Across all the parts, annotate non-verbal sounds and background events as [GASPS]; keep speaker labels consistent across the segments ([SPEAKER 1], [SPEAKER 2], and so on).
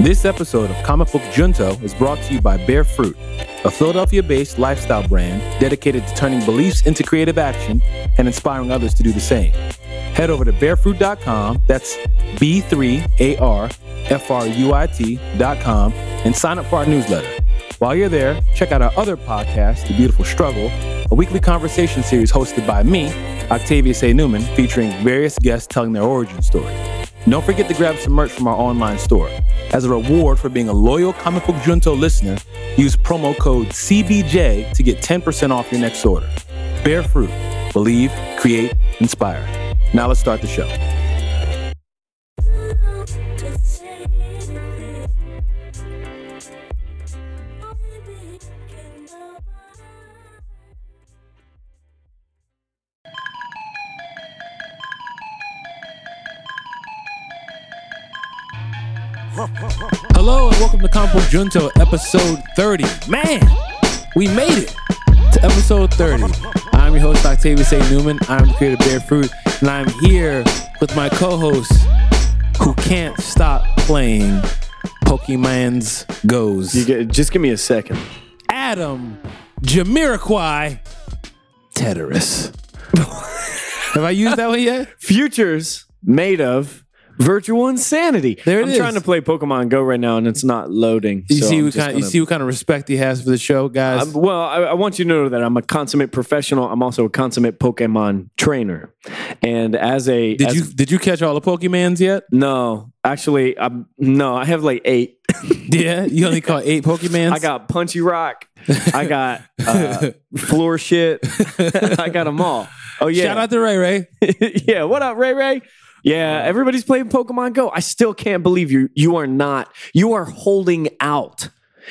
[SPEAKER 1] This episode of Comic Book Junto is brought to you by Bear Fruit, a Philadelphia based lifestyle brand dedicated to turning beliefs into creative action and inspiring others to do the same. Head over to barefruit.com, that's B 3 A R F R U I T.com, and sign up for our newsletter. While you're there, check out our other podcast, The Beautiful Struggle, a weekly conversation series hosted by me, Octavius A. Newman, featuring various guests telling their origin story. Don't forget to grab some merch from our online store. As a reward for being a loyal Comic Book Junto listener, use promo code CBJ to get 10% off your next order. Bear fruit. Believe, create, inspire. Now let's start the show. Hello and welcome to Comic Book Junto, episode 30. Man, we made it to episode 30. I'm your host, Octavius A. Newman. I'm the creator of Bear Fruit, and I'm here with my co host who can't stop playing Pokemon's Goes.
[SPEAKER 2] You get, just give me a second.
[SPEAKER 1] Adam Jamiroquai
[SPEAKER 2] [LAUGHS]
[SPEAKER 1] Teteris. Have I used that one yet?
[SPEAKER 2] Futures made of virtual insanity.
[SPEAKER 1] There it
[SPEAKER 2] I'm
[SPEAKER 1] is.
[SPEAKER 2] trying to play Pokemon Go right now, and it's not loading.
[SPEAKER 1] You
[SPEAKER 2] so
[SPEAKER 1] see
[SPEAKER 2] I'm
[SPEAKER 1] what
[SPEAKER 2] just
[SPEAKER 1] kind of, you
[SPEAKER 2] gonna-
[SPEAKER 1] see what kind of respect he has for the show, guys.
[SPEAKER 2] I'm- well, I, I want you to know that I'm a consummate professional. I'm also a consummate Pokemon trainer, and as a
[SPEAKER 1] did
[SPEAKER 2] as-
[SPEAKER 1] you did you catch all the Pokemons yet?
[SPEAKER 2] No, actually, I'm no. I have like eight.
[SPEAKER 1] Yeah, you only caught eight Pokemons.
[SPEAKER 2] I
[SPEAKER 1] [LAUGHS]
[SPEAKER 2] got Punchy Rock. I got uh, floor shit. [LAUGHS] I got them all. Oh yeah,
[SPEAKER 1] Shout out to Ray Ray.
[SPEAKER 2] [LAUGHS] yeah, what up, Ray Ray? Um, Yeah, everybody's playing Pokemon Go. I still can't believe you. You are not. You are holding out.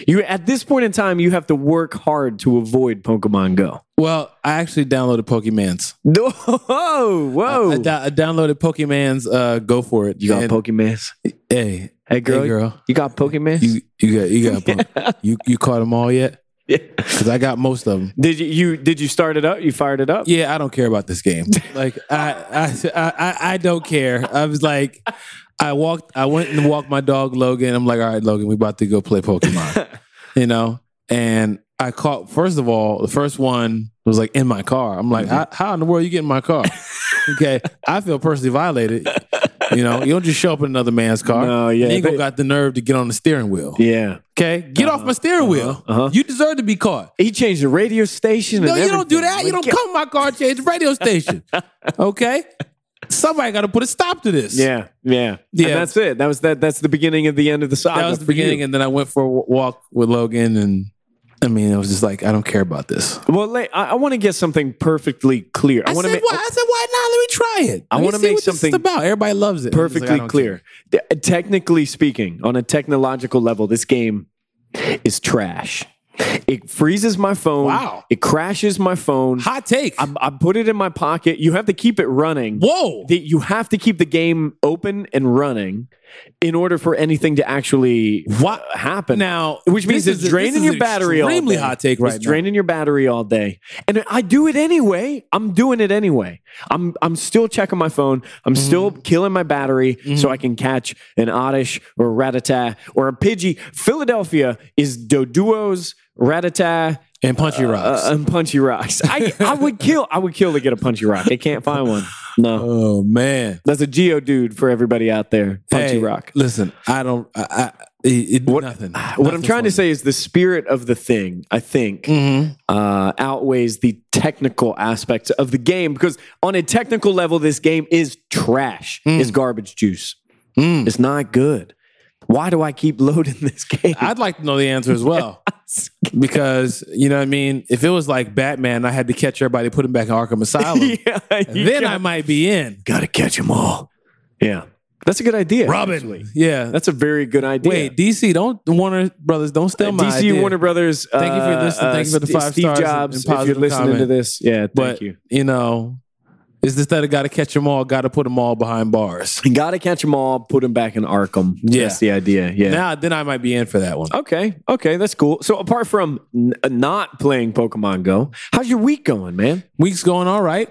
[SPEAKER 2] You at this point in time, you have to work hard to avoid Pokemon Go.
[SPEAKER 1] Well, I actually downloaded Pokemons.
[SPEAKER 2] No, [LAUGHS] whoa!
[SPEAKER 1] I, do- I downloaded Pokemons. Uh, go for it.
[SPEAKER 2] you got
[SPEAKER 1] And-
[SPEAKER 2] Pokemans.
[SPEAKER 1] Hey,
[SPEAKER 2] Hey girl,
[SPEAKER 1] hey, girl.
[SPEAKER 2] you got Pokemans.
[SPEAKER 1] You you got you got
[SPEAKER 2] [LAUGHS]
[SPEAKER 1] Pokemon. you you caught them all yet? Because I got most of them.
[SPEAKER 2] did you, you did you start it up? You fired it up?
[SPEAKER 1] Yeah, I don't care about this game. Like I I I, I, I don't care. I was like. I walked. I went and walked my dog Logan. I'm like, all right, Logan, we about to go play Pokemon,
[SPEAKER 2] [LAUGHS]
[SPEAKER 1] you know. And I caught first of all, the first one was like in my car. I'm like, how,
[SPEAKER 2] Mm-hmm.
[SPEAKER 1] how in the world you get in my
[SPEAKER 2] [LAUGHS]
[SPEAKER 1] car? okay, I feel personally violated. You know, you don't just show up in another man's car.
[SPEAKER 2] No, yeah,
[SPEAKER 1] Ningo
[SPEAKER 2] they-
[SPEAKER 1] got the nerve to get on the steering wheel.
[SPEAKER 2] yeah.
[SPEAKER 1] Okay, get off my steering wheel.
[SPEAKER 2] uh-huh.
[SPEAKER 1] You deserve to be caught.
[SPEAKER 2] He changed the radio station.
[SPEAKER 1] No,
[SPEAKER 2] and
[SPEAKER 1] you don't do
[SPEAKER 2] everything.
[SPEAKER 1] that. You
[SPEAKER 2] Like,
[SPEAKER 1] don't come in my car, change the radio [LAUGHS] station. Okay, somebody got to put a stop to this.
[SPEAKER 2] Yeah, yeah,
[SPEAKER 1] Yeah.
[SPEAKER 2] And that's it. That was that. That's the beginning of the end of the saga.
[SPEAKER 1] that was the
[SPEAKER 2] for you.
[SPEAKER 1] beginning, and then I went for a w- walk with Logan, and I mean, I was just like, I don't care about this.
[SPEAKER 2] Well, la- I, I want to get something perfectly clear. I,
[SPEAKER 1] I,
[SPEAKER 2] want
[SPEAKER 1] said,
[SPEAKER 2] to make
[SPEAKER 1] why, I said, why not? Let me try it.
[SPEAKER 2] I
[SPEAKER 1] Let me
[SPEAKER 2] wanna
[SPEAKER 1] see
[SPEAKER 2] make
[SPEAKER 1] what this is
[SPEAKER 2] something
[SPEAKER 1] about. Everybody loves it. And I was like, I
[SPEAKER 2] perfectly
[SPEAKER 1] don't
[SPEAKER 2] clear. Th- Technically speaking, on a technological level, this game is trash. It freezes my phone.
[SPEAKER 1] Wow.
[SPEAKER 2] It crashes my phone.
[SPEAKER 1] care. Hot take.
[SPEAKER 2] I, I put it in my pocket. You have to keep it running.
[SPEAKER 1] Whoa.
[SPEAKER 2] The- You have to keep the game open and running in order for anything to actually
[SPEAKER 1] What?
[SPEAKER 2] happen.
[SPEAKER 1] Now,
[SPEAKER 2] which means
[SPEAKER 1] this
[SPEAKER 2] it's
[SPEAKER 1] is a- this
[SPEAKER 2] draining
[SPEAKER 1] is
[SPEAKER 2] your
[SPEAKER 1] an
[SPEAKER 2] battery all day.
[SPEAKER 1] extremely hot take right
[SPEAKER 2] it's
[SPEAKER 1] now.
[SPEAKER 2] draining your battery all day and i do it anyway i'm doing it anyway i'm i'm still checking my phone i'm
[SPEAKER 1] Mm-hmm.
[SPEAKER 2] still killing my battery so i can catch an oddish or a ratata or a pidgey philadelphia is doduos ratata
[SPEAKER 1] and punchy rocks.
[SPEAKER 2] uh, and
[SPEAKER 1] [LAUGHS]
[SPEAKER 2] punchy rocks I, I would kill i would kill to get a punchy rock i can't find one no
[SPEAKER 1] [LAUGHS] oh man.
[SPEAKER 2] that's a geo dude for everybody out there punchy
[SPEAKER 1] Hey,
[SPEAKER 2] rock
[SPEAKER 1] Listen, I don't. I, I it, it-
[SPEAKER 2] What-
[SPEAKER 1] nothing.
[SPEAKER 2] what I'm trying to say is the spirit of the thing, I think, uh, outweighs the technical aspects of the game because on a technical level, this game is trash, is garbage juice. It's not good. Why do I keep loading [LAUGHS] this game?
[SPEAKER 1] I'd like to know the answer as
[SPEAKER 2] [LAUGHS]
[SPEAKER 1] well. Because you know, what I mean, if it was like Batman, I had to catch everybody, put him back in Arkham Asylum.
[SPEAKER 2] [LAUGHS] yeah, you
[SPEAKER 1] then I
[SPEAKER 2] gotta,
[SPEAKER 1] might be in.
[SPEAKER 2] gotta catch them all. Yeah, that's a good idea. actually.
[SPEAKER 1] Yeah.
[SPEAKER 2] that's a very good idea.
[SPEAKER 1] Wait, DC, don't Warner Brothers, don't steal my
[SPEAKER 2] DC
[SPEAKER 1] idea.
[SPEAKER 2] Uh, Warner Brothers.
[SPEAKER 1] Thank you for
[SPEAKER 2] uh,
[SPEAKER 1] listening. Thank you for the
[SPEAKER 2] uh, Steve-
[SPEAKER 1] five
[SPEAKER 2] Steve
[SPEAKER 1] stars and-
[SPEAKER 2] Jobs,
[SPEAKER 1] and
[SPEAKER 2] if you're
[SPEAKER 1] positive
[SPEAKER 2] listening to
[SPEAKER 1] comment.
[SPEAKER 2] this, yeah, thank
[SPEAKER 1] but
[SPEAKER 2] you.
[SPEAKER 1] you. know, it's just that I got to catch them all, got to put them all behind bars.
[SPEAKER 2] You gotta catch them all, put them back in Arkham.
[SPEAKER 1] Yeah.
[SPEAKER 2] That's the idea. Yeah.
[SPEAKER 1] Now, then I might be in for that one.
[SPEAKER 2] okay. Okay. That's cool. So apart from uh, n- not playing Pokemon Go, how's your week going, man?
[SPEAKER 1] Week's going all right.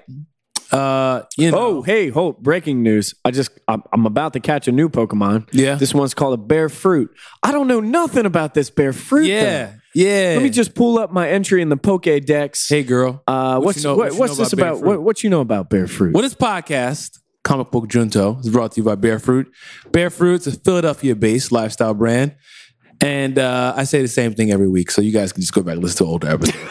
[SPEAKER 1] Uh, you know,
[SPEAKER 2] Oh, hey, hold! Breaking news! I just I'm, I'm about to catch a new Pokemon.
[SPEAKER 1] Yeah.
[SPEAKER 2] this one's called a bear fruit. I don't know nothing about this bear fruit.
[SPEAKER 1] yeah,
[SPEAKER 2] though.
[SPEAKER 1] yeah.
[SPEAKER 2] let me just pull up my entry in the Pokédex.
[SPEAKER 1] Hey, girl.
[SPEAKER 2] uh,
[SPEAKER 1] what
[SPEAKER 2] what's
[SPEAKER 1] you know-
[SPEAKER 2] what,
[SPEAKER 1] what you
[SPEAKER 2] what's
[SPEAKER 1] know
[SPEAKER 2] this
[SPEAKER 1] about Bear
[SPEAKER 2] about?
[SPEAKER 1] Fruit?
[SPEAKER 2] What, what you know about bear fruit?
[SPEAKER 1] Well, this podcast, Comic Book Junto, is brought to you by Bear Fruit. Bear Fruit's a Philadelphia based lifestyle brand. And uh, I say the same thing every week, so you guys can just go back and listen to older episodes.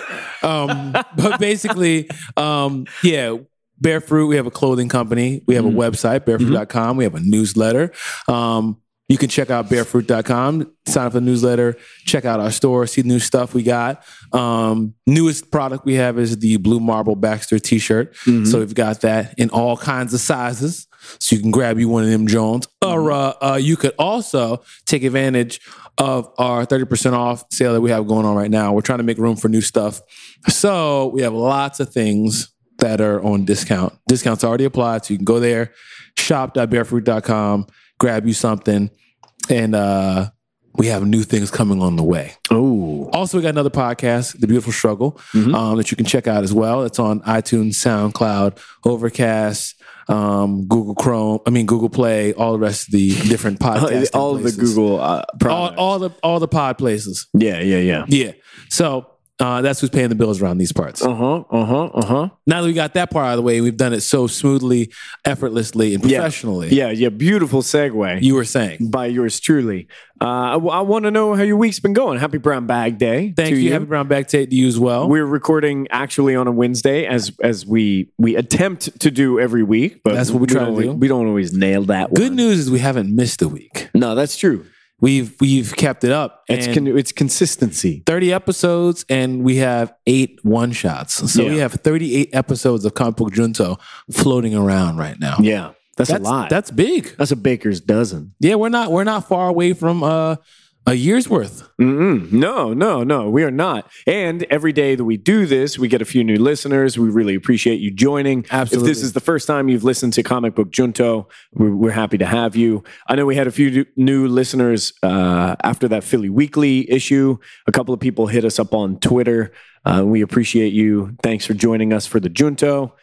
[SPEAKER 1] um, but basically, um, yeah. Bear Fruit, we have a clothing company. We have a website, barefruit.com. We have a newsletter. Um, you can check out barefruit.com, sign up for the newsletter, check out our store, see the new stuff we got. Um, newest product we have is the Blue Marble Baxter t shirt. So we've got that in all kinds of sizes. So you can grab you one of them Jones. Or uh, uh, you could also take advantage of our 30% off sale that we have going on right now. We're trying to make room for new stuff. So we have lots of things that are on discount. Discounts already applied, so you can go there, shop.barefruit.com, grab you something, and uh, we have new things coming on the way.
[SPEAKER 2] oh,
[SPEAKER 1] Also, we got another podcast, The Beautiful Struggle,
[SPEAKER 2] Mm-hmm.
[SPEAKER 1] um, that you can check out as well. It's on iTunes, SoundCloud, Overcast, um, Google Chrome. I mean Google Play, all the rest of the different podcasts.
[SPEAKER 2] [LAUGHS] all of the Google uh,
[SPEAKER 1] all,
[SPEAKER 2] products.
[SPEAKER 1] all the all the pod places.
[SPEAKER 2] yeah, yeah, yeah.
[SPEAKER 1] Yeah. So uh, that's who's paying the bills around these parts.
[SPEAKER 2] Uh huh. Uh huh. Uh huh.
[SPEAKER 1] Now that we got that part out of the way, we've done it so smoothly, effortlessly, and
[SPEAKER 2] Yeah.
[SPEAKER 1] professionally.
[SPEAKER 2] Yeah, Mm-hmm. yeah. Beautiful segue
[SPEAKER 1] You were saying.
[SPEAKER 2] by yours truly. Uh, I, want to know how your week's been going. Happy Brown Bag Day.
[SPEAKER 1] Thank
[SPEAKER 2] to
[SPEAKER 1] you. Happy Brown Back Tate to you as well.
[SPEAKER 2] We're recording actually on a Wednesday, as as we we attempt to do every week, but
[SPEAKER 1] That's what we try to
[SPEAKER 2] don't always,
[SPEAKER 1] do.
[SPEAKER 2] We don't always nail that.
[SPEAKER 1] Good
[SPEAKER 2] one.
[SPEAKER 1] news is we haven't missed a week.
[SPEAKER 2] No, that's true.
[SPEAKER 1] We've we've kept it up.
[SPEAKER 2] It's
[SPEAKER 1] and
[SPEAKER 2] con- it's consistency.
[SPEAKER 1] 30 episodes and we have eight one shots. So we
[SPEAKER 2] Yeah.
[SPEAKER 1] have 38 episodes of Comic Book Junto floating around right now.
[SPEAKER 2] Yeah, that's,
[SPEAKER 1] That's
[SPEAKER 2] a lot.
[SPEAKER 1] That's big.
[SPEAKER 2] that's a baker's dozen.
[SPEAKER 1] Yeah, we're not we're not far away from uh a year's worth.
[SPEAKER 2] Mm-mm. No, no, no, we are not. And every day that we do this, we get a few new listeners. We really appreciate you joining.
[SPEAKER 1] Absolutely.
[SPEAKER 2] If this is the first time you've listened to Comic Book Junto, we're, we're happy to have you. I know we had a few new- new listeners uh, after that Philly Weekly issue. A couple of people hit us up on Twitter. Uh, we appreciate you. Thanks for joining us for the Junto.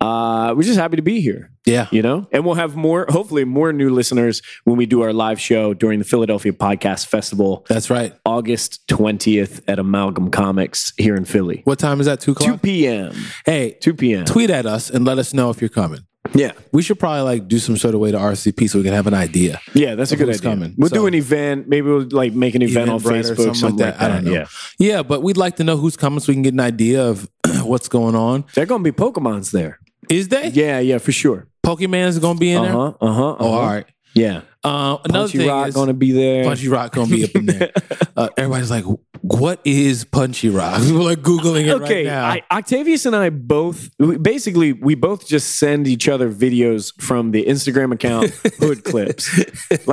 [SPEAKER 2] Uh, we're just happy to be here
[SPEAKER 1] Yeah.
[SPEAKER 2] you know and we'll have more hopefully more new listeners when we do our live show during the philadelphia podcast festival
[SPEAKER 1] That's right.
[SPEAKER 2] august 20th at amalgam comics here in philly
[SPEAKER 1] What time is that? Two o'clock?
[SPEAKER 2] 2 p.m
[SPEAKER 1] Hey,
[SPEAKER 2] 2 p.m
[SPEAKER 1] tweet at us and let us know if you're coming.
[SPEAKER 2] yeah
[SPEAKER 1] We should probably like do some sort of way to RCP so we can have an idea.
[SPEAKER 2] yeah that's a good
[SPEAKER 1] who's
[SPEAKER 2] idea
[SPEAKER 1] coming.
[SPEAKER 2] we'll
[SPEAKER 1] So-
[SPEAKER 2] do an event maybe we'll like make an event on
[SPEAKER 1] Eventbrite
[SPEAKER 2] facebook
[SPEAKER 1] or
[SPEAKER 2] something, like that,
[SPEAKER 1] I don't know.
[SPEAKER 2] yeah
[SPEAKER 1] yeah, but we'd like to know who's coming so we can get an idea of [CLEARS THROAT] what's going on.
[SPEAKER 2] they're gonna be pokemons there
[SPEAKER 1] Is there?
[SPEAKER 2] yeah yeah for sure
[SPEAKER 1] Pokemon's going to be in
[SPEAKER 2] uh-huh
[SPEAKER 1] there?
[SPEAKER 2] uh-huh, uh-huh.
[SPEAKER 1] Oh, all right.
[SPEAKER 2] yeah
[SPEAKER 1] Uh, another
[SPEAKER 2] Punchy
[SPEAKER 1] thing
[SPEAKER 2] Rock
[SPEAKER 1] is
[SPEAKER 2] gonna be there
[SPEAKER 1] Punchy Rock going to be up in
[SPEAKER 2] [LAUGHS]
[SPEAKER 1] there. Uh, everybody's like, what is Punchy Rock? [LAUGHS] We're like Googling it right
[SPEAKER 2] okay
[SPEAKER 1] now.
[SPEAKER 2] I, octavius and i both we- basically we both just send each other videos from the instagram
[SPEAKER 1] [LAUGHS]
[SPEAKER 2] account hood clips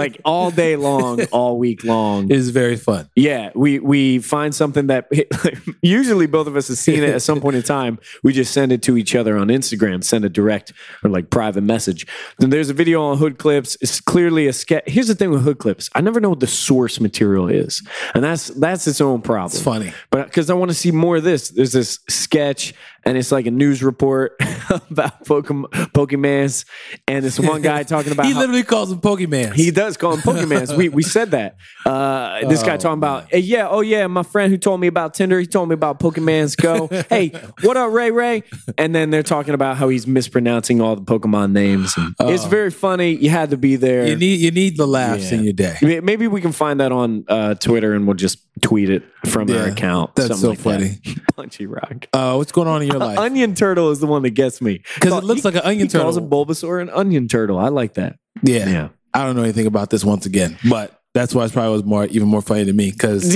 [SPEAKER 2] like all day long all week long
[SPEAKER 1] it's very fun.
[SPEAKER 2] yeah we we find something that [LAUGHS] usually both of us have seen it at some point in time we just send it to each other on instagram send a direct or like private message then there's a video on hood clips it's clearly a sketch here's the thing with hood clips i never know what the source material is and that's that's its own problem
[SPEAKER 1] It's funny.
[SPEAKER 2] but because I want to see more of this. There's this sketch, and it's like a news report [LAUGHS] about Pokemon, Pokemans, and this one guy talking about
[SPEAKER 1] He
[SPEAKER 2] how-
[SPEAKER 1] literally calls them Pokemans.
[SPEAKER 2] he does call them Pokemans. we we said that. Uh, this guy talking about "Eh, yeah, oh yeah, my friend who told me about Tinder, he told me about Pokemans
[SPEAKER 1] [LAUGHS]
[SPEAKER 2] Go. hey, what up, Ray Ray? And then they're talking about how he's mispronouncing all the Pokemon names. And It's very funny. You had to be there.
[SPEAKER 1] Oh. you need you need the laughs
[SPEAKER 2] Yeah.
[SPEAKER 1] in your day.
[SPEAKER 2] May- Maybe we can find that on uh, Twitter and we'll just tweet it from our
[SPEAKER 1] Yeah,
[SPEAKER 2] account.
[SPEAKER 1] that's
[SPEAKER 2] something
[SPEAKER 1] so
[SPEAKER 2] like that. [LAUGHS] Punchy Rock.
[SPEAKER 1] Uh, what's going on in your
[SPEAKER 2] [LAUGHS]
[SPEAKER 1] life?
[SPEAKER 2] Onion turtle is the one that gets me
[SPEAKER 1] 'Cause it looks like an onion
[SPEAKER 2] he Calls a
[SPEAKER 1] turtle.
[SPEAKER 2] Bulbasaur an onion turtle. I like that.
[SPEAKER 1] Yeah.
[SPEAKER 2] Yeah.
[SPEAKER 1] I don't know anything about this once again, but that's why it's probably was more even more funny to me
[SPEAKER 2] [LAUGHS]
[SPEAKER 1] because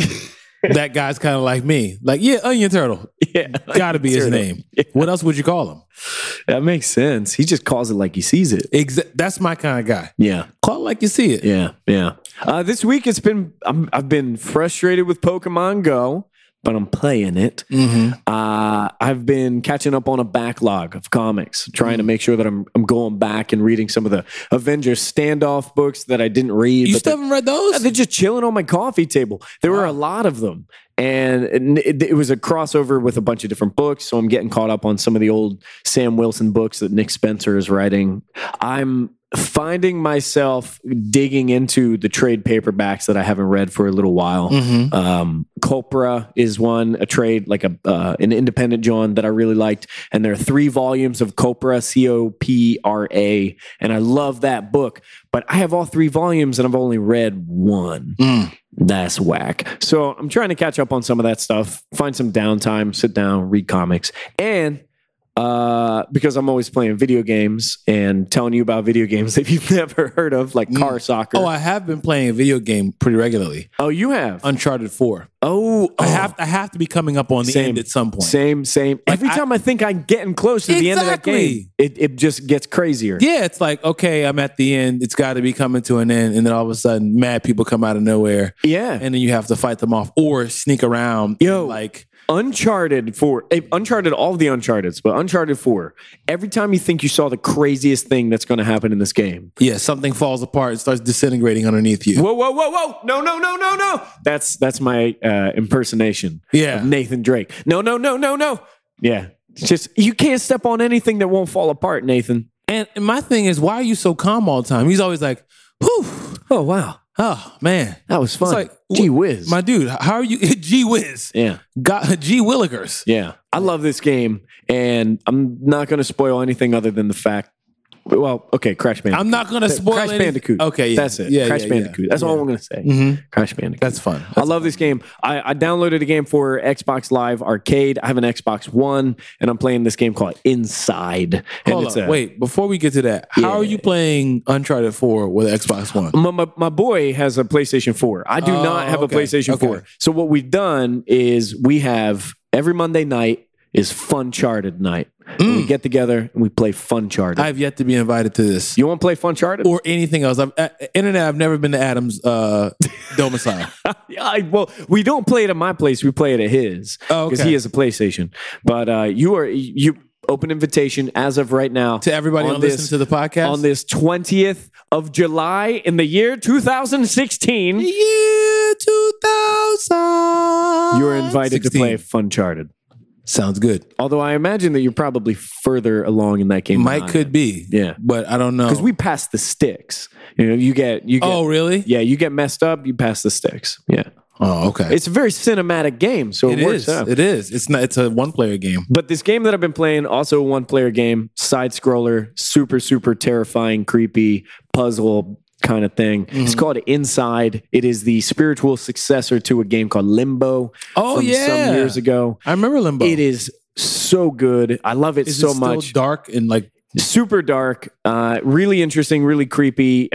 [SPEAKER 1] that guy's kind of like me. Like, yeah, Onion Turtle.
[SPEAKER 2] Yeah,
[SPEAKER 1] Gotta be his
[SPEAKER 2] Turtle. [LAUGHS]
[SPEAKER 1] name. What else would you call him?
[SPEAKER 2] that makes sense. He just calls it like he sees it.
[SPEAKER 1] Exa- that's my kind of guy.
[SPEAKER 2] Yeah,
[SPEAKER 1] Call it like you see it.
[SPEAKER 2] yeah, yeah. Uh, this week it's been I'm, I've been frustrated with Pokemon Go. but I'm playing it.
[SPEAKER 1] Mm-hmm.
[SPEAKER 2] Uh, I've been catching up on a backlog of comics, trying to make sure that I'm, I'm going back and reading some of the Avengers standoff books that I didn't read.
[SPEAKER 1] You
[SPEAKER 2] but
[SPEAKER 1] still haven't read those?
[SPEAKER 2] yeah, they're just chilling on my coffee table. There were a lot of them, and and it, it was a crossover with a bunch of different books. So I'm getting caught up on some of the old Sam Wilson books that Nick Spencer is writing. I'm finding myself digging into the trade paperbacks that I haven't read for a little while.
[SPEAKER 1] Mhm.
[SPEAKER 2] Um, Copra is one, a trade like a uh, an independent John that I really liked, and there are three volumes of Copra, C O P R A, and I love that book. But I have all three volumes, and I've only read one.
[SPEAKER 1] Mm.
[SPEAKER 2] That's whack. So I'm trying to catch up on some of that stuff, find some downtime, sit down, read comics, and. Uh, because I'm always playing video games and telling you about video games [LAUGHS] that you've never heard of, like car soccer.
[SPEAKER 1] Oh, I have been playing a video game pretty regularly.
[SPEAKER 2] oh, you have.
[SPEAKER 1] Uncharted Four.
[SPEAKER 2] oh,
[SPEAKER 1] I
[SPEAKER 2] oh.
[SPEAKER 1] have I have to be coming up on the
[SPEAKER 2] Same.
[SPEAKER 1] end at some point.
[SPEAKER 2] Same, same.
[SPEAKER 1] Like,
[SPEAKER 2] Every
[SPEAKER 1] I-
[SPEAKER 2] time I think I'm getting close to the end of that game,
[SPEAKER 1] Exactly.
[SPEAKER 2] it, it just gets crazier.
[SPEAKER 1] Yeah, it's like okay, I'm at the end. It's got to be coming to an end, and then all of a sudden, mad people come out of nowhere,
[SPEAKER 2] Yeah.
[SPEAKER 1] and then you have to fight them off or sneak around.
[SPEAKER 2] Yo.
[SPEAKER 1] and, like
[SPEAKER 2] Uncharted 4, eh, Uncharted, all of the Uncharteds, but Uncharted 4, every time you think you saw the craziest thing that's going to happen in this game.
[SPEAKER 1] yeah, something falls apart and starts disintegrating underneath you.
[SPEAKER 2] Whoa, whoa, whoa, whoa. No, no, no, no, no. That's that's my uh, impersonation of
[SPEAKER 1] Yeah,
[SPEAKER 2] Nathan Drake. No, no, no, no, no. Yeah. It's just, you can't step on anything that won't fall apart, Nathan.
[SPEAKER 1] and and my thing is, why are you so calm all the time? He's always like, "Whew,
[SPEAKER 2] Oh, wow.
[SPEAKER 1] oh man,
[SPEAKER 2] That was fun.
[SPEAKER 1] like,
[SPEAKER 2] Gee whiz.
[SPEAKER 1] my dude, how are you?" [LAUGHS] Gee whiz,
[SPEAKER 2] yeah.
[SPEAKER 1] got Gee Willikers.
[SPEAKER 2] Yeah. I love this game, and I'm not going to spoil anything other than the fact. Well, okay, Crash Bandicoot.
[SPEAKER 1] I'm not gonna spoil
[SPEAKER 2] Crash
[SPEAKER 1] anything.
[SPEAKER 2] Bandicoot.
[SPEAKER 1] Okay, yeah,
[SPEAKER 2] That's it.
[SPEAKER 1] Yeah,
[SPEAKER 2] Crash
[SPEAKER 1] yeah, yeah.
[SPEAKER 2] Bandicoot. That's all I'm going to say.
[SPEAKER 1] Mhm.
[SPEAKER 2] Crash Bandicoot.
[SPEAKER 1] That's fun.
[SPEAKER 2] I love this game. I, I downloaded a game for Xbox Live Arcade. I have an Xbox One, and I'm playing this game called Inside. And
[SPEAKER 1] Hold
[SPEAKER 2] it's
[SPEAKER 1] on,
[SPEAKER 2] a-
[SPEAKER 1] wait. Before we get to that, how are you playing Uncharted Four with Xbox One?
[SPEAKER 2] My, my, my boy has a PlayStation 4. I do
[SPEAKER 1] Oh,
[SPEAKER 2] not have
[SPEAKER 1] okay,
[SPEAKER 2] a PlayStation
[SPEAKER 1] okay.
[SPEAKER 2] 4. So what we've done is we have every Monday night is Fun Charted night. And
[SPEAKER 1] Mm.
[SPEAKER 2] We get together and we play Fun Charted.
[SPEAKER 1] I've yet to be invited to this
[SPEAKER 2] You want to play Fun Charted?
[SPEAKER 1] or anything else. I've, uh, internet. I've never been to Adam's uh, domicile.
[SPEAKER 2] [LAUGHS] Yeah, I, well, we don't play it at my place. We play it at his
[SPEAKER 1] Oh, okay.
[SPEAKER 2] he has a PlayStation. But uh, you are you open invitation as of right now
[SPEAKER 1] to everybody on
[SPEAKER 2] this
[SPEAKER 1] listen to the podcast.
[SPEAKER 2] on this twentieth of July in the year two thousand sixteen.
[SPEAKER 1] year two thousand,
[SPEAKER 2] You're invited to play Fun Charted.
[SPEAKER 1] Sounds good.
[SPEAKER 2] Although I imagine that you're probably further along in that game. than
[SPEAKER 1] Mike
[SPEAKER 2] I
[SPEAKER 1] could be.
[SPEAKER 2] Yeah.
[SPEAKER 1] but I don't know.
[SPEAKER 2] because we passed the sticks. You know, you get you get
[SPEAKER 1] oh, really?
[SPEAKER 2] yeah, you get messed up, you pass the sticks. Yeah,
[SPEAKER 1] Oh, okay.
[SPEAKER 2] it's a very cinematic game, so it,
[SPEAKER 1] It
[SPEAKER 2] works
[SPEAKER 1] is.
[SPEAKER 2] out.
[SPEAKER 1] It is. It's not. It's a one-player game.
[SPEAKER 2] But this game that I've been playing, also a one player game, side scroller, super, super terrifying, creepy puzzle kind of thing.
[SPEAKER 1] Mm-hmm.
[SPEAKER 2] It's called Inside. It is the spiritual successor to a game called Limbo
[SPEAKER 1] Oh
[SPEAKER 2] from
[SPEAKER 1] yeah.
[SPEAKER 2] some years ago.
[SPEAKER 1] I remember Limbo.
[SPEAKER 2] It is so good. I love it
[SPEAKER 1] Is
[SPEAKER 2] so
[SPEAKER 1] it still
[SPEAKER 2] much.
[SPEAKER 1] dark and like
[SPEAKER 2] Super dark, uh, really interesting, really creepy.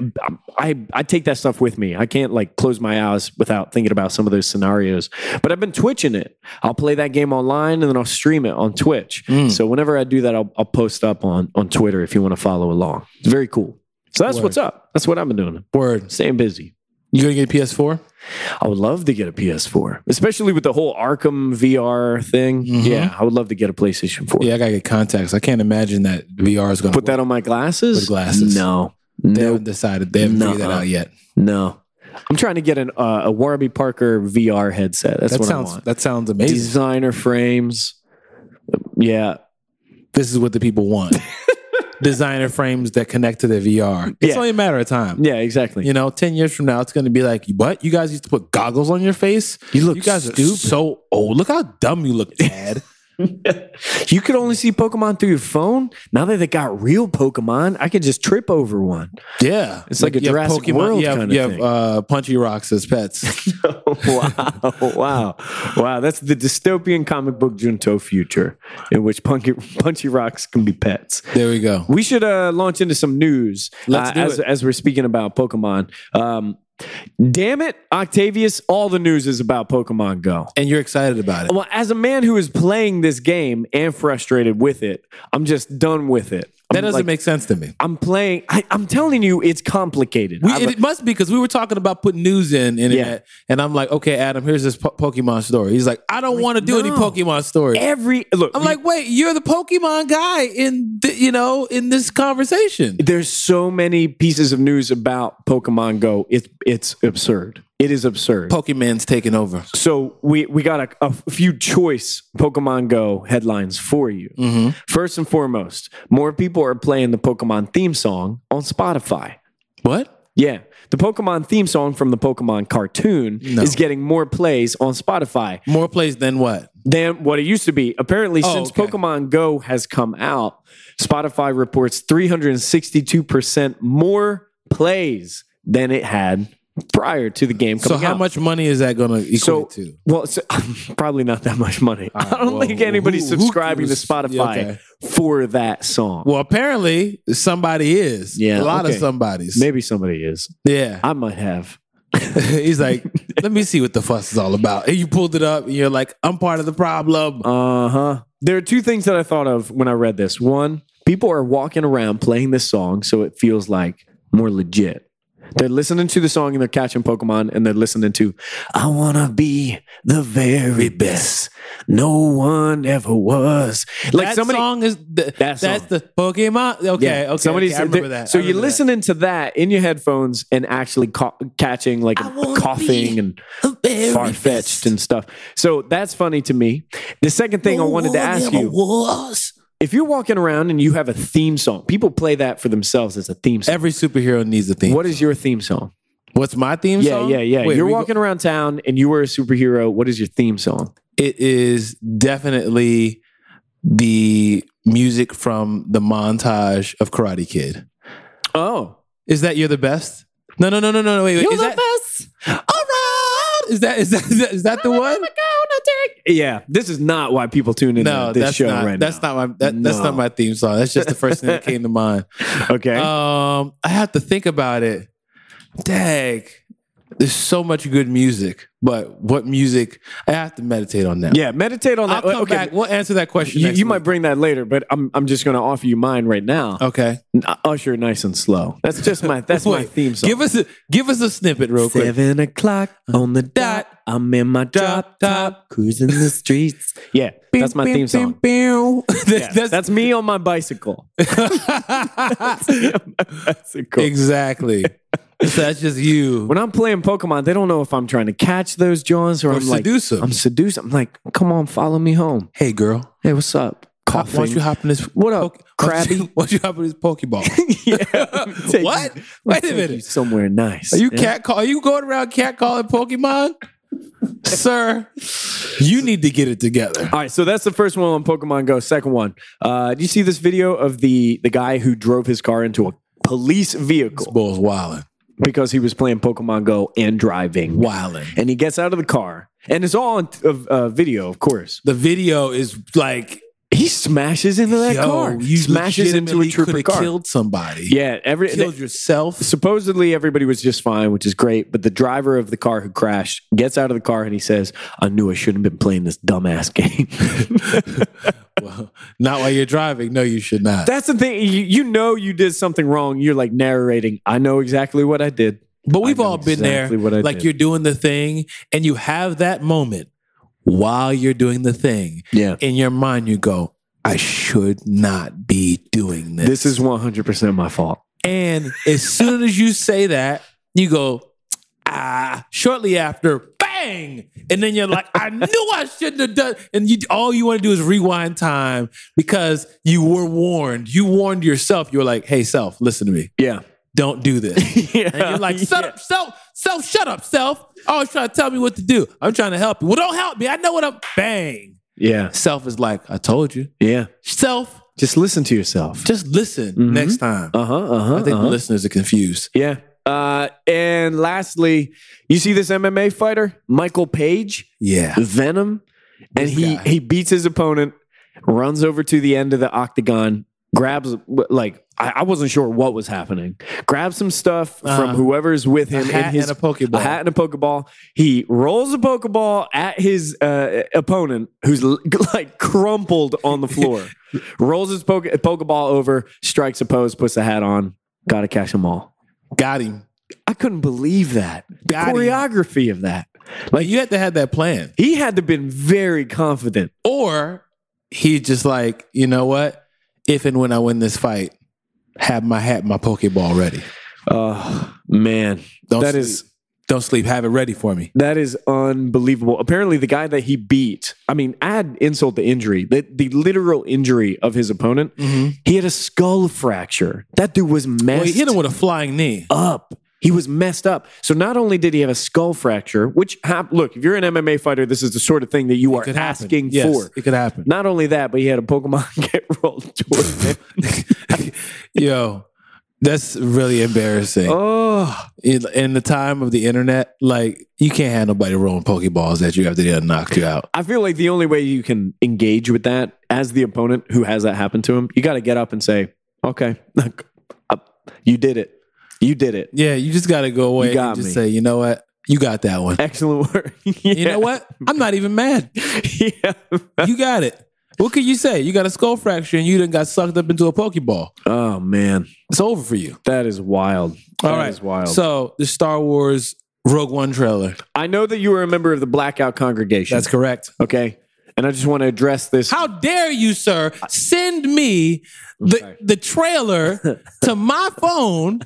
[SPEAKER 2] I, I take that stuff with me. I can't like close my eyes without thinking about some of those scenarios. But I've been twitching it. I'll play that game online and then I'll stream it on Twitch.
[SPEAKER 1] Mm.
[SPEAKER 2] So whenever I do that, I'll, I'll post up on on Twitter if you want to follow along. It's very cool. So that's
[SPEAKER 1] Word.
[SPEAKER 2] what's up. That's what I've been doing.
[SPEAKER 1] words.
[SPEAKER 2] Staying busy.
[SPEAKER 1] You gonna get a PS4?
[SPEAKER 2] I would love to get a PS4, especially with the whole Arkham VR thing. Yeah, I would love to get a PlayStation 4.
[SPEAKER 1] Mm-hmm. Yeah, I gotta get contacts. I can't imagine that VR is gonna
[SPEAKER 2] Put that on my glasses.
[SPEAKER 1] With glasses.
[SPEAKER 2] No.
[SPEAKER 1] They
[SPEAKER 2] No,
[SPEAKER 1] haven't decided. They haven't figured that
[SPEAKER 2] Nuh-uh.
[SPEAKER 1] out yet.
[SPEAKER 2] No. I'm trying to get an, uh, a Warby Parker VR headset. That's
[SPEAKER 1] That
[SPEAKER 2] what I
[SPEAKER 1] sounds.
[SPEAKER 2] want.
[SPEAKER 1] That sounds amazing.
[SPEAKER 2] Designer frames. Yeah.
[SPEAKER 1] this is what the people
[SPEAKER 2] [LAUGHS]
[SPEAKER 1] want. Designer frames that connect to the VR. It's
[SPEAKER 2] Yeah.
[SPEAKER 1] only a matter of time.
[SPEAKER 2] Yeah, exactly.
[SPEAKER 1] You know, ten years from now, it's gonna be like, what? You guys used to put goggles on your face.
[SPEAKER 2] You look
[SPEAKER 1] You guys are
[SPEAKER 2] stupid.
[SPEAKER 1] so old. Look how dumb you
[SPEAKER 2] [LAUGHS]
[SPEAKER 1] look, Dad.
[SPEAKER 2] You could only see Pokemon through your phone. Now that they got real Pokemon, I could just trip
[SPEAKER 1] [LAUGHS]
[SPEAKER 2] over one.
[SPEAKER 1] yeah,
[SPEAKER 2] It's like a
[SPEAKER 1] you have
[SPEAKER 2] Jurassic World
[SPEAKER 1] You have,
[SPEAKER 2] kinda
[SPEAKER 1] you have
[SPEAKER 2] thing.
[SPEAKER 1] uh, punchy rocks as
[SPEAKER 2] [LAUGHS]
[SPEAKER 1] pets.
[SPEAKER 2] wow. wow. Wow. That's the dystopian comic book Junto future in which punky, punchy rocks can be pets.
[SPEAKER 1] there we go.
[SPEAKER 2] We should uh, launch into some news
[SPEAKER 1] Let's
[SPEAKER 2] uh,
[SPEAKER 1] do
[SPEAKER 2] as,
[SPEAKER 1] it.
[SPEAKER 2] as we're speaking about Pokemon. Um, damn it, Octavius, all the news is about Pokemon Go.
[SPEAKER 1] And you're excited about
[SPEAKER 2] [LAUGHS]
[SPEAKER 1] it.
[SPEAKER 2] Well, as a man who is playing this game and frustrated with it, I'm just done with it. I'm
[SPEAKER 1] That doesn't
[SPEAKER 2] like-
[SPEAKER 1] make sense to me.
[SPEAKER 2] I'm playing. I, I'm telling you, it's complicated.
[SPEAKER 1] We,
[SPEAKER 2] I'm-
[SPEAKER 1] it, must be because we were talking about putting news in, and,
[SPEAKER 2] Yeah.
[SPEAKER 1] and I'm like, okay, Adam, here's this po- Pokemon story. He's like, I don't want to do any
[SPEAKER 2] no.
[SPEAKER 1] Pokemon stories.
[SPEAKER 2] every look.
[SPEAKER 1] I'm like, wait, you're the Pokemon guy in the, you know in this conversation.
[SPEAKER 2] there's so many pieces of news about Pokemon Go. It's it's absurd. It is absurd.
[SPEAKER 1] Pokemon's taking over.
[SPEAKER 2] so we we got a, a few choice Pokemon Go headlines for you.
[SPEAKER 1] Mm-hmm.
[SPEAKER 2] First and foremost, more people are playing the Pokemon theme song on Spotify.
[SPEAKER 1] What?
[SPEAKER 2] Yeah, the Pokemon theme song from the Pokemon cartoon
[SPEAKER 1] No.
[SPEAKER 2] is getting more plays on Spotify
[SPEAKER 1] More plays than what?
[SPEAKER 2] than what it used to be. Apparently,
[SPEAKER 1] Oh,
[SPEAKER 2] since
[SPEAKER 1] okay.
[SPEAKER 2] Pokemon Go has come out, Spotify reports 362% more plays than it had prior to the game
[SPEAKER 1] So
[SPEAKER 2] coming
[SPEAKER 1] how
[SPEAKER 2] out.
[SPEAKER 1] much money is that going to equate
[SPEAKER 2] So,
[SPEAKER 1] to?
[SPEAKER 2] well, so, [LAUGHS] probably not that much money. [LAUGHS] I don't
[SPEAKER 1] Uh, well,
[SPEAKER 2] think anybody's
[SPEAKER 1] who- who
[SPEAKER 2] subscribing to
[SPEAKER 1] cares? Yeah,
[SPEAKER 2] Spotify
[SPEAKER 1] okay.
[SPEAKER 2] for that song.
[SPEAKER 1] Well, apparently somebody is. a
[SPEAKER 2] Yeah,
[SPEAKER 1] lot
[SPEAKER 2] okay.
[SPEAKER 1] of somebody's.
[SPEAKER 2] Maybe somebody is.
[SPEAKER 1] Yeah,
[SPEAKER 2] I might have.
[SPEAKER 1] [LAUGHS] he's like, let me see what the fuss is all about. And you pulled it up, and you're like, I'm part of the problem.
[SPEAKER 2] Uh huh. There are two things that I thought of when I read this. One, people are walking around playing this song, so it feels like more legit. They're listening to the song and they're catching Pokemon and they're listening to, I wanna be the very best. No one ever was. Like
[SPEAKER 1] that
[SPEAKER 2] somebody.
[SPEAKER 1] song is the,
[SPEAKER 2] That song.
[SPEAKER 1] that's the Pokemon. Okay,
[SPEAKER 2] Yeah,
[SPEAKER 1] okay,
[SPEAKER 2] somebody
[SPEAKER 1] okay, I
[SPEAKER 2] said-
[SPEAKER 1] remember that.
[SPEAKER 2] So
[SPEAKER 1] I
[SPEAKER 2] you're
[SPEAKER 1] remember that.
[SPEAKER 2] listening to that in your headphones and actually ca- catching like
[SPEAKER 1] I wanna
[SPEAKER 2] coughing
[SPEAKER 1] be
[SPEAKER 2] and
[SPEAKER 1] The very
[SPEAKER 2] far fetched
[SPEAKER 1] best.
[SPEAKER 2] and stuff. So that's funny to me. The second thing I
[SPEAKER 1] No
[SPEAKER 2] wanted to
[SPEAKER 1] one
[SPEAKER 2] ask
[SPEAKER 1] ever
[SPEAKER 2] you
[SPEAKER 1] was.
[SPEAKER 2] if you're walking around and you have a theme song, people play that for themselves as a theme song.
[SPEAKER 1] Every superhero needs a theme.
[SPEAKER 2] What is your theme song?
[SPEAKER 1] What's my theme
[SPEAKER 2] Yeah,
[SPEAKER 1] song?
[SPEAKER 2] yeah, yeah.
[SPEAKER 1] Wait,
[SPEAKER 2] you're
[SPEAKER 1] we go-
[SPEAKER 2] walking around town and you were a superhero. What is your theme song?
[SPEAKER 1] It is definitely the music from the montage of Karate Kid.
[SPEAKER 2] Oh,
[SPEAKER 1] Is that you're the best? No, no, no, no, no. no, Wait, wait. is that,
[SPEAKER 2] best.
[SPEAKER 1] around. Is that is that is that, is that the one?
[SPEAKER 2] Yeah, this is not why people tune [LAUGHS] in
[SPEAKER 1] No,
[SPEAKER 2] to this
[SPEAKER 1] that's
[SPEAKER 2] show
[SPEAKER 1] not.
[SPEAKER 2] right
[SPEAKER 1] that's
[SPEAKER 2] now.
[SPEAKER 1] not my. That, That's
[SPEAKER 2] No.
[SPEAKER 1] not my theme song. That's just the first
[SPEAKER 2] [LAUGHS]
[SPEAKER 1] thing that came to mind.
[SPEAKER 2] That's not okay.
[SPEAKER 1] Um, I have to think about it. Dang, there's so much good music, but what music? I have to meditate on that.
[SPEAKER 2] yeah, meditate on
[SPEAKER 1] I'll
[SPEAKER 2] that.
[SPEAKER 1] come
[SPEAKER 2] okay,
[SPEAKER 1] back. We'll answer that question.
[SPEAKER 2] you,
[SPEAKER 1] next
[SPEAKER 2] you might
[SPEAKER 1] week.
[SPEAKER 2] bring that later, but I'm I'm just going to offer you mine right now.
[SPEAKER 1] Okay.
[SPEAKER 2] N- uh, Usher, nice and slow. That's just
[SPEAKER 1] [LAUGHS]
[SPEAKER 2] my that's my
[SPEAKER 1] Wait,
[SPEAKER 2] theme song.
[SPEAKER 1] Give us a give us a snippet real quick.
[SPEAKER 2] Seven o'clock on the dot. I'm in my drop top, cruising the
[SPEAKER 1] [LAUGHS]
[SPEAKER 2] streets. Yeah, that's my theme song. Yeah,
[SPEAKER 1] that's,
[SPEAKER 2] that's, me on my
[SPEAKER 1] [LAUGHS]
[SPEAKER 2] bicycle. [LAUGHS] bicycle. [LAUGHS]
[SPEAKER 1] exactly. So that's just you.
[SPEAKER 2] When I'm playing Pokemon, they don't know if I'm trying to catch those Johns or,
[SPEAKER 1] Or
[SPEAKER 2] I'm like,
[SPEAKER 1] seduce 'em.
[SPEAKER 2] I'm seduced. I'm like, come on, follow me home.
[SPEAKER 1] Hey, girl.
[SPEAKER 2] Hey, what's up?
[SPEAKER 1] Hop, why don't you
[SPEAKER 2] Coughing.
[SPEAKER 1] hop in this?
[SPEAKER 2] What up,
[SPEAKER 1] why don't you- [LAUGHS]
[SPEAKER 2] Krabby?
[SPEAKER 1] Why don't you hop in this
[SPEAKER 2] [LAUGHS]
[SPEAKER 1] Pokeball? [LAUGHS]
[SPEAKER 2] yeah, I'm taking-
[SPEAKER 1] What?
[SPEAKER 2] I'm
[SPEAKER 1] Wait a
[SPEAKER 2] taking
[SPEAKER 1] minute.
[SPEAKER 2] you Somewhere nice.
[SPEAKER 1] Are you
[SPEAKER 2] Yeah.
[SPEAKER 1] cat call? Are you going around cat calling
[SPEAKER 2] [LAUGHS]
[SPEAKER 1] Pokemon, sir? You need to get it together.
[SPEAKER 2] All right, so that's the first one on Pokemon Go. Second one, uh, do you see this video of the the guy who drove his car into a police vehicle
[SPEAKER 1] Bulls wilding,
[SPEAKER 2] because he was playing Pokemon Go and driving?
[SPEAKER 1] wilding.
[SPEAKER 2] And he gets out of the car, and it's all on uh, uh, video, of course.
[SPEAKER 1] The video is like
[SPEAKER 2] He smashes into that
[SPEAKER 1] yo,
[SPEAKER 2] car,
[SPEAKER 1] You
[SPEAKER 2] smashes into a trooper car.
[SPEAKER 1] Killed somebody.
[SPEAKER 2] yeah, every
[SPEAKER 1] killed yourself.
[SPEAKER 2] supposedly everybody was just fine, which is great. But the driver of the car who crashed gets out of the car and he says, "I knew I shouldn't have been playing this dumbass [LAUGHS] game."
[SPEAKER 1] Well, not while you're driving. No, you should not.
[SPEAKER 2] That's the thing. You, you know you did something wrong. You're like narrating. I know exactly what I did.
[SPEAKER 1] but we've
[SPEAKER 2] I know
[SPEAKER 1] all been
[SPEAKER 2] exactly
[SPEAKER 1] there.
[SPEAKER 2] what I
[SPEAKER 1] like
[SPEAKER 2] did.
[SPEAKER 1] you're doing the thing, and you have that moment while you're doing the thing.
[SPEAKER 2] Yeah.
[SPEAKER 1] In your mind, you go, "I should not be doing this."
[SPEAKER 2] This is 100% my fault.
[SPEAKER 1] And as soon as you say that, you go, ah, shortly after, bang. And then you're like, I knew I shouldn't have done. And you, all you want to do is rewind time because you were warned. You warned yourself. You were like, hey, self, listen to me.
[SPEAKER 2] Yeah.
[SPEAKER 1] Don't do this.
[SPEAKER 2] [LAUGHS] yeah.
[SPEAKER 1] [LAUGHS] And you're like, shut up, self, self, shut up, self. Always trying to tell me what to do. I'm trying to help you. Well, don't help me. I know what I'm bang.
[SPEAKER 2] Yeah.
[SPEAKER 1] Self is like, I told you.
[SPEAKER 2] Yeah.
[SPEAKER 1] Self,
[SPEAKER 2] Just listen to yourself.
[SPEAKER 1] just listen
[SPEAKER 2] Mhm.
[SPEAKER 1] next time.
[SPEAKER 2] Uh huh. Uh huh.
[SPEAKER 1] I think the listeners are confused.
[SPEAKER 2] yeah. Uh, and lastly, you see this MMA fighter, Michael Page,
[SPEAKER 1] Yeah.
[SPEAKER 2] Venom, and
[SPEAKER 1] This
[SPEAKER 2] he
[SPEAKER 1] guy.
[SPEAKER 2] he beats his opponent, runs over to the end of the octagon, grabs like I, I wasn't sure what was happening. Grabs some stuff
[SPEAKER 1] Uh-huh.
[SPEAKER 2] from whoever's with him
[SPEAKER 1] hat
[SPEAKER 2] in his
[SPEAKER 1] and a Pokeball.
[SPEAKER 2] a hat and a pokeball. He rolls a pokeball at his uh, opponent, who's l- [LAUGHS] like crumpled on
[SPEAKER 1] [LAUGHS]
[SPEAKER 2] the floor. rolls his poke- pokeball over, strikes a pose, puts the hat on. Got to catch them all.
[SPEAKER 1] Got him.
[SPEAKER 2] I couldn't believe that the
[SPEAKER 1] Got him.
[SPEAKER 2] choreography of that.
[SPEAKER 1] Like you had to have that plan.
[SPEAKER 2] He had to been very confident.
[SPEAKER 1] Or he's just like, you know what? If and when I win this fight, have my hat, my Pokeball ready.
[SPEAKER 2] Oh man,
[SPEAKER 1] Don't
[SPEAKER 2] That
[SPEAKER 1] sleep.
[SPEAKER 2] is-
[SPEAKER 1] don't sleep. Have it ready for me.
[SPEAKER 2] That is unbelievable. Apparently, the guy that he beat, I mean, add insult to injury, the, the literal injury of his opponent, he had a skull fracture. That dude was messed
[SPEAKER 1] Well, he hit him with a flying knee.
[SPEAKER 2] up. He was messed up. So not only did he have a skull fracture, which hap- look, if you're an MMA fighter, this is the sort of thing that you are
[SPEAKER 1] Could happen.
[SPEAKER 2] asking
[SPEAKER 1] Yes,
[SPEAKER 2] for.
[SPEAKER 1] It could happen. [LAUGHS]
[SPEAKER 2] Not only that, but he had a Pokemon [LAUGHS] get rolled towards him.
[SPEAKER 1] Yo, that's really embarrassing.
[SPEAKER 2] Oh,
[SPEAKER 1] In, in the time of the internet, like you can't have nobody rolling Pokeballs that you after they done knocked you out.
[SPEAKER 2] I feel like the only way you can engage with that as the opponent who has that happen to him, you got to get up and say, "Okay, [LAUGHS] look, uh, you did it. You did it.
[SPEAKER 1] Yeah, you just got to go away and
[SPEAKER 2] got
[SPEAKER 1] just
[SPEAKER 2] me.
[SPEAKER 1] say, you know what, you got that
[SPEAKER 2] [LAUGHS]
[SPEAKER 1] one.
[SPEAKER 2] Excellent work."
[SPEAKER 1] You know what? I'm not even mad.
[SPEAKER 2] [LAUGHS] yeah.
[SPEAKER 1] You got it. What could you say? You got a skull fracture and you done got sucked up into a Pokeball.
[SPEAKER 2] Oh man,
[SPEAKER 1] It's over for you.
[SPEAKER 2] that is wild. That
[SPEAKER 1] All right.
[SPEAKER 2] is wild.
[SPEAKER 1] So the Star Wars Rogue One trailer.
[SPEAKER 2] I know that you were a member of the blackout congregation.
[SPEAKER 1] That's correct.
[SPEAKER 2] okay, and I just want to address this.
[SPEAKER 1] How dare you, sir, send me the,
[SPEAKER 2] sorry.
[SPEAKER 1] the trailer to my phone?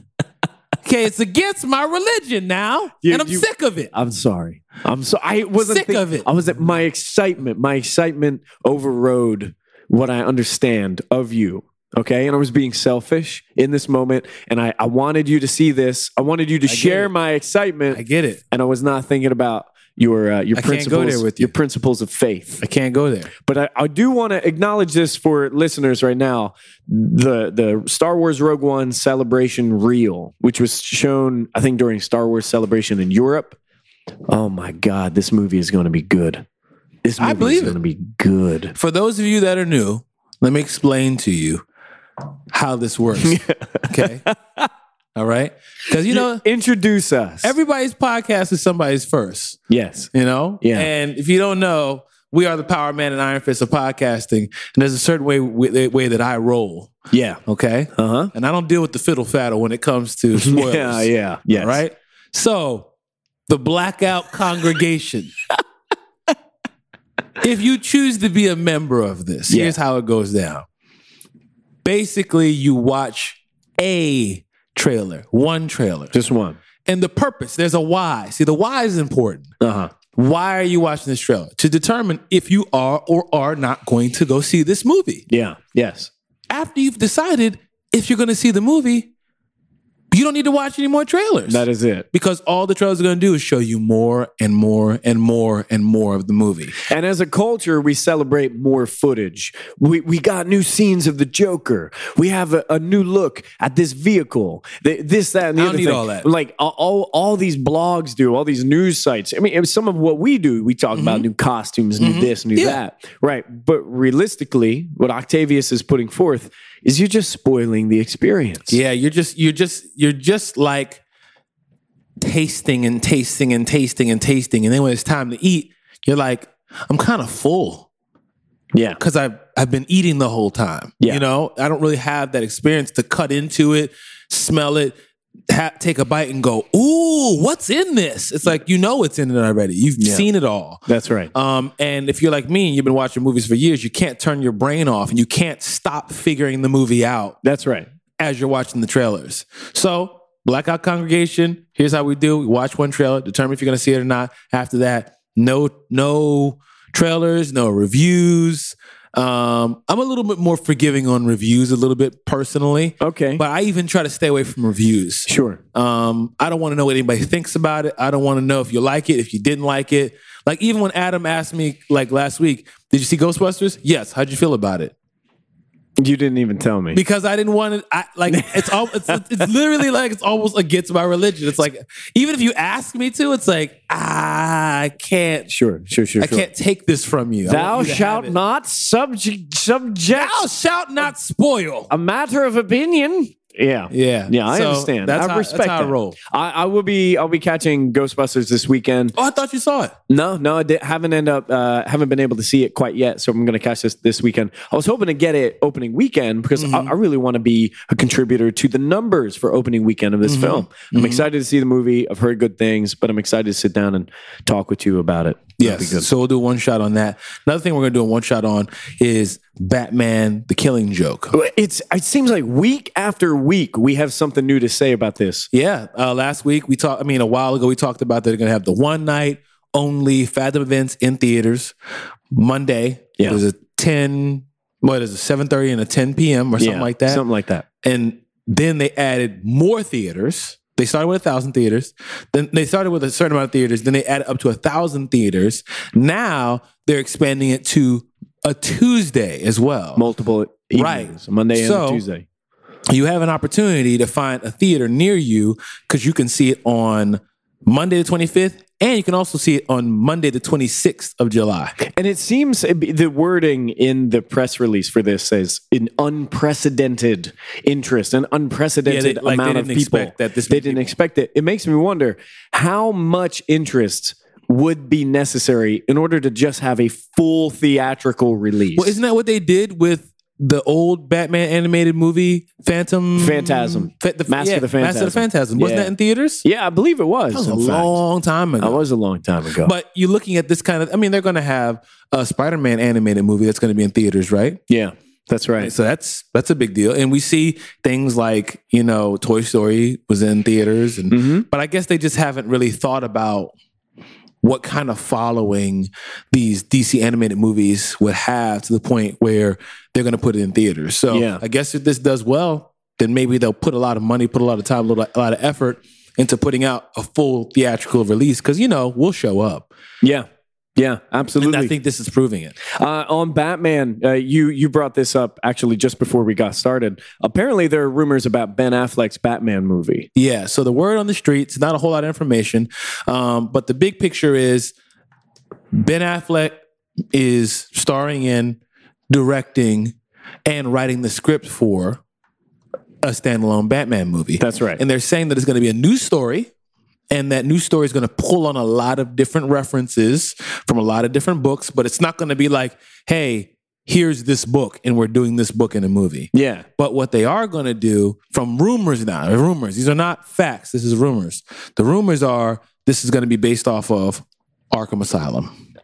[SPEAKER 1] Okay, it's against my religion now,
[SPEAKER 2] You-
[SPEAKER 1] and I'm
[SPEAKER 2] you-
[SPEAKER 1] sick of it.
[SPEAKER 2] I'm sorry. I'm so I wasn't
[SPEAKER 1] Sick of it.
[SPEAKER 2] I was at my excitement. My excitement overrode what I understand of you. Okay. And I was being selfish in this moment. And I, I wanted you to see this. I wanted you to
[SPEAKER 1] get
[SPEAKER 2] share
[SPEAKER 1] it.
[SPEAKER 2] my excitement.
[SPEAKER 1] I get it.
[SPEAKER 2] and I was not thinking about your uh, your
[SPEAKER 1] I
[SPEAKER 2] principles
[SPEAKER 1] can't go there with
[SPEAKER 2] your
[SPEAKER 1] you.
[SPEAKER 2] principles of faith.
[SPEAKER 1] I can't go there.
[SPEAKER 2] But I, I do want to acknowledge this for listeners right now. The the Star Wars Rogue One celebration reel, which was shown, I think, during Star Wars celebration in Europe. Oh my God, this movie is going to be good. This
[SPEAKER 1] I
[SPEAKER 2] movie
[SPEAKER 1] believe
[SPEAKER 2] is
[SPEAKER 1] it.
[SPEAKER 2] going to be good.
[SPEAKER 1] For those of you that are new, let me explain to you how this [LAUGHS] works. Okay. All right. Because, you know,
[SPEAKER 2] Introduce us.
[SPEAKER 1] everybody's podcast is somebody's first.
[SPEAKER 2] yes.
[SPEAKER 1] you know?
[SPEAKER 2] Yeah.
[SPEAKER 1] And if you don't know, we are the Power Man and Iron Fist of podcasting. And there's a certain way way, way that I roll,
[SPEAKER 2] Yeah.
[SPEAKER 1] okay?
[SPEAKER 2] Uh huh.
[SPEAKER 1] And I don't deal with the fiddle faddle when it comes
[SPEAKER 2] [LAUGHS]
[SPEAKER 1] to spoilers.
[SPEAKER 2] Yeah. Yeah. Yes.
[SPEAKER 1] Right? So, the blackout
[SPEAKER 2] [LAUGHS]
[SPEAKER 1] congregation. if you choose to be a member of this,
[SPEAKER 2] Yeah.
[SPEAKER 1] here's how it goes down. Basically, you watch a trailer, one trailer.
[SPEAKER 2] Just one.
[SPEAKER 1] And the purpose, there's a why. See, the why is important.
[SPEAKER 2] Uh huh.
[SPEAKER 1] Why are you watching this trailer? To determine if you are or are not going to go see this movie.
[SPEAKER 2] Yeah. Yes.
[SPEAKER 1] After you've decided if you're going to see the movie, you don't need to watch any more trailers.
[SPEAKER 2] That is it.
[SPEAKER 1] because all the trailers are going to do is show you more and more and more and more of the movie.
[SPEAKER 2] And as a culture, we celebrate more footage. We, we got new scenes of the Joker. We have a, a new look at this vehicle. Th- This, that, and the
[SPEAKER 1] I don't
[SPEAKER 2] other
[SPEAKER 1] need
[SPEAKER 2] thing.
[SPEAKER 1] all that.
[SPEAKER 2] Like all- all, all these blogs do, all these news sites. I mean, and some of what we do, we talk about new costumes, new this, new
[SPEAKER 1] Mm-hmm. Yeah.
[SPEAKER 2] that. Right. But realistically, what Octavius is putting forth is you're just spoiling the experience.
[SPEAKER 1] Yeah, you're just you're just you're just like tasting and tasting and tasting and tasting and then when it's time to eat, you're like I'm kind of full.
[SPEAKER 2] Yeah.
[SPEAKER 1] because I've I've been eating the whole time.
[SPEAKER 2] Yeah.
[SPEAKER 1] You know, I don't really have that experience to cut into it, smell it, ha- take a bite, and go, "Ooh, what's in this?" It's like you know what's in it already. You've
[SPEAKER 2] Yeah.
[SPEAKER 1] seen it all.
[SPEAKER 2] That's right.
[SPEAKER 1] Um, and if you're like me and you've been watching movies for years, you can't turn your brain off and you can't stop figuring the movie out
[SPEAKER 2] That's right.
[SPEAKER 1] as you're watching the trailers. So, Blackout Congregation, here's how we do. We watch one trailer, determine if you're going to see it or not. After that, no no trailers, no reviews. Um, I'm a little bit more forgiving on reviews a little bit personally,
[SPEAKER 2] Okay.
[SPEAKER 1] but I even try to stay away from reviews.
[SPEAKER 2] sure.
[SPEAKER 1] Um, I don't want to know what anybody thinks about it. I don't want to know if you like it, if you didn't like it. Like even when Adam asked me like last week, did you see Ghostbusters? Yes. How'd you feel about it?
[SPEAKER 2] You didn't even tell me.
[SPEAKER 1] because I didn't want to. I, like it's all it's, it's literally like it's almost against my religion. It's like even if you ask me to, it's like ah, I can't.
[SPEAKER 2] sure, sure, sure.
[SPEAKER 1] I
[SPEAKER 2] sure.
[SPEAKER 1] can't take this from you. I
[SPEAKER 2] Thou
[SPEAKER 1] want you to have
[SPEAKER 2] shalt
[SPEAKER 1] it.
[SPEAKER 2] not subject subject
[SPEAKER 1] Thou shalt not spoil.
[SPEAKER 2] a matter of opinion. Yeah.
[SPEAKER 1] Yeah,
[SPEAKER 2] Yeah, I
[SPEAKER 1] So
[SPEAKER 2] understand.
[SPEAKER 1] That's
[SPEAKER 2] I
[SPEAKER 1] how,
[SPEAKER 2] respect
[SPEAKER 1] that's how I
[SPEAKER 2] that.
[SPEAKER 1] roll.
[SPEAKER 2] I, I will be. I'll be catching Ghostbusters this weekend.
[SPEAKER 1] Oh, I thought you saw it.
[SPEAKER 2] No, no, I did, haven't end up. Uh, haven't been able to see it quite yet. So I'm going to catch this this weekend. I was hoping to get it opening weekend because
[SPEAKER 1] Mm-hmm.
[SPEAKER 2] I, I really want to be a contributor to the numbers for opening weekend of this
[SPEAKER 1] Mm-hmm.
[SPEAKER 2] film. I'm excited to see the movie. I've heard good things, but I'm excited to sit down and talk with you about it. That'd be
[SPEAKER 1] Yes. So we'll do one shot on that. Another thing we're gonna do a one shot on is Batman: The Killing Joke.
[SPEAKER 2] good. It's. It seems like week after week we have something new to say about this.
[SPEAKER 1] Yeah. Uh, last week we talked. I mean, a while ago we talked about they're gonna have the one night only Fathom events in theaters Monday.
[SPEAKER 2] Yeah.
[SPEAKER 1] There's a ten. What is it? Seven thirty and a ten p.m. or something
[SPEAKER 2] Yeah,
[SPEAKER 1] like that.
[SPEAKER 2] Something like that.
[SPEAKER 1] and then they added more theaters. They started with a thousand theaters. Then they started with a certain amount of theaters. Then they added up to a thousand theaters. Now they're expanding it to a Tuesday as well.
[SPEAKER 2] Multiple evenings, Monday
[SPEAKER 1] So-
[SPEAKER 2] and Tuesday.
[SPEAKER 1] you have an opportunity to find a theater near you because you can see it on Monday the 25th, and you can also see it on Monday the 26th of July.
[SPEAKER 2] And it seems it be- the wording in the press release for this says an unprecedented interest, an unprecedented
[SPEAKER 1] Yeah, they- like, they
[SPEAKER 2] amount of
[SPEAKER 1] didn't
[SPEAKER 2] people.
[SPEAKER 1] expect that this
[SPEAKER 2] they
[SPEAKER 1] many
[SPEAKER 2] didn't
[SPEAKER 1] people.
[SPEAKER 2] expect it. It makes me wonder how much interest would be necessary in order to just have a full theatrical release.
[SPEAKER 1] Well, isn't that what they did with the old Batman animated movie, Phantom
[SPEAKER 2] Phantasm.
[SPEAKER 1] Fa- the,
[SPEAKER 2] Mask
[SPEAKER 1] yeah,
[SPEAKER 2] of the
[SPEAKER 1] Mask of the
[SPEAKER 2] Phantasm.
[SPEAKER 1] Phantasm? Wasn't
[SPEAKER 2] Yeah.
[SPEAKER 1] that in theaters?
[SPEAKER 2] yeah, I believe it was.
[SPEAKER 1] That was a
[SPEAKER 2] in fact.
[SPEAKER 1] long time
[SPEAKER 2] That
[SPEAKER 1] ago.
[SPEAKER 2] was a long time ago.
[SPEAKER 1] But you're looking at this kind of. I mean, they're going to have a Spider-Man animated movie that's going to be in theaters, right?
[SPEAKER 2] yeah, that's right.
[SPEAKER 1] So that's that's a big deal. And we see things like you know, Toy Story was in theaters, and
[SPEAKER 2] Mhm.
[SPEAKER 1] but I guess they just haven't really thought about what kind of following these DC animated movies would have to the point where they're going to put it in theaters. So
[SPEAKER 2] Yeah.
[SPEAKER 1] I guess if this does well, then maybe they'll put a lot of money, put a lot of time, a lot a lot of effort into putting out a full theatrical release because you know we'll show up.
[SPEAKER 2] Yeah. Yeah,
[SPEAKER 1] And
[SPEAKER 2] absolutely.
[SPEAKER 1] I think this is proving it.
[SPEAKER 2] Uh, on Batman, uh, you you brought this up actually just before we got started. Apparently, there are rumors about Ben Affleck's Batman movie.
[SPEAKER 1] Yeah. So the word on the streets, not a whole lot of information, um, but the big picture is Ben Affleck is starring in, directing, and writing the script for a standalone Batman movie.
[SPEAKER 2] That's right.
[SPEAKER 1] And they're saying that it's going to be a new story. And that new story is going to pull on a lot of different references from a lot of different books, but it's not going to be like, hey, here's this book, and we're doing this book in a movie.
[SPEAKER 2] yeah,
[SPEAKER 1] But what they are going to do from rumors now, rumors, these are not facts, this is rumors. The rumors are this is going to be based off of Arkham Asylum.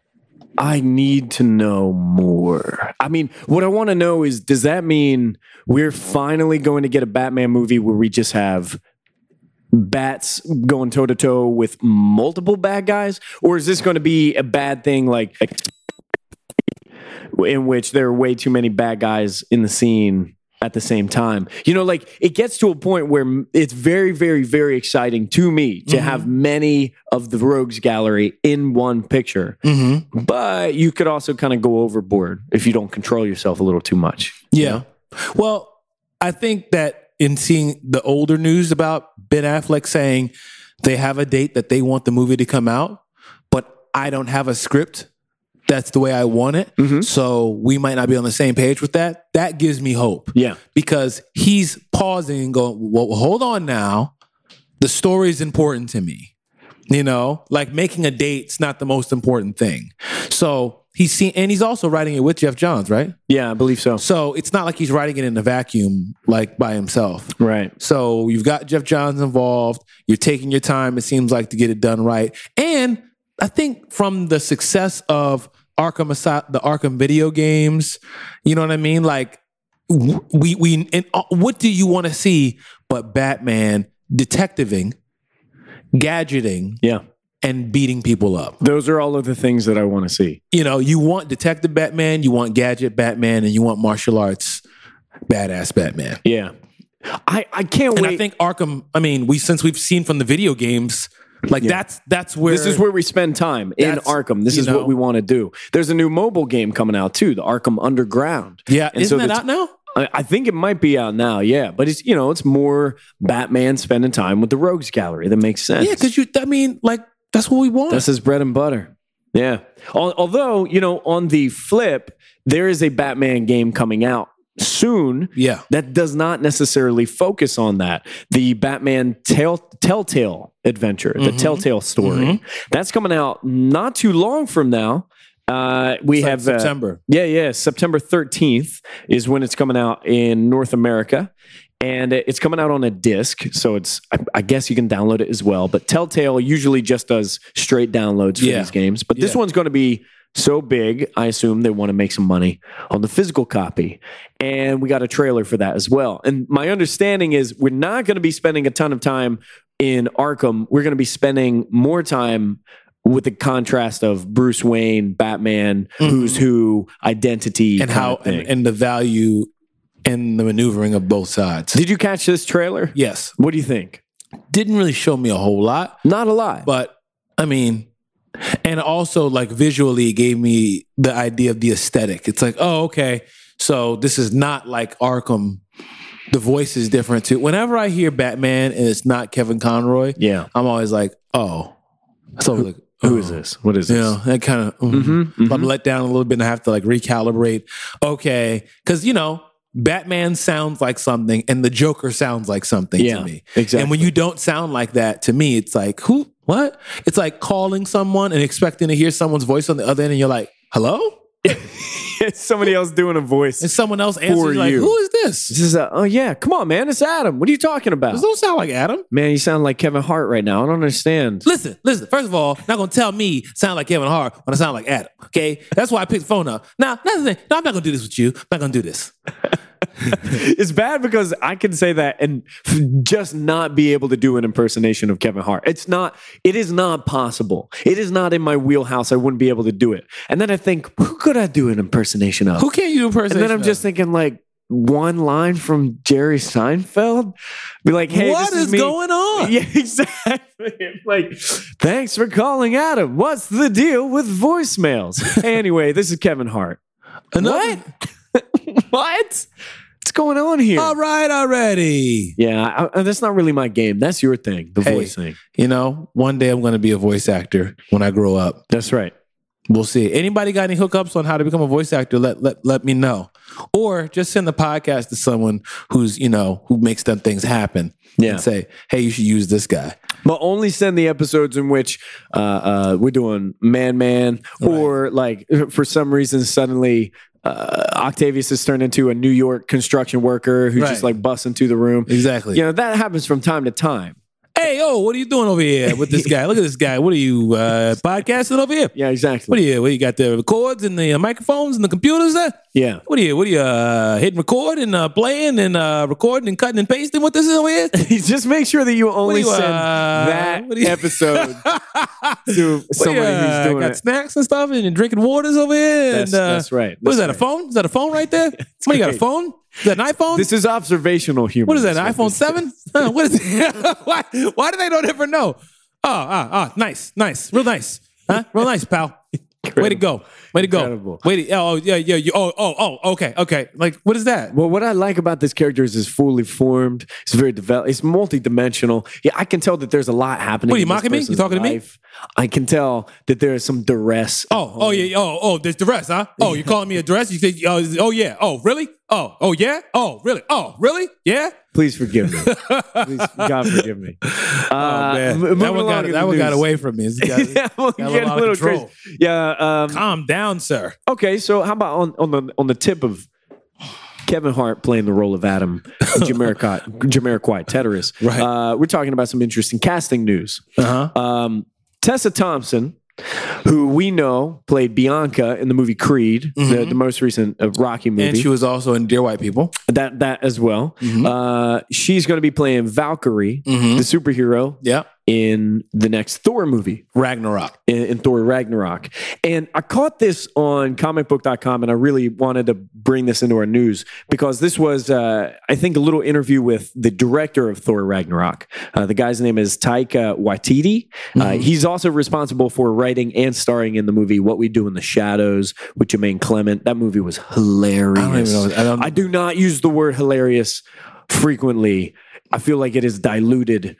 [SPEAKER 2] I need to know more. I mean, what I want to know is, does that mean we're finally going to get a Batman movie where we just have? Bats going toe to toe with multiple bad guys, or is this going to be a bad thing like in which there are way too many bad guys in the scene at the same time. You know, like it gets to a point where m- it's very, very, very exciting to me to have many of the rogues gallery in one picture. But you could also kind of go overboard if you don't control yourself a little too much.
[SPEAKER 1] Yeah. Well, I think that in seeing the older news about Ben Affleck saying they have a date that they want the movie to come out, but I don't have a script. That's the way I want it. So we might not be on the same page with that. That gives me hope.
[SPEAKER 2] Yeah.
[SPEAKER 1] because he's pausing and going, well, hold on now. The story is important to me. You know, like making a date's not the most important thing. So he's seen, and he's also writing it with Jeff Johns, right?
[SPEAKER 2] Yeah, I believe so.
[SPEAKER 1] So it's not like he's writing it in a vacuum, like by himself.
[SPEAKER 2] Right.
[SPEAKER 1] So you've got Jeff Johns involved. You're taking your time, it seems like, to get it done right. And I think from the success of Arkham, Asi- the Arkham video games, you know what I mean? Like, w- we, we, and uh, what do you want to see but Batman detectiving, gadgeting,
[SPEAKER 2] Yeah.
[SPEAKER 1] and beating people up?
[SPEAKER 2] Those are all of the things that I want to see.
[SPEAKER 1] You know, you want detective Batman, you want gadget Batman, and you want martial arts badass Batman.
[SPEAKER 2] Yeah. I, I can't
[SPEAKER 1] And
[SPEAKER 2] wait.
[SPEAKER 1] I think Arkham. I mean, we since we've seen from the video games, like that's that's where
[SPEAKER 2] This is where we spend time in
[SPEAKER 1] That's-
[SPEAKER 2] Arkham. This
[SPEAKER 1] you
[SPEAKER 2] is
[SPEAKER 1] know.
[SPEAKER 2] what we want to do. There's a new mobile game coming out too, the Arkham Underground.
[SPEAKER 1] yeah.
[SPEAKER 2] And
[SPEAKER 1] isn't
[SPEAKER 2] so
[SPEAKER 1] that
[SPEAKER 2] the
[SPEAKER 1] out now?
[SPEAKER 2] I I think it might be out now, yeah. But it's you know, it's more Batman spending time with the Rogues Gallery. That makes sense.
[SPEAKER 1] Yeah, because you. I mean, like that's what we want.
[SPEAKER 2] That's his bread and butter. Yeah. Al- Although, you know, on the flip, there is a Batman game coming out soon
[SPEAKER 1] yeah.
[SPEAKER 2] that does not necessarily focus on that. The Batman tell, Telltale adventure, the
[SPEAKER 1] Mhm.
[SPEAKER 2] Telltale story,
[SPEAKER 1] Mhm.
[SPEAKER 2] that's coming out not too long from now. Uh, we
[SPEAKER 1] It's like
[SPEAKER 2] have uh,
[SPEAKER 1] September.
[SPEAKER 2] yeah, yeah. September 13th is when it's coming out in North America. And it's coming out on a disc. So it's, I, I guess you can download it as well. But Telltale usually just does straight downloads for
[SPEAKER 1] Yeah.
[SPEAKER 2] these games. But this
[SPEAKER 1] Yeah.
[SPEAKER 2] one's going to be so big. I assume they want to make some money on the physical copy. And we got a trailer for that as well. And my understanding is we're not going to be spending a ton of time in Arkham. We're going to be spending more time with the contrast of Bruce Wayne, Batman,
[SPEAKER 1] Mhm.
[SPEAKER 2] who's who, identity,
[SPEAKER 1] and how and, and the value and the maneuvering of both sides.
[SPEAKER 2] did you catch this trailer?
[SPEAKER 1] yes,
[SPEAKER 2] What do you think?
[SPEAKER 1] didn't really show me a whole lot,
[SPEAKER 2] Not a lot.
[SPEAKER 1] but I mean, and also like visually gave me the idea of the aesthetic. It's like, oh, okay, so this is not like Arkham. The voice is different too. Whenever I hear Batman and it's not Kevin Conroy,
[SPEAKER 2] yeah.
[SPEAKER 1] I'm always like, oh, so like,
[SPEAKER 2] Who
[SPEAKER 1] oh.
[SPEAKER 2] is this? What is
[SPEAKER 1] Yeah,
[SPEAKER 2] this?
[SPEAKER 1] that kind of
[SPEAKER 2] Mm-hmm,
[SPEAKER 1] I'm let down a little bit and I have to like recalibrate. Okay, because you know Batman sounds like something and the Joker sounds like something
[SPEAKER 2] Yeah,
[SPEAKER 1] to me.
[SPEAKER 2] exactly.
[SPEAKER 1] And when you don't sound like that to me, it's like who? What? It's like calling someone and expecting to hear someone's voice on the other end, and you're like, hello.
[SPEAKER 2] it's [LAUGHS] somebody else doing a voice.
[SPEAKER 1] And someone else answers
[SPEAKER 2] For
[SPEAKER 1] you're like,
[SPEAKER 2] you.
[SPEAKER 1] who is this?
[SPEAKER 2] this is a, oh yeah, come on, man. It's Adam. What are you talking about?
[SPEAKER 1] This don't sound like Adam.
[SPEAKER 2] Man, you sound like Kevin Hart right now. I don't understand.
[SPEAKER 1] Listen, listen. First of all, not gonna tell me sound like Kevin Hart when I sound like Adam. Okay, that's why I picked the phone up. Now, another thing. No, I'm not gonna do this with you. I'm not gonna do this.
[SPEAKER 2] [LAUGHS] it's bad because I can say that and f- just not be able to do an impersonation of Kevin Hart. It's not, it is not possible. It is not in my wheelhouse. I wouldn't be able to do it. And then I think, who could I do an impersonation of?
[SPEAKER 1] Who can't you do impersonation?
[SPEAKER 2] and then I'm
[SPEAKER 1] of?
[SPEAKER 2] just thinking, like, one line from Jerry Seinfeld? Be like, hey,
[SPEAKER 1] what
[SPEAKER 2] this is,
[SPEAKER 1] is,
[SPEAKER 2] me. [LAUGHS]
[SPEAKER 1] going on?
[SPEAKER 2] Yeah, exactly. It's like, thanks for calling Adam. What's the deal with
[SPEAKER 1] [LAUGHS]
[SPEAKER 2] voicemails? anyway, this is Kevin Hart.
[SPEAKER 1] Another-
[SPEAKER 2] What? What's going on here?
[SPEAKER 1] All right, already.
[SPEAKER 2] Yeah, I, I- that's not really my game. That's your thing, the
[SPEAKER 1] Hey.
[SPEAKER 2] voice thing.
[SPEAKER 1] You know, one day I'm going to be a voice actor when I grow up.
[SPEAKER 2] That's right.
[SPEAKER 1] We'll see. Anybody got any hookups on how to become a voice actor? Let let let me know, or just send the podcast to someone who's you know who makes them things happen.
[SPEAKER 2] Yeah.
[SPEAKER 1] and say, hey, you should use this guy.
[SPEAKER 2] But only send the episodes in which uh, uh, we're doing Man Man or like for some reason suddenly uh, Octavius has turned into a New York construction worker who just
[SPEAKER 1] Right.
[SPEAKER 2] like busts into the room.
[SPEAKER 1] Exactly.
[SPEAKER 2] You know, that happens from time to time.
[SPEAKER 1] Hey, oh, what are you doing over here with [LAUGHS] this guy? Look at this guy. What are you uh, podcasting over here?
[SPEAKER 2] Yeah, exactly.
[SPEAKER 1] What are you? What you got the cords and the uh, microphones and the computers there?
[SPEAKER 2] yeah. [LAUGHS]
[SPEAKER 1] What are you? What are you uh, hitting record and uh, playing and uh, recording and cutting and pasting? What this is over here?
[SPEAKER 2] just make sure that you only
[SPEAKER 1] you,
[SPEAKER 2] send
[SPEAKER 1] uh,
[SPEAKER 2] that
[SPEAKER 1] what do you- [LAUGHS]
[SPEAKER 2] episode to
[SPEAKER 1] What do you,
[SPEAKER 2] [LAUGHS] somebody
[SPEAKER 1] uh,
[SPEAKER 2] who's doing
[SPEAKER 1] got
[SPEAKER 2] it.
[SPEAKER 1] snacks and stuff and you're drinking waters over here.
[SPEAKER 2] That's,
[SPEAKER 1] and, uh,
[SPEAKER 2] that's right.
[SPEAKER 1] What is that?
[SPEAKER 2] That's
[SPEAKER 1] A
[SPEAKER 2] right.
[SPEAKER 1] phone? Is that a phone right
[SPEAKER 2] [LAUGHS]
[SPEAKER 1] there? what you got? A
[SPEAKER 2] great.
[SPEAKER 1] phone? Is that an iPhone?
[SPEAKER 2] This is observational humor.
[SPEAKER 1] what is that? An
[SPEAKER 2] That's
[SPEAKER 1] iPhone
[SPEAKER 2] [LAUGHS] this is.
[SPEAKER 1] Seven? Huh, [LAUGHS] what is? [LAUGHS] why? Why do they don't ever know? Oh, ah, ah, nice, nice, real nice, huh? Real nice, pal. Way to go! Way to go!
[SPEAKER 2] Incredible.
[SPEAKER 1] Way to, oh yeah yeah you, oh oh oh okay okay like what is that?
[SPEAKER 2] Well, what I like about this character is it's fully formed. It's very developed. It's multidimensional. Yeah, I can tell that there's a lot happening.
[SPEAKER 1] What, you
[SPEAKER 2] in this
[SPEAKER 1] mocking me? You
[SPEAKER 2] person's
[SPEAKER 1] talking to me?
[SPEAKER 2] life. I can tell that there is some duress.
[SPEAKER 1] Oh, oh yeah, oh, oh, there's dress, huh? Oh, you calling me a dress? You say, oh, oh yeah, oh really? Oh, oh yeah, oh really? Oh really? Yeah.
[SPEAKER 2] Please
[SPEAKER 1] [LAUGHS]
[SPEAKER 2] forgive me. Please, God forgive me. Uh, m- moving
[SPEAKER 1] Oh, that one
[SPEAKER 2] along
[SPEAKER 1] got
[SPEAKER 2] in
[SPEAKER 1] that
[SPEAKER 2] the
[SPEAKER 1] one got
[SPEAKER 2] news.
[SPEAKER 1] away from me. It's got-
[SPEAKER 2] [LAUGHS] yeah, well,
[SPEAKER 1] got a
[SPEAKER 2] getting
[SPEAKER 1] lot
[SPEAKER 2] a
[SPEAKER 1] of
[SPEAKER 2] little
[SPEAKER 1] control.
[SPEAKER 2] crazy. Yeah. Um,
[SPEAKER 1] Calm down, sir.
[SPEAKER 2] Okay, so how about on, on the on the tip of Kevin Hart playing the role
[SPEAKER 1] [LAUGHS]
[SPEAKER 2] of Adam Jamiroquai, Jamiroquai Teteris?
[SPEAKER 1] Right.
[SPEAKER 2] Uh, we're talking about some interesting casting news.
[SPEAKER 1] Uh-huh.
[SPEAKER 2] Um, Tessa Thompson, who we know played Bianca in the movie Creed, the, the most recent uh, Rocky movie,
[SPEAKER 1] Mm-hmm. And she Mm-hmm. was also in Dear White People.
[SPEAKER 2] that that as well. Uh, she's going to be playing Valkyrie, the superhero,
[SPEAKER 1] Mm-hmm. Yeah.
[SPEAKER 2] in the next Thor movie
[SPEAKER 1] Ragnarok.
[SPEAKER 2] in, in Thor Ragnarok. And I caught this on comicbook.com and I really wanted to bring this into our news because this was, uh, I think, a little interview with the director of Thor
[SPEAKER 1] Mm-hmm.
[SPEAKER 2] Ragnarok. Uh, the guy's name is Taika Waititi. Uh, he's also responsible for writing and and starring in the movie What We Do in the Shadows with Jermaine Clement. That movie was hilarious.
[SPEAKER 1] I don't even know- I don't-
[SPEAKER 2] I do not use the word hilarious frequently. I feel like it is diluted.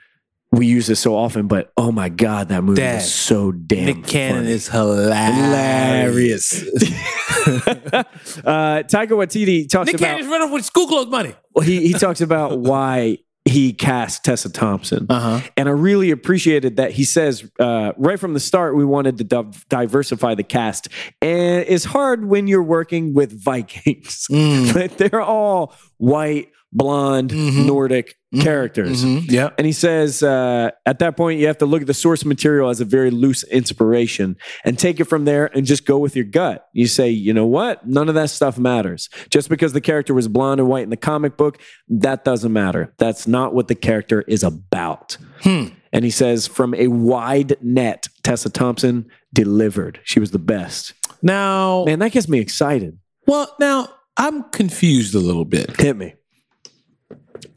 [SPEAKER 2] We use this so often, but oh my god, that movie
[SPEAKER 1] Dad,
[SPEAKER 2] is so damn
[SPEAKER 1] Nick Cannon
[SPEAKER 2] funny.
[SPEAKER 1] is hilarious.
[SPEAKER 2] Hilarious. uh, Taika Waititi talks
[SPEAKER 1] Nick
[SPEAKER 2] about
[SPEAKER 1] Cannon's running with school clothes money.
[SPEAKER 2] well, he he
[SPEAKER 1] [LAUGHS]
[SPEAKER 2] talks about why he cast Tessa Thompson,
[SPEAKER 1] Uh huh.
[SPEAKER 2] and I really appreciated that he says uh, right from the start we wanted to div- diversify the cast, and it's hard when you're working with Vikings,
[SPEAKER 1] Mm.
[SPEAKER 2] but [LAUGHS] they're all white, blonde,
[SPEAKER 1] Mhm.
[SPEAKER 2] Nordic characters.
[SPEAKER 1] Mm-hmm, Yeah.
[SPEAKER 2] And he says, uh, at that point, you have to look at the source material as a very loose inspiration and take it from there and just go with your gut. You say, you know what? None of that stuff matters. Just because the character was blonde and white in the comic book, that doesn't matter. That's not what the character is about. And he says, from a wide net, Tessa Thompson delivered. She was the best.
[SPEAKER 1] Now,
[SPEAKER 2] Man, that gets me excited.
[SPEAKER 1] well, now I'm confused a little bit.
[SPEAKER 2] Hit me.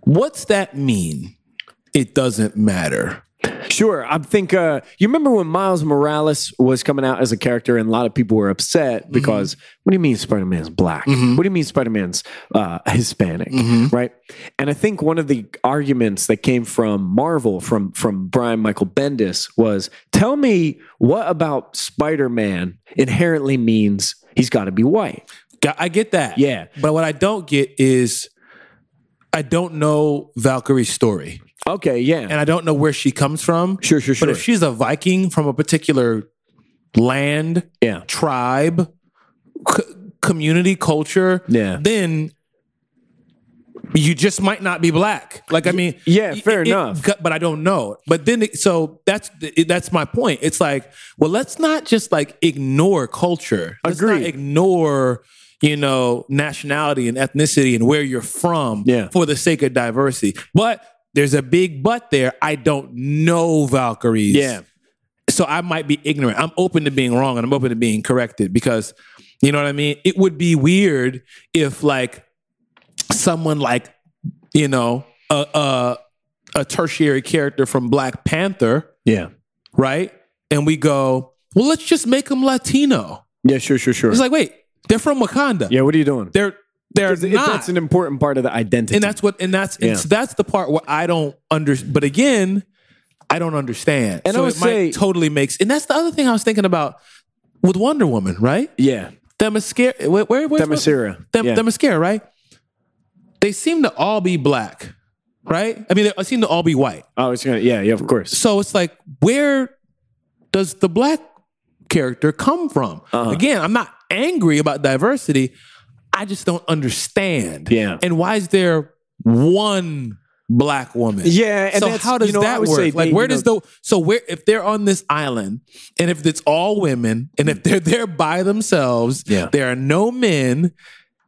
[SPEAKER 1] What's that mean? It doesn't matter.
[SPEAKER 2] Sure. I think uh, you remember when Miles Morales was coming out as a character, and a lot of people were upset
[SPEAKER 1] Mm-hmm.
[SPEAKER 2] because what do you mean Spider Man's black? What do you mean Spider Man's uh, Hispanic?
[SPEAKER 1] Mm-hmm.
[SPEAKER 2] Right. And I think one of the arguments that came from Marvel, from from Brian Michael Bendis, was tell me what about Spider Man inherently means he's got to be white.
[SPEAKER 1] Ga- I get that.
[SPEAKER 2] Yeah.
[SPEAKER 1] But what I don't get is I don't know Valkyrie's story.
[SPEAKER 2] Okay. Yeah.
[SPEAKER 1] and I don't know where she comes from.
[SPEAKER 2] Sure, sure,
[SPEAKER 1] But
[SPEAKER 2] sure.
[SPEAKER 1] if she's a Viking from a particular land,
[SPEAKER 2] yeah.
[SPEAKER 1] tribe, c- community, culture,
[SPEAKER 2] Yeah.
[SPEAKER 1] then you just might not be black. Like I mean,
[SPEAKER 2] yeah, fair enough.
[SPEAKER 1] gu- But I don't know. But then, it, so that's the- it- that's my point. It's like, well, let's not just like ignore culture. Let's
[SPEAKER 2] Agreed.
[SPEAKER 1] not ignore. You know, nationality and ethnicity and where you're from
[SPEAKER 2] Yeah.
[SPEAKER 1] for the sake of diversity. But there's a big but there. I don't know Valkyries
[SPEAKER 2] Yeah.
[SPEAKER 1] so I might be ignorant. I'm open to being wrong and I'm open to being corrected because you know what I mean? It would be weird if like someone like, you know, a a, a tertiary character from Black Panther,
[SPEAKER 2] Yeah.
[SPEAKER 1] right? And we go, well, let's just make them Latino.
[SPEAKER 2] Yeah. Sure. Sure. Sure.
[SPEAKER 1] It's like, wait, they're from Wakanda.
[SPEAKER 2] yeah. What are you doing?
[SPEAKER 1] They're they're
[SPEAKER 2] Because it-
[SPEAKER 1] not.
[SPEAKER 2] That's an important part of the identity.
[SPEAKER 1] and that's what and that's
[SPEAKER 2] Yeah.
[SPEAKER 1] and so that's the part where I don't under but again, I don't understand.
[SPEAKER 2] And
[SPEAKER 1] so
[SPEAKER 2] I would
[SPEAKER 1] it
[SPEAKER 2] say-
[SPEAKER 1] might totally makes and that's the other thing I was thinking about with Wonder Woman, right?
[SPEAKER 2] yeah.
[SPEAKER 1] The mascara where, where, where's my-
[SPEAKER 2] Themyscira.
[SPEAKER 1] Them,
[SPEAKER 2] Yeah.
[SPEAKER 1] The mascara, right? They seem to all be black, right? I mean they seem to all be white.
[SPEAKER 2] Oh, it's gonna. Yeah, yeah, of course.
[SPEAKER 1] So it's like, where does the black character come from?
[SPEAKER 2] Uh-huh.
[SPEAKER 1] Again, I'm not angry about diversity. I just don't understand.
[SPEAKER 2] Yeah.
[SPEAKER 1] And why is there one black woman?
[SPEAKER 2] Yeah, and
[SPEAKER 1] so
[SPEAKER 2] that's-
[SPEAKER 1] how does
[SPEAKER 2] you know, I
[SPEAKER 1] that
[SPEAKER 2] would
[SPEAKER 1] work?
[SPEAKER 2] say
[SPEAKER 1] like,
[SPEAKER 2] they-
[SPEAKER 1] where
[SPEAKER 2] you
[SPEAKER 1] does
[SPEAKER 2] know-
[SPEAKER 1] the so where if they're on this island and if it's all women and if they're there by themselves,
[SPEAKER 2] Yeah.
[SPEAKER 1] there are no men.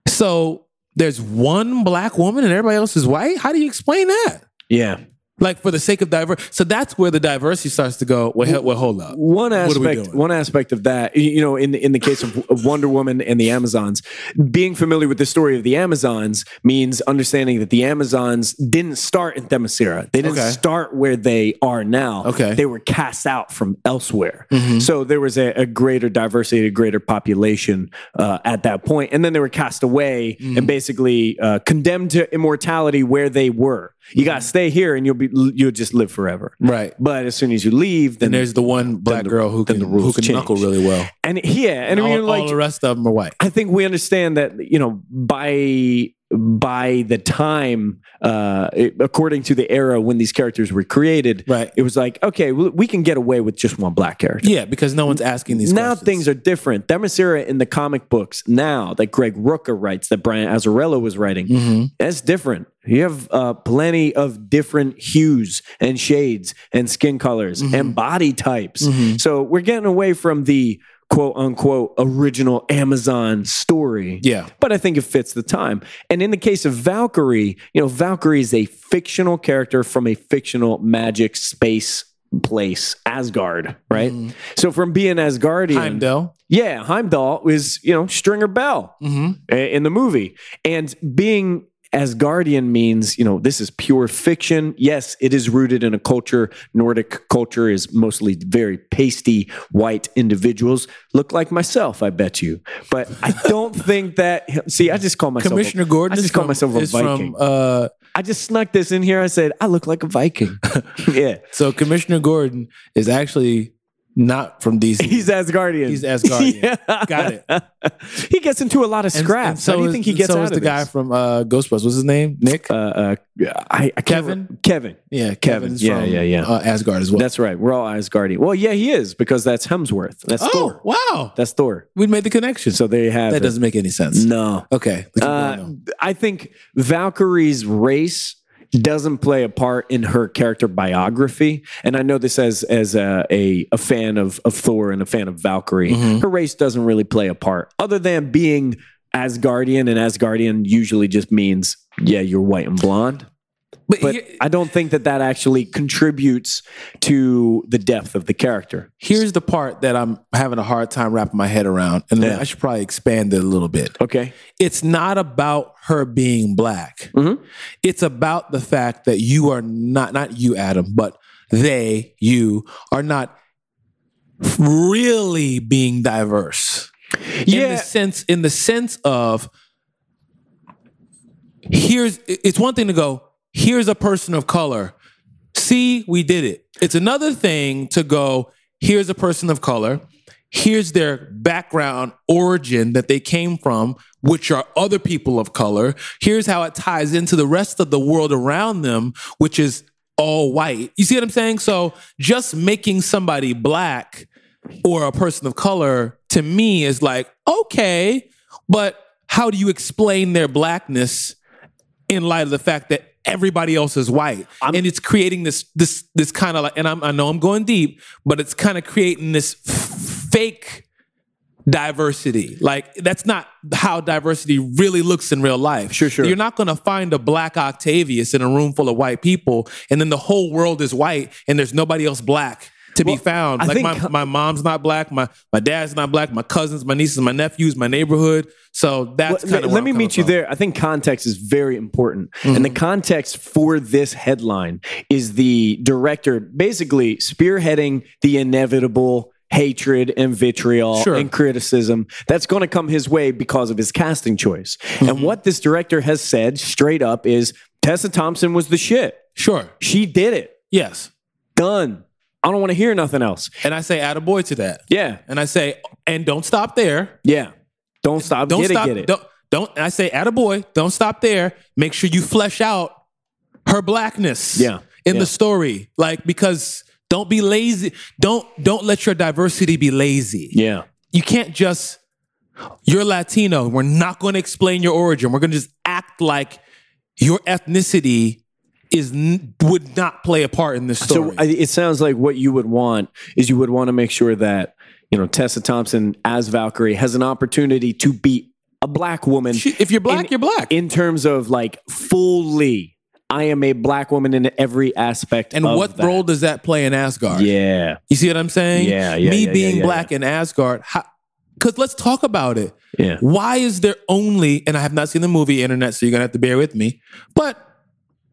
[SPEAKER 1] So there's one black woman and everybody else is white. How do you explain that?
[SPEAKER 2] Yeah.
[SPEAKER 1] like for the sake of diversity. So that's where the diversity starts to go. Well, he- well hold up.
[SPEAKER 2] One
[SPEAKER 1] What are we
[SPEAKER 2] aspect,
[SPEAKER 1] doing?
[SPEAKER 2] one aspect of that, you know, in in the case of, of Wonder Woman and the Amazons, being familiar with the story of the Amazons means understanding that the Amazons didn't start in Themyscira. They didn't
[SPEAKER 1] Okay.
[SPEAKER 2] start where they are now.
[SPEAKER 1] Okay. Mm-hmm.
[SPEAKER 2] they were cast out from elsewhere. So there was a, a greater diversity, a greater population uh, at that point, and then they were cast away
[SPEAKER 1] Mm-hmm.
[SPEAKER 2] and basically uh, condemned to immortality where they were. You gotta stay here, and you'll be you'll just live forever.
[SPEAKER 1] Mm-hmm. Right.
[SPEAKER 2] But as soon as you leave, then
[SPEAKER 1] And there's the one black
[SPEAKER 2] the-
[SPEAKER 1] girl who
[SPEAKER 2] then
[SPEAKER 1] can
[SPEAKER 2] the rules
[SPEAKER 1] who can
[SPEAKER 2] change.
[SPEAKER 1] knuckle really well.
[SPEAKER 2] and yeah, and,
[SPEAKER 1] And
[SPEAKER 2] I
[SPEAKER 1] all,
[SPEAKER 2] mean,
[SPEAKER 1] all
[SPEAKER 2] like
[SPEAKER 1] the rest of them are white.
[SPEAKER 2] I think we understand that you know by by the time uh it- according to the era when these characters were created
[SPEAKER 1] Right.
[SPEAKER 2] it was like okay well, we can get away with just one black character
[SPEAKER 1] Yeah, because no one's asking these.
[SPEAKER 2] now
[SPEAKER 1] questions.
[SPEAKER 2] things are different Themyscira in the comic books now that Greg Rooker writes that Brian Azzarello was writing
[SPEAKER 1] Mm-hmm.
[SPEAKER 2] that's different you have uh, plenty of different hues and shades and skin colors
[SPEAKER 1] Mm-hmm.
[SPEAKER 2] and body types so we're getting away from the quote unquote original Amazon story
[SPEAKER 1] Yeah.
[SPEAKER 2] but I think it fits the time. And in the case of Valkyrie, you know, Valkyrie is a fictional character from a fictional magic space place, Asgard, right? So from being Asgardian,
[SPEAKER 1] Heimdall.
[SPEAKER 2] yeah,
[SPEAKER 1] Mm-hmm.
[SPEAKER 2] Heimdall is you know Stringer Bell uh, in the movie, and being Asgardian means, you know, this is pure fiction. Yes, it is rooted in a culture. Nordic culture is mostly very pasty, white individuals. Look like myself, I bet you. But
[SPEAKER 1] [LAUGHS]
[SPEAKER 2] I don't think that. See, I just call myself. a-
[SPEAKER 1] Commissioner Gordon
[SPEAKER 2] I
[SPEAKER 1] is
[SPEAKER 2] just call
[SPEAKER 1] from,
[SPEAKER 2] myself a
[SPEAKER 1] is
[SPEAKER 2] Viking.
[SPEAKER 1] from uh,
[SPEAKER 2] I just snuck this in here. I said, I look like a
[SPEAKER 1] [LAUGHS]
[SPEAKER 2] Viking. yeah.
[SPEAKER 1] so Commissioner Gordon is actually not from DC.
[SPEAKER 2] [LAUGHS] He's Asgardian.
[SPEAKER 1] He's
[SPEAKER 2] [LAUGHS]
[SPEAKER 1] Asgardian. Got it.
[SPEAKER 2] He gets into a lot of
[SPEAKER 1] And-
[SPEAKER 2] scraps.
[SPEAKER 1] and so
[SPEAKER 2] How do you
[SPEAKER 1] is-
[SPEAKER 2] think he
[SPEAKER 1] and
[SPEAKER 2] gets
[SPEAKER 1] so
[SPEAKER 2] out
[SPEAKER 1] is
[SPEAKER 2] of
[SPEAKER 1] the guy
[SPEAKER 2] this?
[SPEAKER 1] from uh, Ghostbusters. What's his name? Nick.
[SPEAKER 2] Uh, uh, I, I can't
[SPEAKER 1] Kevin?
[SPEAKER 2] re- Kevin.
[SPEAKER 1] yeah,
[SPEAKER 2] Kevin.
[SPEAKER 1] Kevin's
[SPEAKER 2] Yeah,
[SPEAKER 1] from
[SPEAKER 2] yeah, yeah.
[SPEAKER 1] Uh, Asgard as well.
[SPEAKER 2] That's right. We're all Asgardian. Well, yeah, he is because that's Hemsworth. That's
[SPEAKER 1] oh
[SPEAKER 2] Thor.
[SPEAKER 1] wow,
[SPEAKER 2] That's Thor.
[SPEAKER 1] we made the connection.
[SPEAKER 2] So there you have
[SPEAKER 1] that
[SPEAKER 2] it.
[SPEAKER 1] doesn't make any sense.
[SPEAKER 2] no.
[SPEAKER 1] Okay, Keep going
[SPEAKER 2] Uh,
[SPEAKER 1] on.
[SPEAKER 2] I think Valkyrie's race doesn't play a part in her character biography, and I know this as as a a, a fan of of Thor and a fan of Valkyrie. Her race doesn't really play a part, other than being Asgardian, and Asgardian usually just means yeah, you're white and blonde. But
[SPEAKER 1] here-
[SPEAKER 2] I don't think that that actually contributes to the depth of the character.
[SPEAKER 1] here's the part that I'm having a hard time wrapping my head around, and
[SPEAKER 2] Yeah.
[SPEAKER 1] I should probably expand it a little bit.
[SPEAKER 2] Okay.
[SPEAKER 1] It's not about her being black.
[SPEAKER 2] Mhm.
[SPEAKER 1] It's about the fact that you are not not you, Adam, but they, you are not really being diverse. in the
[SPEAKER 2] Yeah.
[SPEAKER 1] sense in the sense of here's it's one thing to go here's a person of color see we did it it's another thing to go here's a person of color here's their background origin that they came from which are other people of color here's how it ties into the rest of the world around them which is all white you see what i'm saying so just making somebody black or a person of color to me is like, okay, but how do you explain their blackness in light of the fact that everybody else is white? and it's creating this this this kind of like and I'm, I know I'm going deep, but it's kind of creating this f- fake diversity. Like that's not how diversity really looks in real life.
[SPEAKER 2] Sure, sure.
[SPEAKER 1] You're not going to find a black Octavius in a room full of white people and then the whole world is white and there's nobody else black to be found.
[SPEAKER 2] I
[SPEAKER 1] like
[SPEAKER 2] think-
[SPEAKER 1] my my mom's not black. My my dad's not black. My cousins, my nieces, my nephews, my neighborhood. So that's
[SPEAKER 2] Well,
[SPEAKER 1] kind of
[SPEAKER 2] let me meet you there. I think context is very important. And the
[SPEAKER 1] Mm-hmm.
[SPEAKER 2] context for this headline is the director basically spearheading the inevitable hatred and vitriol
[SPEAKER 1] Sure.
[SPEAKER 2] and criticism that's going to come his way because of his casting choice. And
[SPEAKER 1] Mm-hmm.
[SPEAKER 2] what this director has said straight up is Tessa Thompson was the shit.
[SPEAKER 1] Sure.
[SPEAKER 2] She did it.
[SPEAKER 1] Yes.
[SPEAKER 2] Done. I don't want to hear nothing else.
[SPEAKER 1] And I say add a boy to that.
[SPEAKER 2] Yeah.
[SPEAKER 1] And I say, and don't stop there.
[SPEAKER 2] Yeah. Don't stop.
[SPEAKER 1] Don't
[SPEAKER 2] get
[SPEAKER 1] stop.
[SPEAKER 2] it. Get it.
[SPEAKER 1] Don't don't and I say add a boy, don't stop there. Make sure you flesh out her blackness.
[SPEAKER 2] Yeah.
[SPEAKER 1] In
[SPEAKER 2] Yeah.
[SPEAKER 1] the story. Like because don't be lazy. Don't don't let your diversity be lazy.
[SPEAKER 2] yeah.
[SPEAKER 1] you can't just you're Latino. We're not going to explain your origin. We're going to just act like your ethnicity is n- would not play a part in this story.
[SPEAKER 2] So I, it sounds like what you would want is you would want to make sure that you know Tessa Thompson as Valkyrie has an opportunity to be a black woman
[SPEAKER 1] She- if you're black,
[SPEAKER 2] in-
[SPEAKER 1] you're black.
[SPEAKER 2] in terms of like fully. I am a black woman in every aspect.
[SPEAKER 1] and
[SPEAKER 2] of
[SPEAKER 1] what
[SPEAKER 2] that.
[SPEAKER 1] role does that play in Asgard?
[SPEAKER 2] Yeah,
[SPEAKER 1] You see what I'm saying?
[SPEAKER 2] Yeah, yeah,
[SPEAKER 1] Me
[SPEAKER 2] yeah,
[SPEAKER 1] being
[SPEAKER 2] yeah, yeah,
[SPEAKER 1] black in Asgard, because let's talk about it.
[SPEAKER 2] yeah.
[SPEAKER 1] Why is there only, and I have not seen the movie internet, so you're going to have to bear with me, but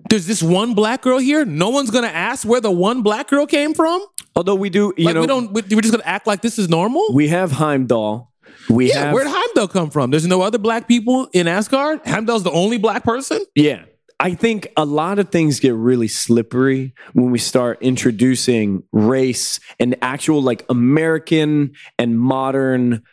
[SPEAKER 1] there's this one black girl here? No one's going to ask where the one black girl came from?
[SPEAKER 2] Although we do, you
[SPEAKER 1] like
[SPEAKER 2] know,
[SPEAKER 1] we don't. we- We're just gonna act like this is normal.
[SPEAKER 2] we have Heimdall. We
[SPEAKER 1] yeah,
[SPEAKER 2] have
[SPEAKER 1] where'd Heimdall come from? There's no other black people in Asgard. Heimdall's the only black person.
[SPEAKER 2] Yeah. I think a lot of things get really slippery when we start introducing race and actual like American and modern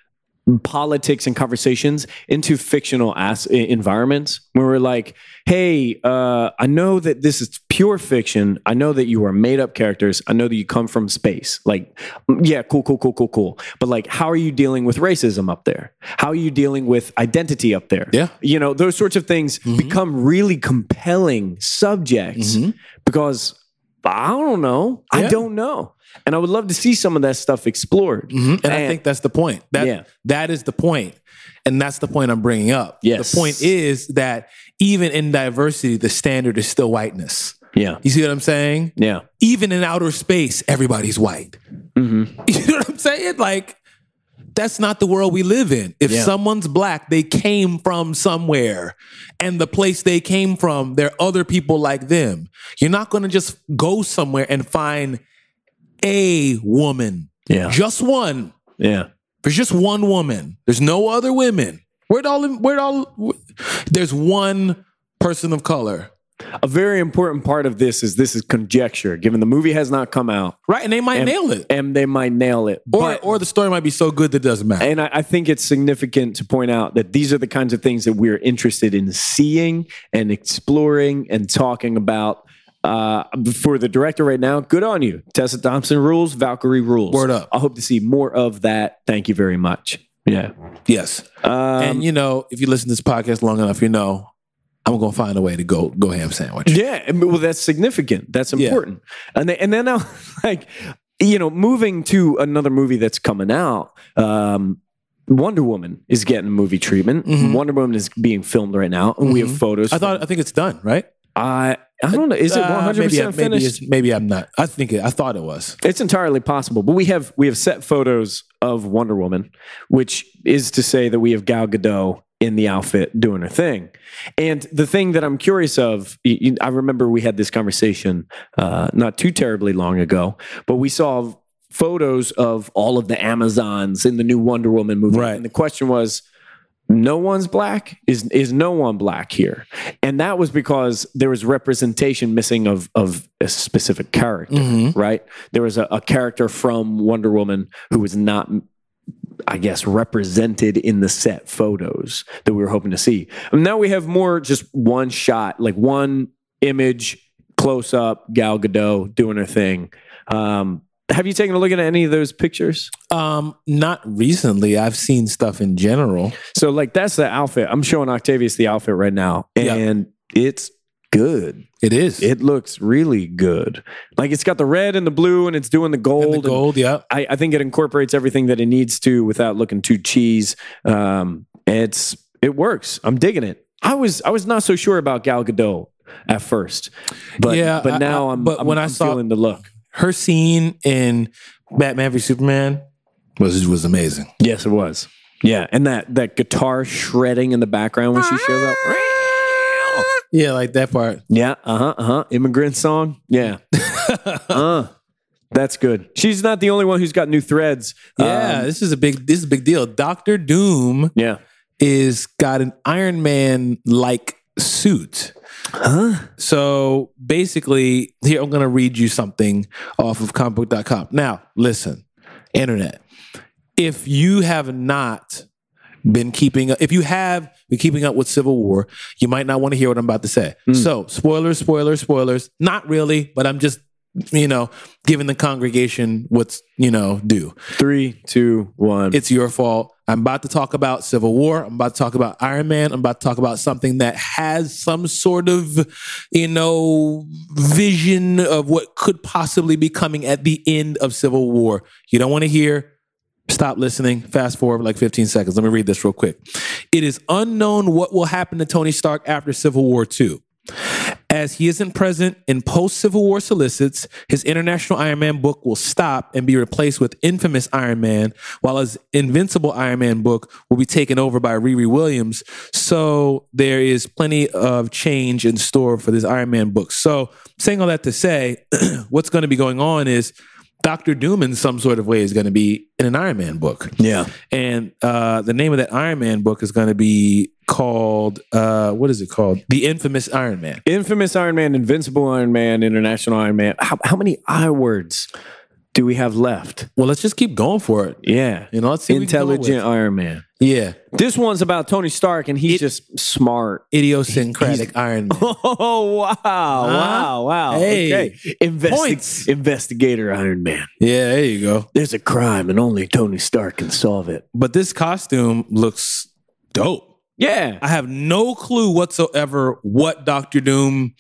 [SPEAKER 2] politics and conversations into fictional ass e- environments where we're like, hey, uh, I know that this is pure fiction. I know that you are made up characters. I know that you come from space. Like, mm, yeah, cool, cool, cool, cool, cool. But like, how are you dealing with racism up there? How are you dealing with identity up there?
[SPEAKER 1] Yeah. Mm-hmm.
[SPEAKER 2] you know those sorts of things become really compelling subjects because i don't know i
[SPEAKER 1] Yeah.
[SPEAKER 2] don't know and i would love to see some of that stuff explored
[SPEAKER 1] Mm-hmm. And, I think that's the point. That
[SPEAKER 2] Yeah.
[SPEAKER 1] that is the point, and that's the point I'm bringing up.
[SPEAKER 2] Yes.
[SPEAKER 1] The point is that even in diversity, the standard is still whiteness.
[SPEAKER 2] yeah
[SPEAKER 1] You see what I'm saying?
[SPEAKER 2] yeah Mm-hmm.
[SPEAKER 1] [LAUGHS] Even in outer space, everybody's white. You know what I'm saying? Like That's not the world we live in. If
[SPEAKER 2] Yeah.
[SPEAKER 1] someone's black, they came from somewhere. And the place they came from, there are other people like them. You're not going to just go somewhere and find a woman,
[SPEAKER 2] Yeah.
[SPEAKER 1] just one.
[SPEAKER 2] Yeah.
[SPEAKER 1] There's just one woman. There's no other women. Where'd all, where'd all, there's one person of color.
[SPEAKER 2] A very important part of this is this is conjecture, given the movie has not come out
[SPEAKER 1] Right. And they might
[SPEAKER 2] And-
[SPEAKER 1] nail it.
[SPEAKER 2] and they might nail it.
[SPEAKER 1] Or,
[SPEAKER 2] But-
[SPEAKER 1] or the story might be so good that it doesn't matter.
[SPEAKER 2] and I, I think it's significant to point out that these are the kinds of things that we're interested in seeing and exploring and talking about. Uh, for the director right now, good on you. Tessa Thompson rules, Valkyrie rules.
[SPEAKER 1] Word up.
[SPEAKER 2] I hope to see more of that. Thank you very much. Uh, Yeah.
[SPEAKER 1] yes.
[SPEAKER 2] Um,
[SPEAKER 1] and you know, if you listen to this podcast long enough, you know I'm gonna find a way to go go ham sandwich.
[SPEAKER 2] Yeah, and- well, that's significant. That's
[SPEAKER 1] Yeah.
[SPEAKER 2] important. And then, and then now, [LAUGHS] like, you know, moving to another movie that's coming out. Um, Wonder Woman is getting movie treatment.
[SPEAKER 1] Mhm.
[SPEAKER 2] Wonder Woman is being filmed right now, and we have photos.
[SPEAKER 1] Mm-hmm. I thought
[SPEAKER 2] from-
[SPEAKER 1] I think it's done, right?
[SPEAKER 2] I I don't know. Is it
[SPEAKER 1] Uh,
[SPEAKER 2] one hundred
[SPEAKER 1] maybe I-
[SPEAKER 2] percent
[SPEAKER 1] maybe
[SPEAKER 2] finished?
[SPEAKER 1] it's- Maybe I'm not. I think it, I thought it was.
[SPEAKER 2] It's entirely possible, but we have we have set photos of Wonder Woman, which is to say that we have Gal Gadot in the outfit doing her thing. And the thing that I'm curious of, y- y- I remember we had this conversation uh, not too terribly long ago, but we saw photos of all of the Amazons in the new Wonder Woman movie,
[SPEAKER 1] Right.
[SPEAKER 2] and the question was. No one's black is is no one black here, and that was because there was representation missing of of a specific character
[SPEAKER 1] Mm-hmm.
[SPEAKER 2] right? There was a, a character from Wonder Woman who was not, I guess, represented in the set photos that we were hoping to see. And now we have more just one shot, like one image, close up, Gal Gadot doing her thing. Um, have you taken a look at any of those pictures?
[SPEAKER 1] Um, not recently. I've seen stuff in general.
[SPEAKER 2] So, like, that's the outfit. I'm showing Octavius the outfit right now,
[SPEAKER 1] Yeah.
[SPEAKER 2] and it's good.
[SPEAKER 1] It is
[SPEAKER 2] It looks really good. Like, it's got the red and the blue, and it's doing the gold.
[SPEAKER 1] and the
[SPEAKER 2] and-
[SPEAKER 1] gold. Yeah,
[SPEAKER 2] I, I think it incorporates everything that it needs to without looking too cheese. Um, it's it works. I'm digging it. I was I was not so sure about Gal Gadot at first, but
[SPEAKER 1] Yeah, I-
[SPEAKER 2] but now
[SPEAKER 1] I-
[SPEAKER 2] I, am
[SPEAKER 1] but
[SPEAKER 2] I'm,
[SPEAKER 1] when I
[SPEAKER 2] I'm
[SPEAKER 1] saw-
[SPEAKER 2] feeling the look.
[SPEAKER 1] her scene in Batman v Superman was was amazing.
[SPEAKER 2] Yes, it was. Yeah, and that that guitar shredding in the background when she shows up.
[SPEAKER 1] Ah! Yeah, like that part.
[SPEAKER 2] Yeah, uh huh, uh huh. Immigrant song.
[SPEAKER 1] [LAUGHS]
[SPEAKER 2] Yeah, uh, that's good. She's not the only one who's got new threads.
[SPEAKER 1] Yeah,
[SPEAKER 2] Um,
[SPEAKER 1] this is a big this is a big deal. Doctor Doom
[SPEAKER 2] yeah.
[SPEAKER 1] is got an Iron Man like suit.
[SPEAKER 2] Huh?
[SPEAKER 1] So basically, here I'm going to read you something off of comicbook.com. Now, listen, internet. If you have not been keeping up, if you have been keeping up with Civil War, you might not want to hear what I'm about to say. So, spoilers, spoilers, spoilers. Not really, but I'm just, you know, giving the congregation what's, you know, due.
[SPEAKER 2] Three, two, one.
[SPEAKER 1] It's your fault. I'm about to talk about Civil War. I'm about to talk about Iron Man. I'm about to talk about something that has some sort of, you know, vision of what could possibly be coming at the end of Civil War. You don't want to hear. Stop listening. Fast forward like 15 seconds. Let me read this real quick. It is unknown what will happen to Tony Stark after Civil War II. As he isn't present in post Civil War solicits, his International Iron Man book will stop and be replaced with Infamous Iron Man, while his Invincible Iron Man book will be taken over by Riri Williams. So there is plenty of change in store for this Iron Man book. So, saying all that to say, [CLEARS THROAT] what's going to be going on is Doctor Doom, in some sort of way, is going to be in an Iron Man book.
[SPEAKER 2] yeah.
[SPEAKER 1] And uh, the name of that Iron Man book is going to be called, uh, what is it called? The Infamous Iron Man.
[SPEAKER 2] Infamous Iron Man, Invincible Iron Man, International Iron Man. How, how many I words do we have left?
[SPEAKER 1] Well, let's just keep going for it.
[SPEAKER 2] Yeah.
[SPEAKER 1] You know, let's see. what we can come up with.
[SPEAKER 2] Intelligent Iron Man.
[SPEAKER 1] Yeah.
[SPEAKER 2] This one's about Tony Stark, and he's just smart.
[SPEAKER 1] Idiosyncratic Iron Man.
[SPEAKER 2] [LAUGHS] Oh, wow. Wow. Wow.
[SPEAKER 1] Hey.
[SPEAKER 2] Okay. Investi-
[SPEAKER 1] Points.
[SPEAKER 2] Investigator Iron Man.
[SPEAKER 1] [LAUGHS] Yeah, there you go.
[SPEAKER 2] There's a crime, and only Tony Stark can solve it.
[SPEAKER 1] But this costume looks dope.
[SPEAKER 2] Yeah.
[SPEAKER 1] I have no clue whatsoever what Doctor Doom,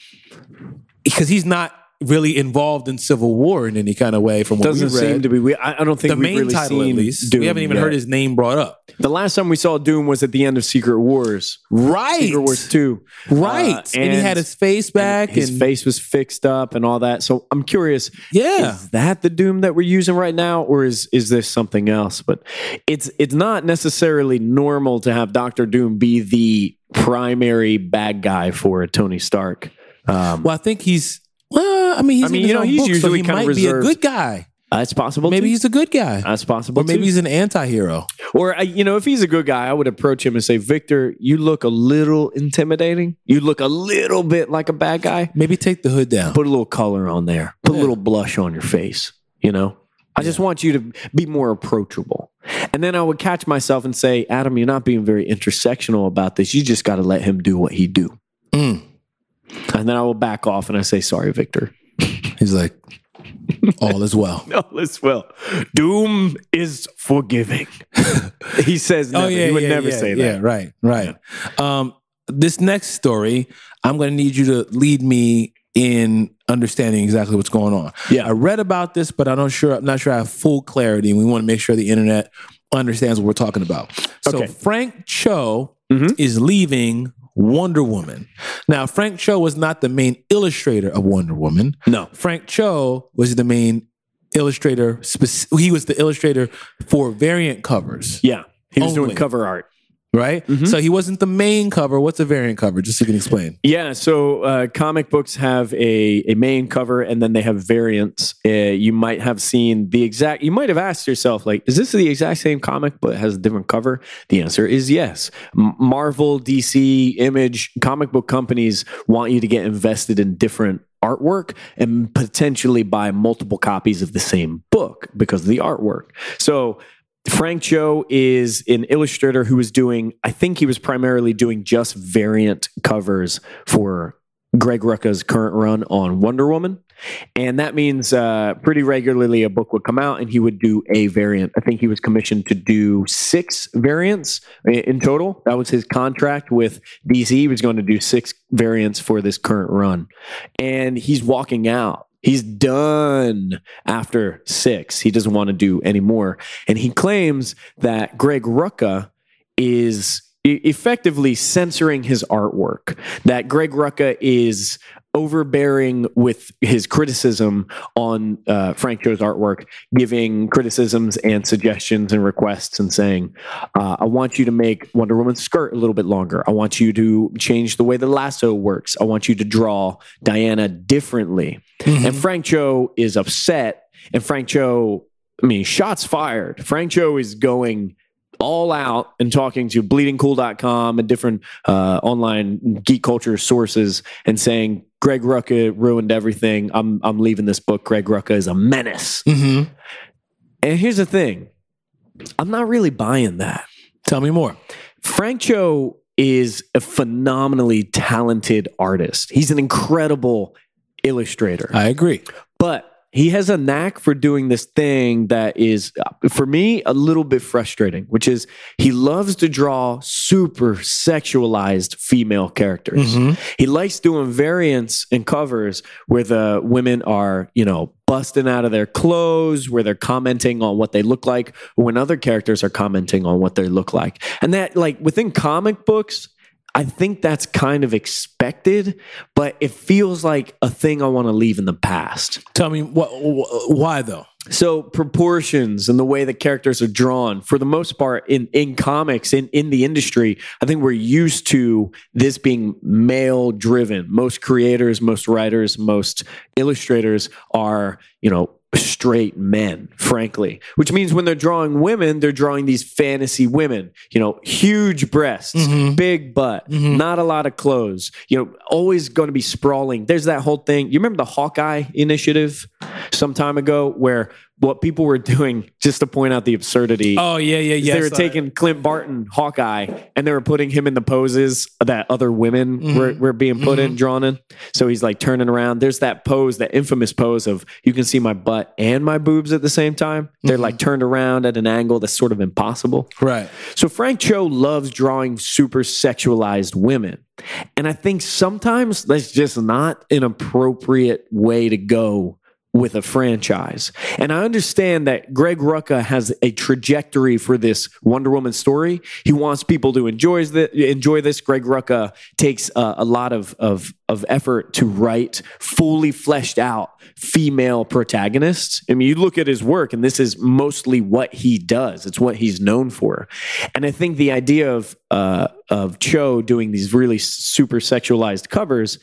[SPEAKER 1] because he's not really involved in Civil War in any kind of way. From what
[SPEAKER 2] Doesn't
[SPEAKER 1] we read,
[SPEAKER 2] seem to be. We, I, I don't think
[SPEAKER 1] the
[SPEAKER 2] we've
[SPEAKER 1] main
[SPEAKER 2] really
[SPEAKER 1] title at
[SPEAKER 2] seen
[SPEAKER 1] least.
[SPEAKER 2] Doom
[SPEAKER 1] we haven't even
[SPEAKER 2] yet.
[SPEAKER 1] heard his name brought up.
[SPEAKER 2] The last time we saw Doom was at the end of Secret Wars.
[SPEAKER 1] Right.
[SPEAKER 2] Secret Wars 2.
[SPEAKER 1] Right.
[SPEAKER 2] Uh,
[SPEAKER 1] and, he had his face back and,
[SPEAKER 2] his face was fixed up and all that. So I'm curious,
[SPEAKER 1] Yeah.
[SPEAKER 2] is that the Doom that we're using right now, or is is this something else? But it's it's not necessarily normal to have Doctor Doom be the primary bad guy for a Tony Stark. Um,
[SPEAKER 1] well, I think he's well, I mean he's
[SPEAKER 2] I
[SPEAKER 1] in
[SPEAKER 2] mean,
[SPEAKER 1] his
[SPEAKER 2] you know,
[SPEAKER 1] own
[SPEAKER 2] he's
[SPEAKER 1] book, so
[SPEAKER 2] usually
[SPEAKER 1] he
[SPEAKER 2] kinda
[SPEAKER 1] might
[SPEAKER 2] reserved.
[SPEAKER 1] be a good guy.
[SPEAKER 2] uh, it's possible.
[SPEAKER 1] Maybe
[SPEAKER 2] too.
[SPEAKER 1] he's a good guy.
[SPEAKER 2] that's possible.
[SPEAKER 1] or maybe
[SPEAKER 2] too.
[SPEAKER 1] he's an anti-hero.
[SPEAKER 2] Or uh, you know, if he's a good guy, I would approach him and say, "Victor, you look a little intimidating. You look a little bit like a bad guy.
[SPEAKER 1] Maybe take the hood down.
[SPEAKER 2] Put a little color on there. Put a little blush on your face. You know, I just want you to be more approachable." And then I would catch myself and say, "Adam, you're not being very intersectional about this. You just got to let him do what he do."
[SPEAKER 1] Mm.
[SPEAKER 2] And then I will back off and I say, "Sorry, Victor.
[SPEAKER 1] He's like, all is well.
[SPEAKER 2] All is well. Doom is forgiving." [LAUGHS] he says, [LAUGHS] never. "He would never
[SPEAKER 1] Oh, yeah,
[SPEAKER 2] say that."
[SPEAKER 1] Yeah, right, right. Um, this next story, I'm going to need you to lead me in understanding exactly what's going on.
[SPEAKER 2] Yeah.
[SPEAKER 1] I read about this, but I don't sure. I'm not sure I have full clarity. We want to make sure the internet understands what we're talking about. So
[SPEAKER 2] Okay.
[SPEAKER 1] Frank Cho
[SPEAKER 2] Mhm.
[SPEAKER 1] is leaving Wonder Woman. Now, Frank Cho was not the main illustrator of Wonder Woman.
[SPEAKER 2] No.
[SPEAKER 1] Frank Cho was the main illustrator. Spec- he was the illustrator for variant covers
[SPEAKER 2] Yeah. He was
[SPEAKER 1] Only.
[SPEAKER 2] doing cover art.
[SPEAKER 1] right? So he wasn't the main cover. What's a variant cover? Just so you can explain.
[SPEAKER 2] Yeah, so uh, comic books have a, a main cover and then they have variants. Uh, you might have seen the exact, you might have asked yourself, like, is this the exact same comic but it has a different cover? The answer is yes. M- Marvel, DC, Image, comic book companies want you to get invested in different artwork and potentially buy multiple copies of the same book because of the artwork. So Frank Cho is an illustrator who was doing, I think he was primarily doing just variant covers for Greg Rucka's current run on Wonder Woman. And that means uh, pretty regularly a book would come out and he would do a variant. I think he was commissioned to do six variants i- in total. That was his contract with DC. He was going to do six variants for this current run. And he's walking out. He's done after six. He doesn't want to do any more. And he claims that Greg Rucka is e- effectively censoring his artwork, that Greg Rucka is overbearing with his criticism on uh, Frank Cho's artwork, giving criticisms and suggestions and requests and saying, uh, I want you to make Wonder Woman's skirt a little bit longer. I want you to change the way the lasso works. I want you to draw Diana differently.
[SPEAKER 1] Mm-hmm.
[SPEAKER 2] And Frank Cho is upset. And Frank Cho, I mean, shots fired. Frank Cho is going all out and talking to bleedingcool.com and different uh, online geek culture sources and saying Greg Rucka ruined everything. I'm I'm leaving this book. Greg Rucka is a menace.
[SPEAKER 1] Mm-hmm.
[SPEAKER 2] And here's the thing. I'm not really buying that.
[SPEAKER 1] Tell me more.
[SPEAKER 2] Frank Cho is a phenomenally talented artist. He's an incredible illustrator
[SPEAKER 1] I agree.
[SPEAKER 2] but he has a knack for doing this thing that is uh, for me a little bit frustrating which is he loves to draw super sexualized female characters he likes doing variants and covers where the women are you know busting out of their clothes where they're commenting on what they look like when other characters are commenting on what they look like and that like within comic books I think that's kind of expected, but it feels like a thing I want to leave in the past.
[SPEAKER 1] Tell me what, wh- why though.
[SPEAKER 2] So proportions and the way the characters are drawn, for the most part, in in comics in in the industry, I think we're used to this being male driven. Most creators, most writers, most illustrators are you know straight men, frankly. Which means when they're drawing women, they're drawing these fantasy women. You know, huge breasts, big butt, not a lot of clothes. You know, always going to be sprawling. There's that whole thing. You remember the Hawkeye initiative some time ago, where what people were [LAUGHS] doing just to point out the absurdity.
[SPEAKER 1] Oh yeah, yeah, yeah.
[SPEAKER 2] they were
[SPEAKER 1] sorry.
[SPEAKER 2] taking Clint Barton, Hawkeye, and they were putting him in the poses that other women were, were being put in, drawn in. So he's like turning around. There's that pose, that infamous pose of you can see my butt and my boobs at the same time. They're like turned around at an angle that's sort of impossible.
[SPEAKER 1] right.
[SPEAKER 2] So Frank Cho loves drawing super sexualized women. And I think sometimes that's just not an appropriate way to go with a franchise. And I understand that Greg Rucka has a trajectory for this Wonder Woman story. He wants people to enjoy this. Enjoy this. Greg Rucka takes uh, a lot of, of, of effort to write fully fleshed out female protagonists. I mean, you look at his work, and this is mostly what he does. It's what he's known for. And I think the idea of uh, of Cho doing these really super sexualized covers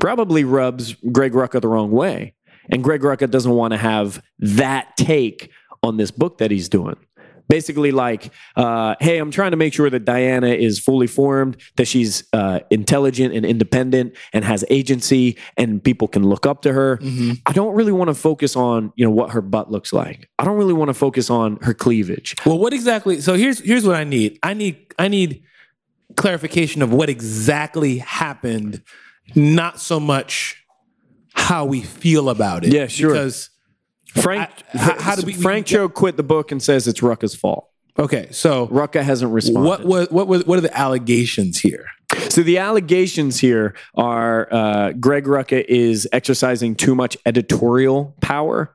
[SPEAKER 2] probably rubs Greg Rucka the wrong way. And Greg Rucka doesn't want to have that take on this book that he's doing. Basically, like, uh, hey, I'm trying to make sure that Diana is fully formed, that she's uh, intelligent and independent, and has agency, and people can look up to her. I don't really want to focus on, you know, what her butt looks like. I don't really want to focus on her cleavage.
[SPEAKER 1] Well, what exactly? So here's here's what I need. I need I need clarification of what exactly happened, not so much how we feel about it.
[SPEAKER 2] Yeah, sure.
[SPEAKER 1] Because
[SPEAKER 2] Frank,
[SPEAKER 1] I- how- how do we-
[SPEAKER 2] Frank Cho quit the book and says it's Rucka's fault.
[SPEAKER 1] okay, so
[SPEAKER 2] Rucka hasn't responded.
[SPEAKER 1] what was what was what are the allegations here?
[SPEAKER 2] So the allegations here are uh, Greg Rucka is exercising too much editorial power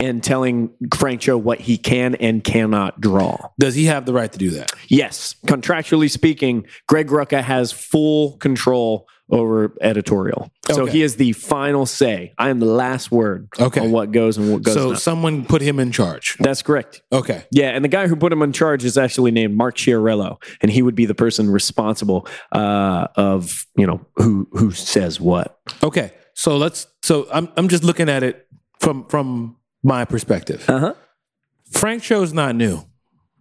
[SPEAKER 2] and telling Frank Cho what he can and cannot draw.
[SPEAKER 1] Does he have the right to do that?
[SPEAKER 2] Yes, contractually speaking, Greg Rucka has full control over editorial. So
[SPEAKER 1] Okay.
[SPEAKER 2] he is the final say. I am the last word
[SPEAKER 1] Okay.
[SPEAKER 2] on what goes and what goes
[SPEAKER 1] So
[SPEAKER 2] not.
[SPEAKER 1] someone put him in charge.
[SPEAKER 2] That's correct.
[SPEAKER 1] Okay.
[SPEAKER 2] Yeah, and the guy who put him in charge is actually named Mark Chiarello, and he would be the person responsible uh, of you know who who says what.
[SPEAKER 1] Okay. So let's so I'm I'm just looking at it from from my perspective.
[SPEAKER 2] Uh-huh.
[SPEAKER 1] Frank Cho's not new.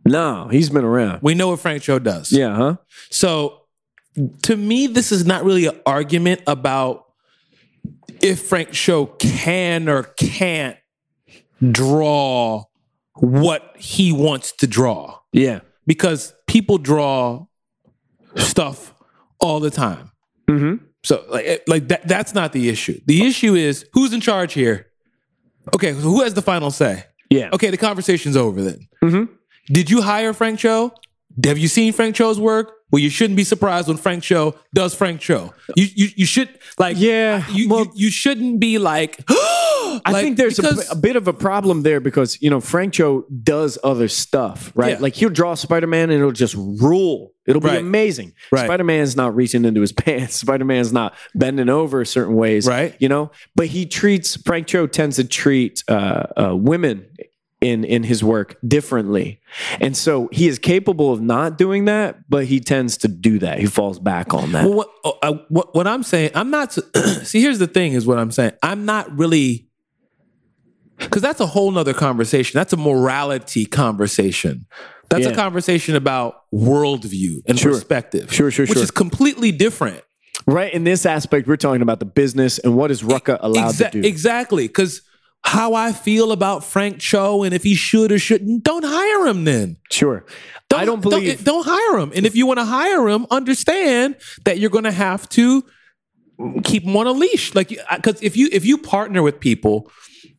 [SPEAKER 2] No, he's been around.
[SPEAKER 1] We know what Frank Cho does.
[SPEAKER 2] Yeah, huh?
[SPEAKER 1] So to me, this is not really an argument about if Frank Show can or can't draw what he wants to draw.
[SPEAKER 2] Yeah,
[SPEAKER 1] Because people draw stuff all the time.
[SPEAKER 2] Mhm.
[SPEAKER 1] So like, it- like that, that's not the issue. The issue is who's in charge here? Okay, who has the final say?
[SPEAKER 2] yeah.
[SPEAKER 1] Okay, the conversation's over then.
[SPEAKER 2] Mm-hmm.
[SPEAKER 1] Did you hire Frank Cho? Have you seen Frank Cho's work? Well, you shouldn't be surprised when Frank Cho does Frank Cho. You you, you should like
[SPEAKER 2] Yeah,
[SPEAKER 1] You,
[SPEAKER 2] well-
[SPEAKER 1] you you shouldn't be like. [GASPS]
[SPEAKER 2] I think there's a, a bit of a problem there because you know Frank Cho does other stuff, right?
[SPEAKER 1] Yeah.
[SPEAKER 2] Like he'll draw Spider Man and it'll just rule. It'll be
[SPEAKER 1] Right.
[SPEAKER 2] amazing.
[SPEAKER 1] Right.
[SPEAKER 2] Spider Man's not reaching into his [LAUGHS] pants. Spider Man's not bending over certain ways,
[SPEAKER 1] Right.
[SPEAKER 2] You know, but he treats Frank Cho tends to treat uh, uh, women in in his work differently, and so he is capable of not doing that, but he tends to do that. He falls back on that.
[SPEAKER 1] Well, what, oh, I, what what I'm saying, I'm not. [CLEARS THROAT] see, here's the thing: is what I'm saying. I'm not really because that's a whole nother conversation. That's a morality conversation. That's
[SPEAKER 2] Yeah.
[SPEAKER 1] a conversation about worldview and perspective.
[SPEAKER 2] Sure, sure,
[SPEAKER 1] Which
[SPEAKER 2] sure.
[SPEAKER 1] is completely different.
[SPEAKER 2] Right in this aspect, we're talking about the business and what is Rucka allowed
[SPEAKER 1] Exa-
[SPEAKER 2] to do.
[SPEAKER 1] Exactly. Because how I feel about Frank Cho and if he should or shouldn't, don't hire him then.
[SPEAKER 2] Sure. I don't believe.
[SPEAKER 1] Don't, hire him. And if you want to hire him, understand that you're going to have to keep him on a leash. Like, because if you if you partner with people,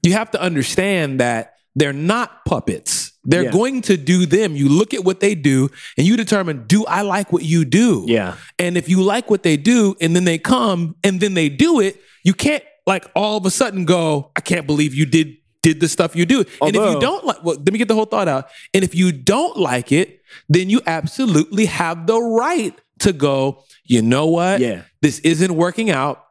[SPEAKER 1] you have to understand that they're not puppets. They're
[SPEAKER 2] Yeah.
[SPEAKER 1] going to do them. You look at what they do, and you determine: Do I like what you do?
[SPEAKER 2] Yeah.
[SPEAKER 1] And if you like what they do, and then they come, and then they do it, you can't like all of a sudden go, I can't believe you did did the stuff you do. and if
[SPEAKER 2] Although-
[SPEAKER 1] you don't like, well, let me get the whole thought out. And if you don't like it, then you absolutely have the right to go. You know what?
[SPEAKER 2] Yeah.
[SPEAKER 1] this isn't working out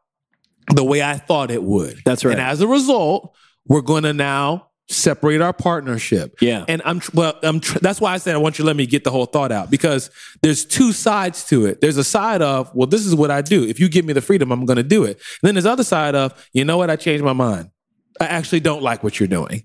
[SPEAKER 1] the way I thought it would.
[SPEAKER 2] That's right.
[SPEAKER 1] And as a result, we're going to now separate our partnership.
[SPEAKER 2] Yeah.
[SPEAKER 1] And I'm tr- well, I'm tr- that's why I said I want you to let me get the whole thought out because there's two sides to it. There's a side of, well, this is what I do. If you give me the freedom, I'm going to do it. And then there's other side of, you know what? I changed my mind. I actually don't like what you're doing.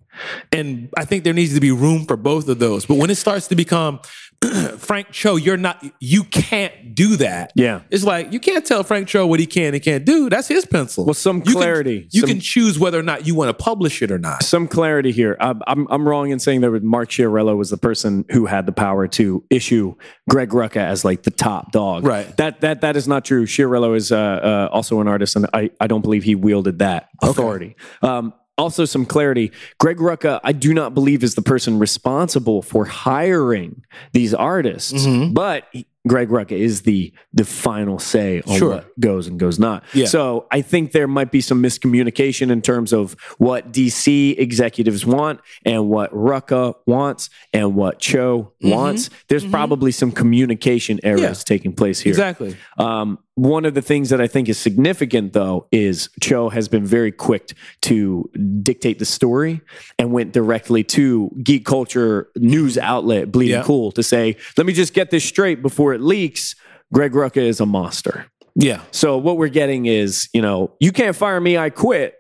[SPEAKER 1] And I think there needs to be room for both of those. But when it starts to become [CLEARS THROAT] Frank Cho, you're not you can't do that.
[SPEAKER 2] Yeah.
[SPEAKER 1] It's like you can't tell Frank Cho what he can and can't do. That's his pencil.
[SPEAKER 2] Well, some
[SPEAKER 1] You can-
[SPEAKER 2] clarity,
[SPEAKER 1] you
[SPEAKER 2] some-
[SPEAKER 1] can choose whether or not you want to publish it or not.
[SPEAKER 2] some clarity here. I'm, I'm, I'm wrong in saying that Mark Chiarello was the person who had the power to issue Greg Rucka as like the top dog.
[SPEAKER 1] Right.
[SPEAKER 2] That that that is not true. Chiarello is uh, uh, also an artist, and I, I don't believe he wielded that authority. Um, also, some clarity. Greg Rucka, I do
[SPEAKER 1] Mm-hmm.
[SPEAKER 2] not believe is the person responsible for hiring these artists, but he- Greg Rucka is the the final say on
[SPEAKER 1] Sure.
[SPEAKER 2] what goes and goes not.
[SPEAKER 1] Yeah.
[SPEAKER 2] So I think there might be some miscommunication in terms of what DC executives want and what Rucka wants and what Cho wants. There's probably some communication errors
[SPEAKER 1] Mm-hmm. Yeah.
[SPEAKER 2] taking place here.
[SPEAKER 1] Exactly.
[SPEAKER 2] Um, one of the things that I think is significant, though, is Cho has been very quick to dictate the story and went directly to geek culture news outlet Bleeding
[SPEAKER 1] Yeah.
[SPEAKER 2] Cool to say, let me just get this straight before it leaks. Greg Rucka is a monster.
[SPEAKER 1] Yeah.
[SPEAKER 2] So what we're getting is, you know, you can't fire me, I quit.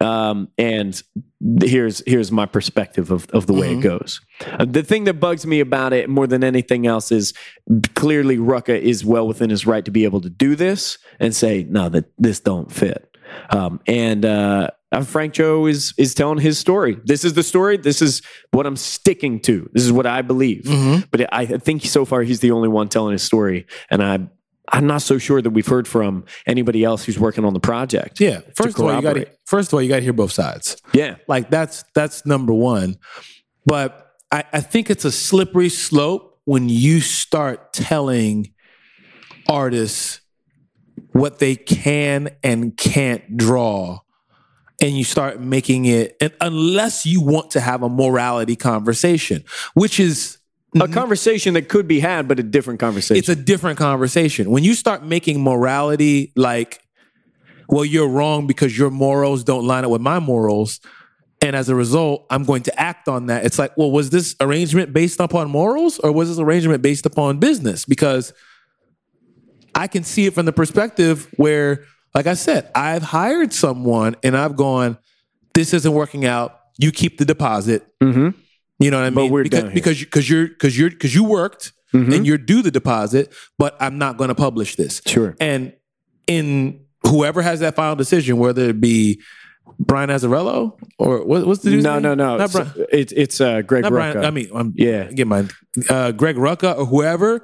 [SPEAKER 2] Um, and here's here's my perspective of, of the way it goes. Uh, The thing that bugs me about it more than anything else is clearly Rucka is well within his right to be able to do this and say, no, that this don't fit. Um, and uh, uh, Frank Cho is is telling his story. This is the story. This is what I'm sticking to. This is what I believe. But I I think so far he's the only one telling his story, and I I'm not so sure that we've heard from anybody else who's working on the project.
[SPEAKER 1] Yeah. First of all, you got to
[SPEAKER 2] corroborate.
[SPEAKER 1] first of all, you got to hear both sides.
[SPEAKER 2] yeah,
[SPEAKER 1] Like that's that's number one. But I, I think it's a slippery slope when you start telling artists what they can and can't draw and you start making it and unless you want to have a morality conversation which is
[SPEAKER 2] a conversation that could be had, but a different conversation.
[SPEAKER 1] it's a different conversation. When you start making morality like, well, you're wrong because your morals don't line up with my morals. And as a result, I'm going to act on that. It's like, well, was this arrangement based upon morals or was this arrangement based upon business? Because I can see it from the perspective where, like I said, I've hired someone and I've gone, this isn't working out. You keep the deposit.
[SPEAKER 2] Mhm.
[SPEAKER 1] You know what I mean?
[SPEAKER 2] But we're
[SPEAKER 1] because
[SPEAKER 2] down here.
[SPEAKER 1] because you, because you're because you're because you worked
[SPEAKER 2] Mm-hmm.
[SPEAKER 1] and you're due the deposit, but I'm not going to publish this.
[SPEAKER 2] Sure.
[SPEAKER 1] And in whoever has that final decision, whether it be Brian Azzarello or what, what's the dude's
[SPEAKER 2] no,
[SPEAKER 1] name?
[SPEAKER 2] no, no.
[SPEAKER 1] not
[SPEAKER 2] It's,
[SPEAKER 1] Brian.
[SPEAKER 2] it's, it's uh, Greg
[SPEAKER 1] Not Brian.
[SPEAKER 2] Rucka.
[SPEAKER 1] I mean, I'm,
[SPEAKER 2] yeah,
[SPEAKER 1] get my uh, Greg Rucka or whoever,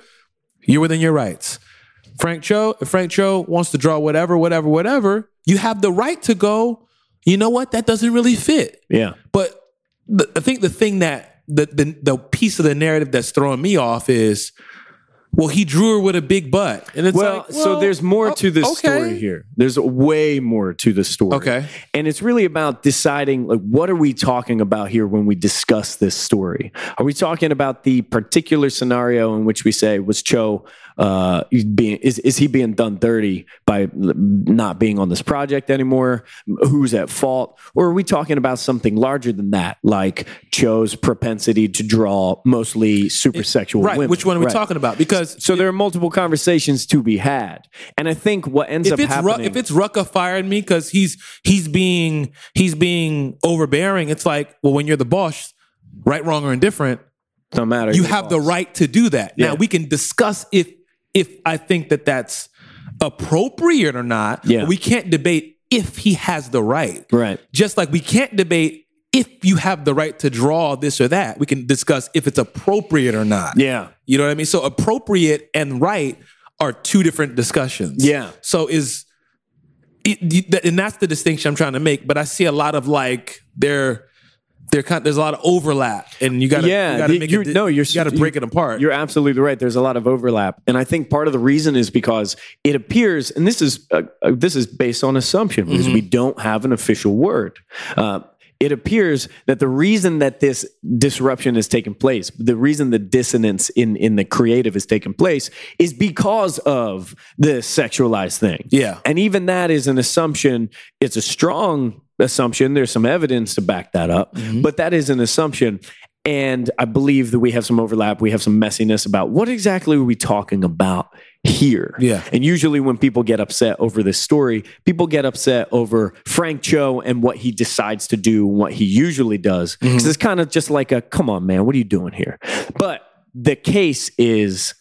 [SPEAKER 1] you're within your rights. Frank Cho, if Frank Cho wants to draw whatever, whatever, whatever, you have the right to go. You know what? That doesn't really fit.
[SPEAKER 2] yeah.
[SPEAKER 1] But the, I think the thing that the, the the piece of the narrative that's throwing me off is, well, he drew her with a big butt, and it's
[SPEAKER 2] Well,
[SPEAKER 1] like,
[SPEAKER 2] so there's more
[SPEAKER 1] oh,
[SPEAKER 2] to this
[SPEAKER 1] okay.
[SPEAKER 2] story here. There's way more to the story.
[SPEAKER 1] Okay.
[SPEAKER 2] And it's really about deciding like what are we talking about here when we discuss this story? Are we talking about the particular scenario in which we say was Cho uh, being is is he being done dirty by not being on this project anymore? Who's at fault? Or are we talking about something larger than that, like Cho's propensity to draw mostly super sexual
[SPEAKER 1] right.
[SPEAKER 2] women?
[SPEAKER 1] Which one are we
[SPEAKER 2] Right.
[SPEAKER 1] talking about? Because
[SPEAKER 2] So there are multiple conversations to be had, and I think what ends
[SPEAKER 1] if
[SPEAKER 2] up
[SPEAKER 1] it's Ru-
[SPEAKER 2] happening.
[SPEAKER 1] if it's Rucka firing me because he's he's being he's being overbearing, it's like well, when you're the boss, right, wrong, or indifferent,
[SPEAKER 2] no matter,
[SPEAKER 1] you have the right to do that.
[SPEAKER 2] Yeah.
[SPEAKER 1] Now we can discuss if if I think that that's appropriate or not.
[SPEAKER 2] Yeah.
[SPEAKER 1] but We can't debate if he has the right.
[SPEAKER 2] right.
[SPEAKER 1] Just like we can't debate if you have the right to draw this or that. We can discuss if it's appropriate or not.
[SPEAKER 2] Yeah,
[SPEAKER 1] You know what I mean? So appropriate and right are two different discussions.
[SPEAKER 2] Yeah.
[SPEAKER 1] So is it, you- that- and that's the distinction I'm trying to make. But I see a lot of like they're they're kind there's a lot of overlap, and you gotta
[SPEAKER 2] Yeah,
[SPEAKER 1] you gotta
[SPEAKER 2] the-
[SPEAKER 1] make
[SPEAKER 2] you're-
[SPEAKER 1] it,
[SPEAKER 2] no, you're-
[SPEAKER 1] you gotta break it apart.
[SPEAKER 2] you're absolutely right. There's a lot of overlap, and I think part of the reason is because it appears, and this is uh, uh, this is based on assumption because
[SPEAKER 1] Mm-hmm.
[SPEAKER 2] we don't have an official word. Uh, it appears that the reason that this disruption has taken place, the reason the dissonance in in the creative has taken place, is because of the sexualized thing.
[SPEAKER 1] Yeah.
[SPEAKER 2] And even that is an assumption. It's a strong assumption. There's some evidence to back that up, but that is an assumption. And I believe that we have some overlap. We have some messiness about what exactly are we talking about here?
[SPEAKER 1] Yeah.
[SPEAKER 2] And usually, when people get upset over this story, people get upset over Frank Cho and what he decides to do and what he usually does. 'Cause it's kind of just like a, come on, man, what are you doing here? But the case is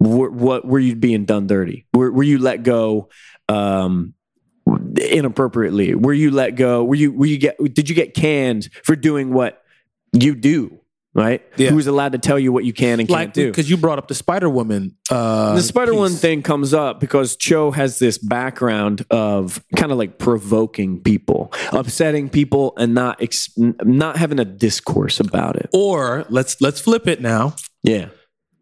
[SPEAKER 2] were, what were you being done dirty? Were, were you let go um, inappropriately? Were you let go? Were you were you get did you get canned for doing what you do? Right?
[SPEAKER 1] Yeah.
[SPEAKER 2] Who's allowed to tell you what you can and
[SPEAKER 1] like
[SPEAKER 2] can't do?
[SPEAKER 1] because you brought up the Spider Woman. Uh,
[SPEAKER 2] the Spider One
[SPEAKER 1] piece.
[SPEAKER 2] thing comes up because Cho has this background of kind of like provoking people, upsetting people, and not ex- n- not having a discourse about it.
[SPEAKER 1] or let's let's flip it now.
[SPEAKER 2] Yeah,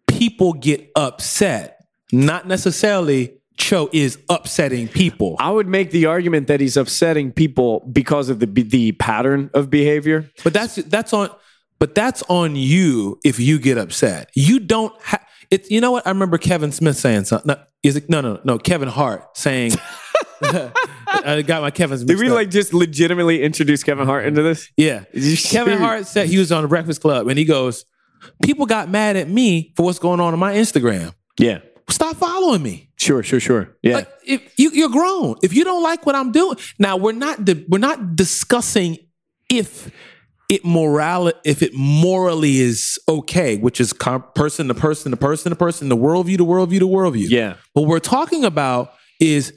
[SPEAKER 1] People get upset Not necessarily Cho is upsetting people.
[SPEAKER 2] I would make the argument that he's upsetting people because of the the pattern of behavior.
[SPEAKER 1] But that's that's on but that's on you if you get upset. You don't have it's you know what? I remember Kevin Smith saying something. No, is it no no no Kevin Hart
[SPEAKER 2] [LAUGHS]
[SPEAKER 1] saying [LAUGHS] I got my Kevin's
[SPEAKER 2] Did
[SPEAKER 1] mixed
[SPEAKER 2] we
[SPEAKER 1] up.
[SPEAKER 2] like just legitimately introduce Kevin Hart into this? [LAUGHS]
[SPEAKER 1] Yeah.
[SPEAKER 2] Shoot.
[SPEAKER 1] Kevin Hart said he was on the Breakfast Club and he goes, People got mad at me for what's going on on my Instagram.
[SPEAKER 2] Yeah.
[SPEAKER 1] Stop following me.
[SPEAKER 2] Sure, sure, sure. Yeah.
[SPEAKER 1] Like, if you, you're grown. If you don't like what I'm doing, now we're not di- we're not discussing if it moral if it morally is okay, which is com- person to person to person to person, the worldview to worldview to worldview.
[SPEAKER 2] yeah.
[SPEAKER 1] What we're talking about is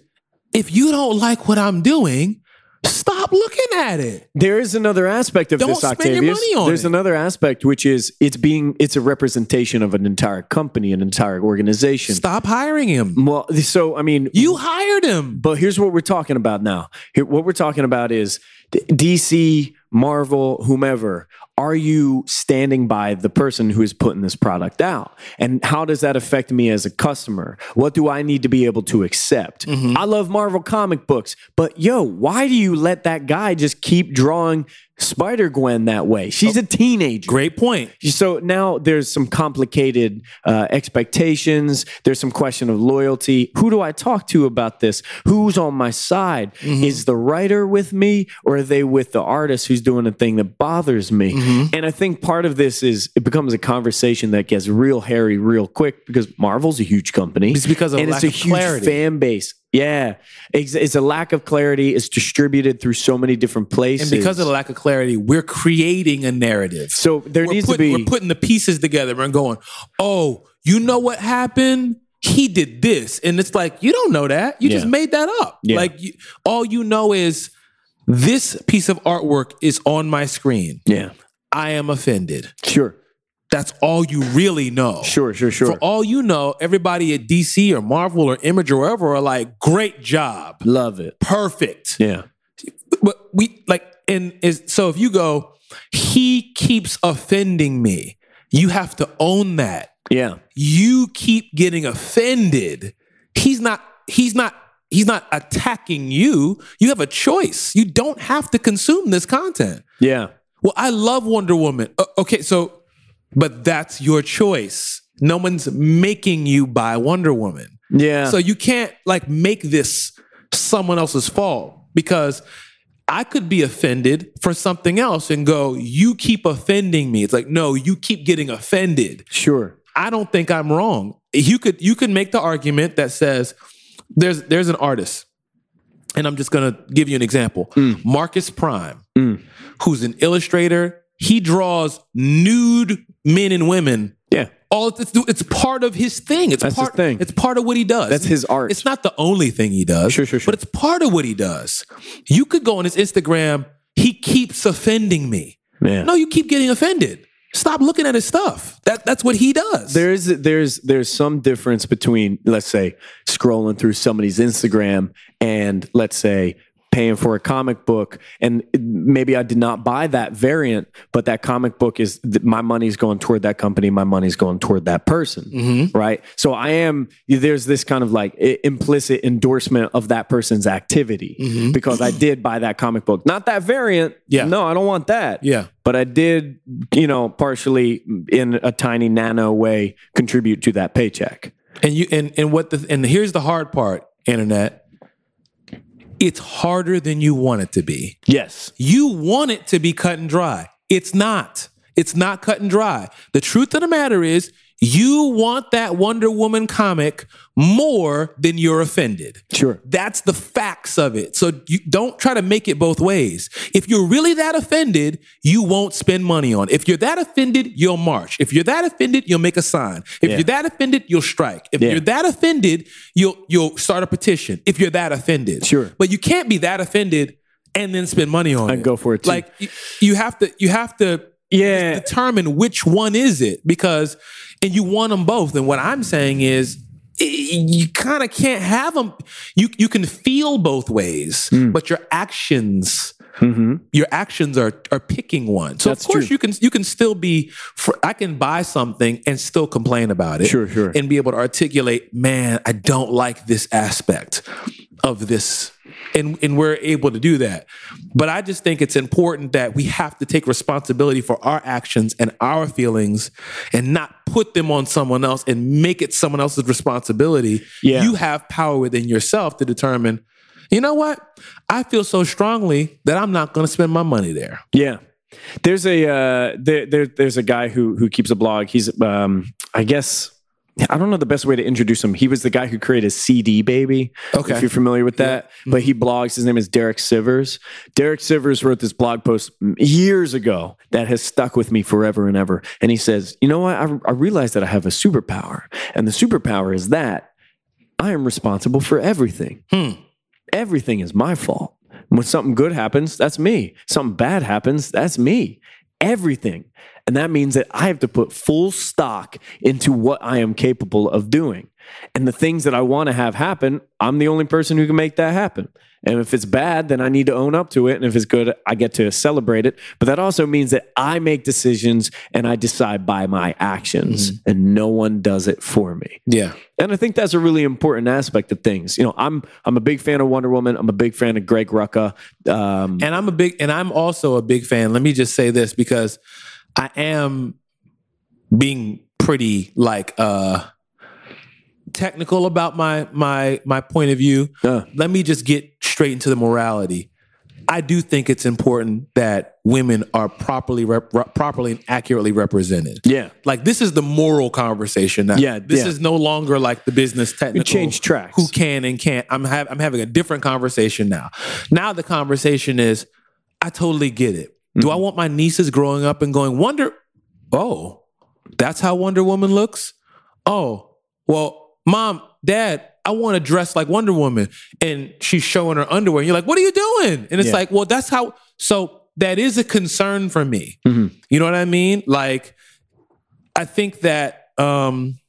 [SPEAKER 1] if you don't like what I'm doing, stop looking at it.
[SPEAKER 2] There is another aspect of
[SPEAKER 1] Don't
[SPEAKER 2] this,
[SPEAKER 1] spend your
[SPEAKER 2] Octavius.
[SPEAKER 1] money on
[SPEAKER 2] There's
[SPEAKER 1] it.
[SPEAKER 2] another aspect which is it's being it's a representation of an entire company, an entire organization.
[SPEAKER 1] Stop hiring him.
[SPEAKER 2] Well, so I mean,
[SPEAKER 1] You hired him.
[SPEAKER 2] but here's what we're talking about now. Here, what we're talking about is D- DC, Marvel, whomever. Are you standing by the person who is putting this product out? And how does that affect me as a customer? What do I need to be able to accept? I love Marvel comic books, but yo, why do you let that guy just keep drawing Spider Gwen that way? She's a teenager.
[SPEAKER 1] Great point.
[SPEAKER 2] So now there's some complicated uh, expectations. There's some question of loyalty. Who do I talk to about this? Who's on my side?
[SPEAKER 1] Mm-hmm.
[SPEAKER 2] Is the writer with me or are they with the artist who's doing a thing that bothers me?
[SPEAKER 1] Mm-hmm.
[SPEAKER 2] And I think part of this is it becomes a conversation that gets real hairy real quick because Marvel's a huge company.
[SPEAKER 1] It's because of
[SPEAKER 2] and
[SPEAKER 1] lack
[SPEAKER 2] it's a
[SPEAKER 1] of
[SPEAKER 2] huge
[SPEAKER 1] clarity.
[SPEAKER 2] fan base. Yeah, it's, it's a lack of clarity. It's distributed through so many different places.
[SPEAKER 1] And because of the lack of clarity, we're creating a narrative.
[SPEAKER 2] so there
[SPEAKER 1] we're,
[SPEAKER 2] needs
[SPEAKER 1] putting,
[SPEAKER 2] to be
[SPEAKER 1] we're putting the pieces together and going, oh, you know what happened? He did this. And it's like, you don't know that. You just
[SPEAKER 2] Yeah.
[SPEAKER 1] made that up.
[SPEAKER 2] Yeah.
[SPEAKER 1] Like, you, all you know is this piece of artwork is on my screen.
[SPEAKER 2] yeah,
[SPEAKER 1] I am offended.
[SPEAKER 2] sure,
[SPEAKER 1] That's all you really know.
[SPEAKER 2] sure, sure, sure.
[SPEAKER 1] For all you know, everybody at DC or Marvel or Image or wherever are like, great job.
[SPEAKER 2] Love it.
[SPEAKER 1] Perfect.
[SPEAKER 2] Yeah.
[SPEAKER 1] but we like and is so if you go he keeps offending me you have to own that
[SPEAKER 2] Yeah.
[SPEAKER 1] you keep getting offended he's not he's not he's not attacking you you have a choice you don't have to consume this content
[SPEAKER 2] Yeah.
[SPEAKER 1] well i love wonder woman O- okay so but that's your choice no one's making you buy wonder woman
[SPEAKER 2] Yeah.
[SPEAKER 1] so you can't like make this someone else's fault because I could be offended for something else and go, you keep offending me. It's like, no, you keep getting offended.
[SPEAKER 2] sure.
[SPEAKER 1] I don't think I'm wrong. You could you could make the argument that says there's there's an artist, and I'm just gonna give you an example. Marcus Prime, who's an illustrator, he draws nude men and women
[SPEAKER 2] Yeah.
[SPEAKER 1] all it's, it's part of his thing. It's
[SPEAKER 2] That's his
[SPEAKER 1] part
[SPEAKER 2] thing.
[SPEAKER 1] It's part of what he does.
[SPEAKER 2] That's his art.
[SPEAKER 1] It's not the only thing he does.
[SPEAKER 2] Sure, sure, sure.
[SPEAKER 1] But it's part of what he does. You could go on his Instagram. He keeps offending me.
[SPEAKER 2] Yeah.
[SPEAKER 1] No, you keep getting offended. Stop looking at his stuff. That that's what he does.
[SPEAKER 2] There is there's there's some difference between let's say scrolling through somebody's Instagram and let's say paying for a comic book and maybe I did not buy that variant but that comic book is th- my money's going toward that company my money's going toward that person right so I am there's this kind of like i- implicit endorsement of that person's activity because I did buy that comic book not that variant
[SPEAKER 1] Yeah.
[SPEAKER 2] no I don't want that
[SPEAKER 1] yeah.
[SPEAKER 2] but I did, you know, partially in a tiny nano way contribute to that paycheck.
[SPEAKER 1] And you and and what the and here's the hard part, internet. It's harder than you want it to be.
[SPEAKER 2] Yes.
[SPEAKER 1] You want it to be cut and dry. It's not. It's not cut and dry. The truth of the matter is, you want that Wonder Woman comic more than you're offended.
[SPEAKER 2] Sure.
[SPEAKER 1] That's the facts of it. So you don't try to make it both ways. If you're really that offended, you won't spend money on. it. If you're that offended, you'll march. If you're that offended, you'll make a sign. If
[SPEAKER 2] Yeah.
[SPEAKER 1] you're that offended, you'll strike. If
[SPEAKER 2] Yeah.
[SPEAKER 1] you're that offended, you'll you'll start a petition. If you're that offended.
[SPEAKER 2] Sure.
[SPEAKER 1] But you can't be that offended and then spend money on it.
[SPEAKER 2] go for it, too.
[SPEAKER 1] Like y- you have to you have to
[SPEAKER 2] Yeah.
[SPEAKER 1] determine which one is it because and you want them both and what i'm saying is y- you kind of can't have them you you can feel both ways but your actions
[SPEAKER 2] Hmm. Mm-hmm.
[SPEAKER 1] your actions are are picking one. So
[SPEAKER 2] That's
[SPEAKER 1] of course
[SPEAKER 2] true.
[SPEAKER 1] you can you can still be fr- I can buy something and still complain about it.
[SPEAKER 2] Sure, sure.
[SPEAKER 1] And be able to articulate, man, I don't like this aspect of this. And and we're able to do that. But I just think it's important that we have to take responsibility for our actions and our feelings and not put them on someone else and make it someone else's responsibility.
[SPEAKER 2] Yeah.
[SPEAKER 1] You have power within yourself to determine you know what? I feel so strongly that I'm not going to spend my money there.
[SPEAKER 2] Yeah. There's a uh, there, there there's a guy who who keeps a blog. He's um I guess I don't know the best way to introduce him. He was the guy who created CD Baby.
[SPEAKER 1] Okay.
[SPEAKER 2] If you're familiar with that. But he blogs. His name is Derek Sivers. Derek Sivers wrote this blog post years ago that has stuck with me forever and ever. And he says, You know what? I, I realize that I have a superpower. And the superpower is that I am responsible for everything. Everything is my fault. When something good happens, that's me. Something bad happens, that's me. Everything. And that means that I have to put full stock into what I am capable of doing. And the things that I want to have happen, I'm the only person who can make that happen. And if it's bad, then I need to own up to it. And if it's good, I get to celebrate it. But that also means that I make decisions and I decide by my actions, and no one does it for me.
[SPEAKER 1] Yeah.
[SPEAKER 2] And I think that's a really important aspect of things. You know, I'm I'm a big fan of Wonder Woman. I'm a big fan of Greg Rucka. Um,
[SPEAKER 1] And I'm a big, and I'm also a big fan. Let me just say this because I am being pretty like, uh, technical about my my my point of view
[SPEAKER 2] Uh.
[SPEAKER 1] let me just get straight into the morality i do think it's important that women are properly rep- properly and accurately represented
[SPEAKER 2] yeah,
[SPEAKER 1] like this is the moral conversation now.
[SPEAKER 2] Yeah,
[SPEAKER 1] this
[SPEAKER 2] yeah.
[SPEAKER 1] is no longer like the business technical.
[SPEAKER 2] changed tracks.
[SPEAKER 1] Who can and can't? I'm ha- I'm having a different conversation now. Now the conversation is, I totally get it. Do I
[SPEAKER 2] Mm-hmm.
[SPEAKER 1] want my nieces growing up and going Wonder? Oh, that's how Wonder Woman looks. Oh, well, mom, dad. I want to dress like Wonder Woman, and she's showing her underwear. And you're like, "What are you doing?" And it's
[SPEAKER 2] Yeah.
[SPEAKER 1] like, "Well, that's how." So that is a concern for me.
[SPEAKER 2] Mm-hmm.
[SPEAKER 1] You know what I mean? Like, I think that um,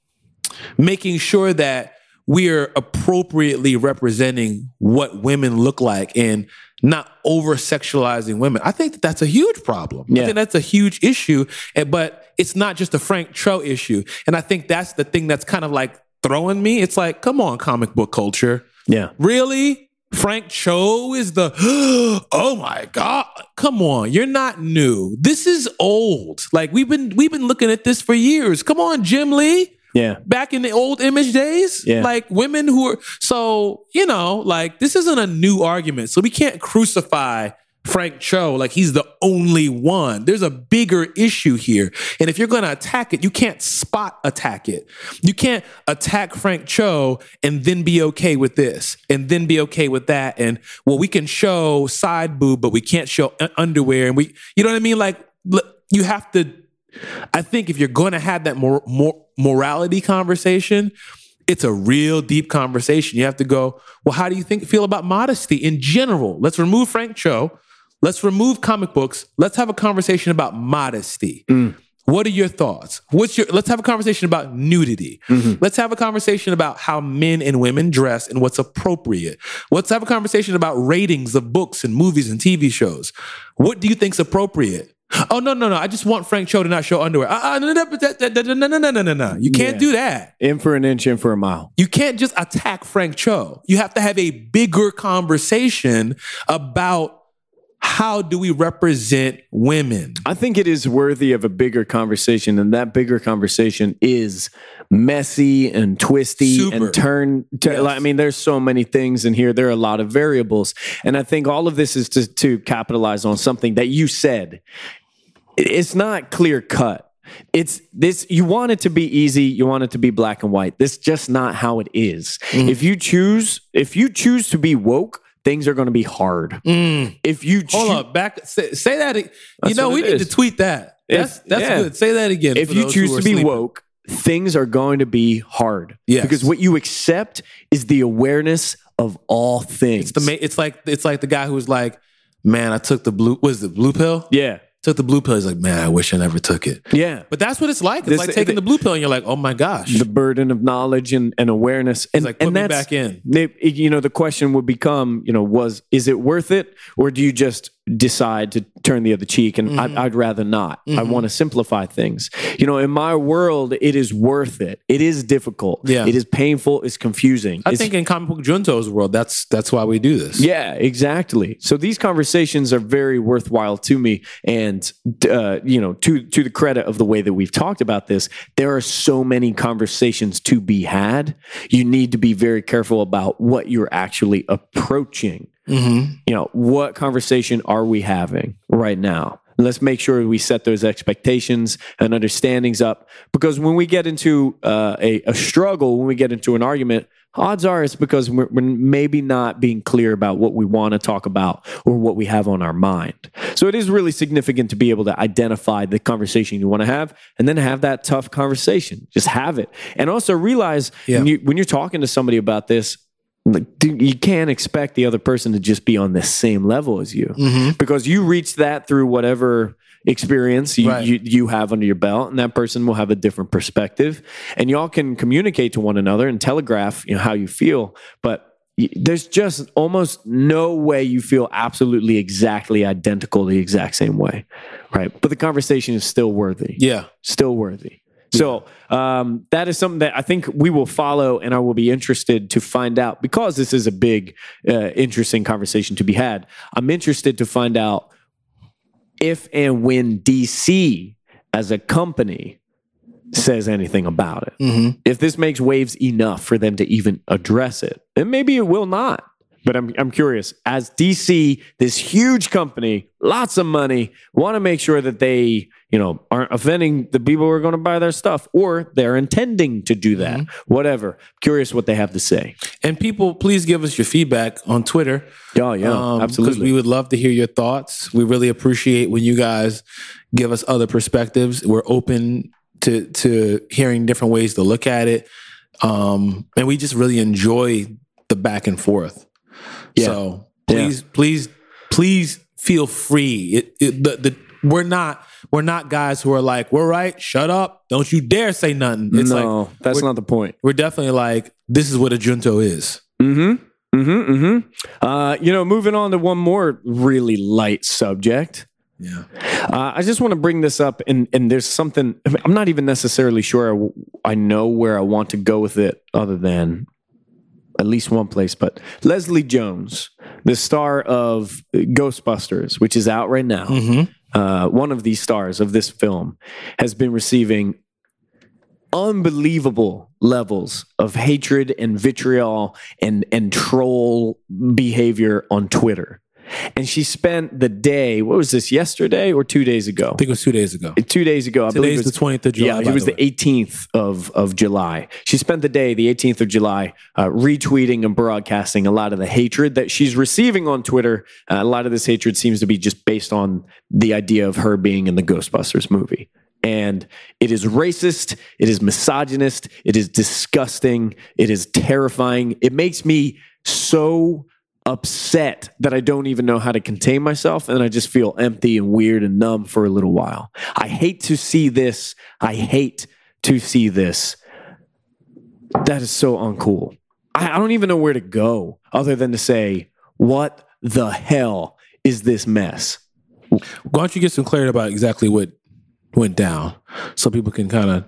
[SPEAKER 1] making sure that we're appropriately representing what women look like and not over sexualizing women. I think that that's a huge problem. I
[SPEAKER 2] Yeah.
[SPEAKER 1] think that's a huge issue, and- but it's not just a Frank Cho issue. And I think that's the thing that's kind of like throwing me. It's like, come on, comic book culture.
[SPEAKER 2] yeah.
[SPEAKER 1] Really? Frank Cho is the [GASPS] oh my god. Come on, you're not new. This is old. Like we've been we've been looking at this for years. Come on, Jim Lee.
[SPEAKER 2] Yeah.
[SPEAKER 1] Back in the old image days,
[SPEAKER 2] Yeah.
[SPEAKER 1] like women who are so, you know, like this isn't a new argument. So we can't crucify Frank Cho like he's the only one. There's a bigger issue here. And if you're going to attack it, you can't spot attack it. You can't attack Frank Cho and then be okay with this and then be okay with that. And well, we can show side boob, but we can't show u- underwear. And we, you know what I mean? Like l- you have to, I think if you're going to have that mor- mor- morality conversation, it's a real deep conversation. You have to go, well, how do you think feel about modesty in general? Let's remove Frank Cho. Let's remove comic books. Let's have a conversation about modesty. What are your thoughts? What's your let's have a conversation about nudity. Let's have a conversation about how men and women dress and what's appropriate. Let's have a conversation about ratings of books and movies and TV shows. What do you think's appropriate? Oh no, no, no. I just want Frank Cho to not show underwear. Uh, uh, no, no, no, no, no, no, no, no, no. You can't
[SPEAKER 2] Yeah.
[SPEAKER 1] do that.
[SPEAKER 2] In for an inch, in for a mile.
[SPEAKER 1] You can't just attack Frank Cho. You have to have a bigger conversation about how do we represent women.
[SPEAKER 2] I think it is worthy of a bigger conversation, and that bigger conversation is messy and twisty
[SPEAKER 1] Super.
[SPEAKER 2] and turn. tu-
[SPEAKER 1] Yes.
[SPEAKER 2] like, I mean, there's so many things in here. There are a lot of variables, and I think all of this is to, to capitalize on something that you said. It- It's not clear cut. It's this. You want it to be easy. You want it to be black and white. This is just not how it is.
[SPEAKER 1] Mm.
[SPEAKER 2] If you choose, if you choose to be woke, things are going to be hard. If you
[SPEAKER 1] Mm. Hold
[SPEAKER 2] choo-
[SPEAKER 1] up, back say, say that. ag- You
[SPEAKER 2] That's
[SPEAKER 1] know,
[SPEAKER 2] what
[SPEAKER 1] we
[SPEAKER 2] it
[SPEAKER 1] need
[SPEAKER 2] is.
[SPEAKER 1] to tweet that. That's
[SPEAKER 2] If-
[SPEAKER 1] that's
[SPEAKER 2] yeah.
[SPEAKER 1] good. Say that again.
[SPEAKER 2] if
[SPEAKER 1] for
[SPEAKER 2] you
[SPEAKER 1] those
[SPEAKER 2] choose
[SPEAKER 1] who
[SPEAKER 2] to
[SPEAKER 1] are
[SPEAKER 2] be
[SPEAKER 1] sleeping.
[SPEAKER 2] woke, things are going to be hard.
[SPEAKER 1] Yes.
[SPEAKER 2] Because what you accept is the awareness of all things.
[SPEAKER 1] it's the ma- it's like it's like the guy who was like, "Man, I took the blue. Was the blue pill?
[SPEAKER 2] yeah.
[SPEAKER 1] Took the blue pill. He's like, "Man, I wish I never took it."
[SPEAKER 2] Yeah.
[SPEAKER 1] But that's what it's like. It's
[SPEAKER 2] This-
[SPEAKER 1] like taking
[SPEAKER 2] the-
[SPEAKER 1] the blue pill, and you're like, "Oh my gosh."
[SPEAKER 2] The burden of knowledge and, and awareness. And,
[SPEAKER 1] like, put
[SPEAKER 2] and
[SPEAKER 1] me
[SPEAKER 2] that's,
[SPEAKER 1] back in.
[SPEAKER 2] they- you know, the question would become, you know, was, is it worth it? Or do you just decide to turn the other cheek and
[SPEAKER 1] Mm-hmm.
[SPEAKER 2] I, i'd rather not i want to simplify things you know in my world it is worth it it is difficult
[SPEAKER 1] Yeah.
[SPEAKER 2] it is painful it's confusing
[SPEAKER 1] I
[SPEAKER 2] it's
[SPEAKER 1] think in comic book junto's world, that's that's why we do this.
[SPEAKER 2] yeah, exactly. So these conversations are very worthwhile to me, and uh, you know, to to the credit of the way that we've talked about this, there are so many conversations to be had. You need to be very careful about what you're actually approaching. You know, what conversation are we having right now? Let's make sure we set those expectations and understandings up because when we get into uh, a, a struggle, when we get into an argument, odds are it's because we're, we're maybe not being clear about what we want to talk about or what we have on our mind. So it is really significant to be able to identify the conversation you want to have and then have that tough conversation. Just have it. And also realize
[SPEAKER 1] Yeah.
[SPEAKER 2] when, you, when you're talking to somebody about this, like, dude, you can't expect the other person to just be on the same level as you because you reach that through whatever experience you,
[SPEAKER 1] Right.
[SPEAKER 2] you, you have under your belt and that person will have a different perspective and y'all can communicate to one another and telegraph you know how you feel but y- there's just almost no way you feel absolutely exactly identical the exact same way right but the conversation is still worthy
[SPEAKER 1] Yeah.
[SPEAKER 2] still worthy. So um, that is something that I think we will follow, and I will be interested to find out because this is a big, uh, interesting conversation to be had. I'm interested to find out if and when DC as a company says anything about it. If this makes waves enough for them to even address it, and maybe it will not. But I'm, I'm curious, as DC, this huge company, lots of money, want to make sure that they, you know, aren't offending the people who are going to buy their stuff or they're intending to do that, whatever. Curious what they have to say.
[SPEAKER 1] And people, please give us your feedback on Twitter.
[SPEAKER 2] Yeah, yeah,
[SPEAKER 1] Um, 'cause
[SPEAKER 2] absolutely.
[SPEAKER 1] We would love to hear your thoughts. We really appreciate when you guys give us other perspectives. We're open to to hearing different ways to look at it, um, and we just really enjoy the back and forth.
[SPEAKER 2] Yeah.
[SPEAKER 1] So
[SPEAKER 2] Yeah.
[SPEAKER 1] please, please, please feel free. It, it, the, the, we're not we're not guys who are like we're right. Shut up! Don't you dare say nothing. It's
[SPEAKER 2] no,
[SPEAKER 1] like
[SPEAKER 2] that's
[SPEAKER 1] we're-
[SPEAKER 2] not the point.
[SPEAKER 1] we're definitely like this is what a junto is.
[SPEAKER 2] Mm-hmm. Mm-hmm. Mm-hmm. Uh, you know, moving on to one more really light subject.
[SPEAKER 1] Yeah.
[SPEAKER 2] Uh, I just want to bring this up, and and there's something I'm not even necessarily sure I, w- I know where I want to go with it, other than at least one place. But Leslie Jones, the star of Ghostbusters, which is out right now,
[SPEAKER 1] Mm-hmm.
[SPEAKER 2] uh, one of the stars of this film, has been receiving unbelievable levels of hatred and vitriol and and troll behavior on Twitter. And she spent the day, what was this, yesterday or two days
[SPEAKER 1] I
[SPEAKER 2] ago?
[SPEAKER 1] think it was two days ago.
[SPEAKER 2] Two days ago, I believe.
[SPEAKER 1] Today's
[SPEAKER 2] it
[SPEAKER 1] the
[SPEAKER 2] was-
[SPEAKER 1] 20th of July.
[SPEAKER 2] yeah,
[SPEAKER 1] by
[SPEAKER 2] it was
[SPEAKER 1] the
[SPEAKER 2] the
[SPEAKER 1] way.
[SPEAKER 2] 18th of, of July. She spent the day, the 18th of July, uh, retweeting and broadcasting a lot of the hatred that she's receiving on Twitter. Uh, a lot of this hatred seems to be just based on the idea of her being in the Ghostbusters movie. And it is racist. It is misogynist. It is disgusting. It is terrifying. It makes me so upset that I don't even know how to contain myself and I just feel empty and weird and numb for a little while. I hate to see this. I hate to see this. That is so uncool. I, I don't even know where to go other than to say, what the hell is this mess?
[SPEAKER 1] Why don't you get some clarity about exactly what went down, so people can kind of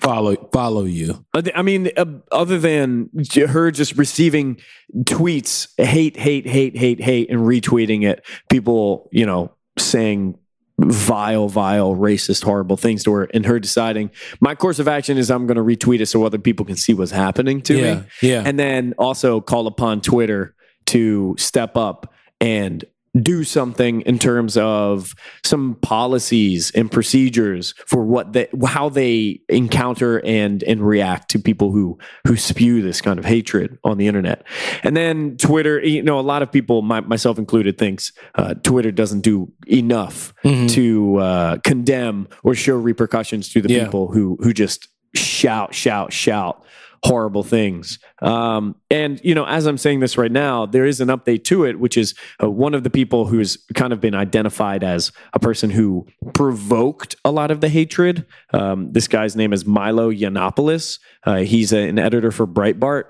[SPEAKER 1] follow follow you?
[SPEAKER 2] I th- I mean, uh, other than j- her just receiving tweets, hate, hate, hate, hate, hate, and retweeting it, people, you know, saying vile, vile, racist, horrible things to her, and her deciding, my course of action is I'm going to retweet it so other people can see what's happening to
[SPEAKER 1] yeah,
[SPEAKER 2] me.
[SPEAKER 1] yeah,
[SPEAKER 2] And then also call upon Twitter to step up and do something in terms of some policies and procedures for what they how they encounter and and react to people who who spew this kind of hatred on the internet and then twitter you know a lot of people my, myself included thinks uh, twitter doesn't do enough
[SPEAKER 1] Mm-hmm. Hmm.
[SPEAKER 2] to uh, condemn or show repercussions to the
[SPEAKER 1] Yeah.
[SPEAKER 2] people who who just shout shout shout horrible things. Um, and you know, as I'm saying this right now, there is an update to it, which is uh, one of the people who's kind of been identified as a person who provoked a lot of the hatred. Um, this guy's name is Milo Yiannopoulos. Uh, he's an editor for Breitbart.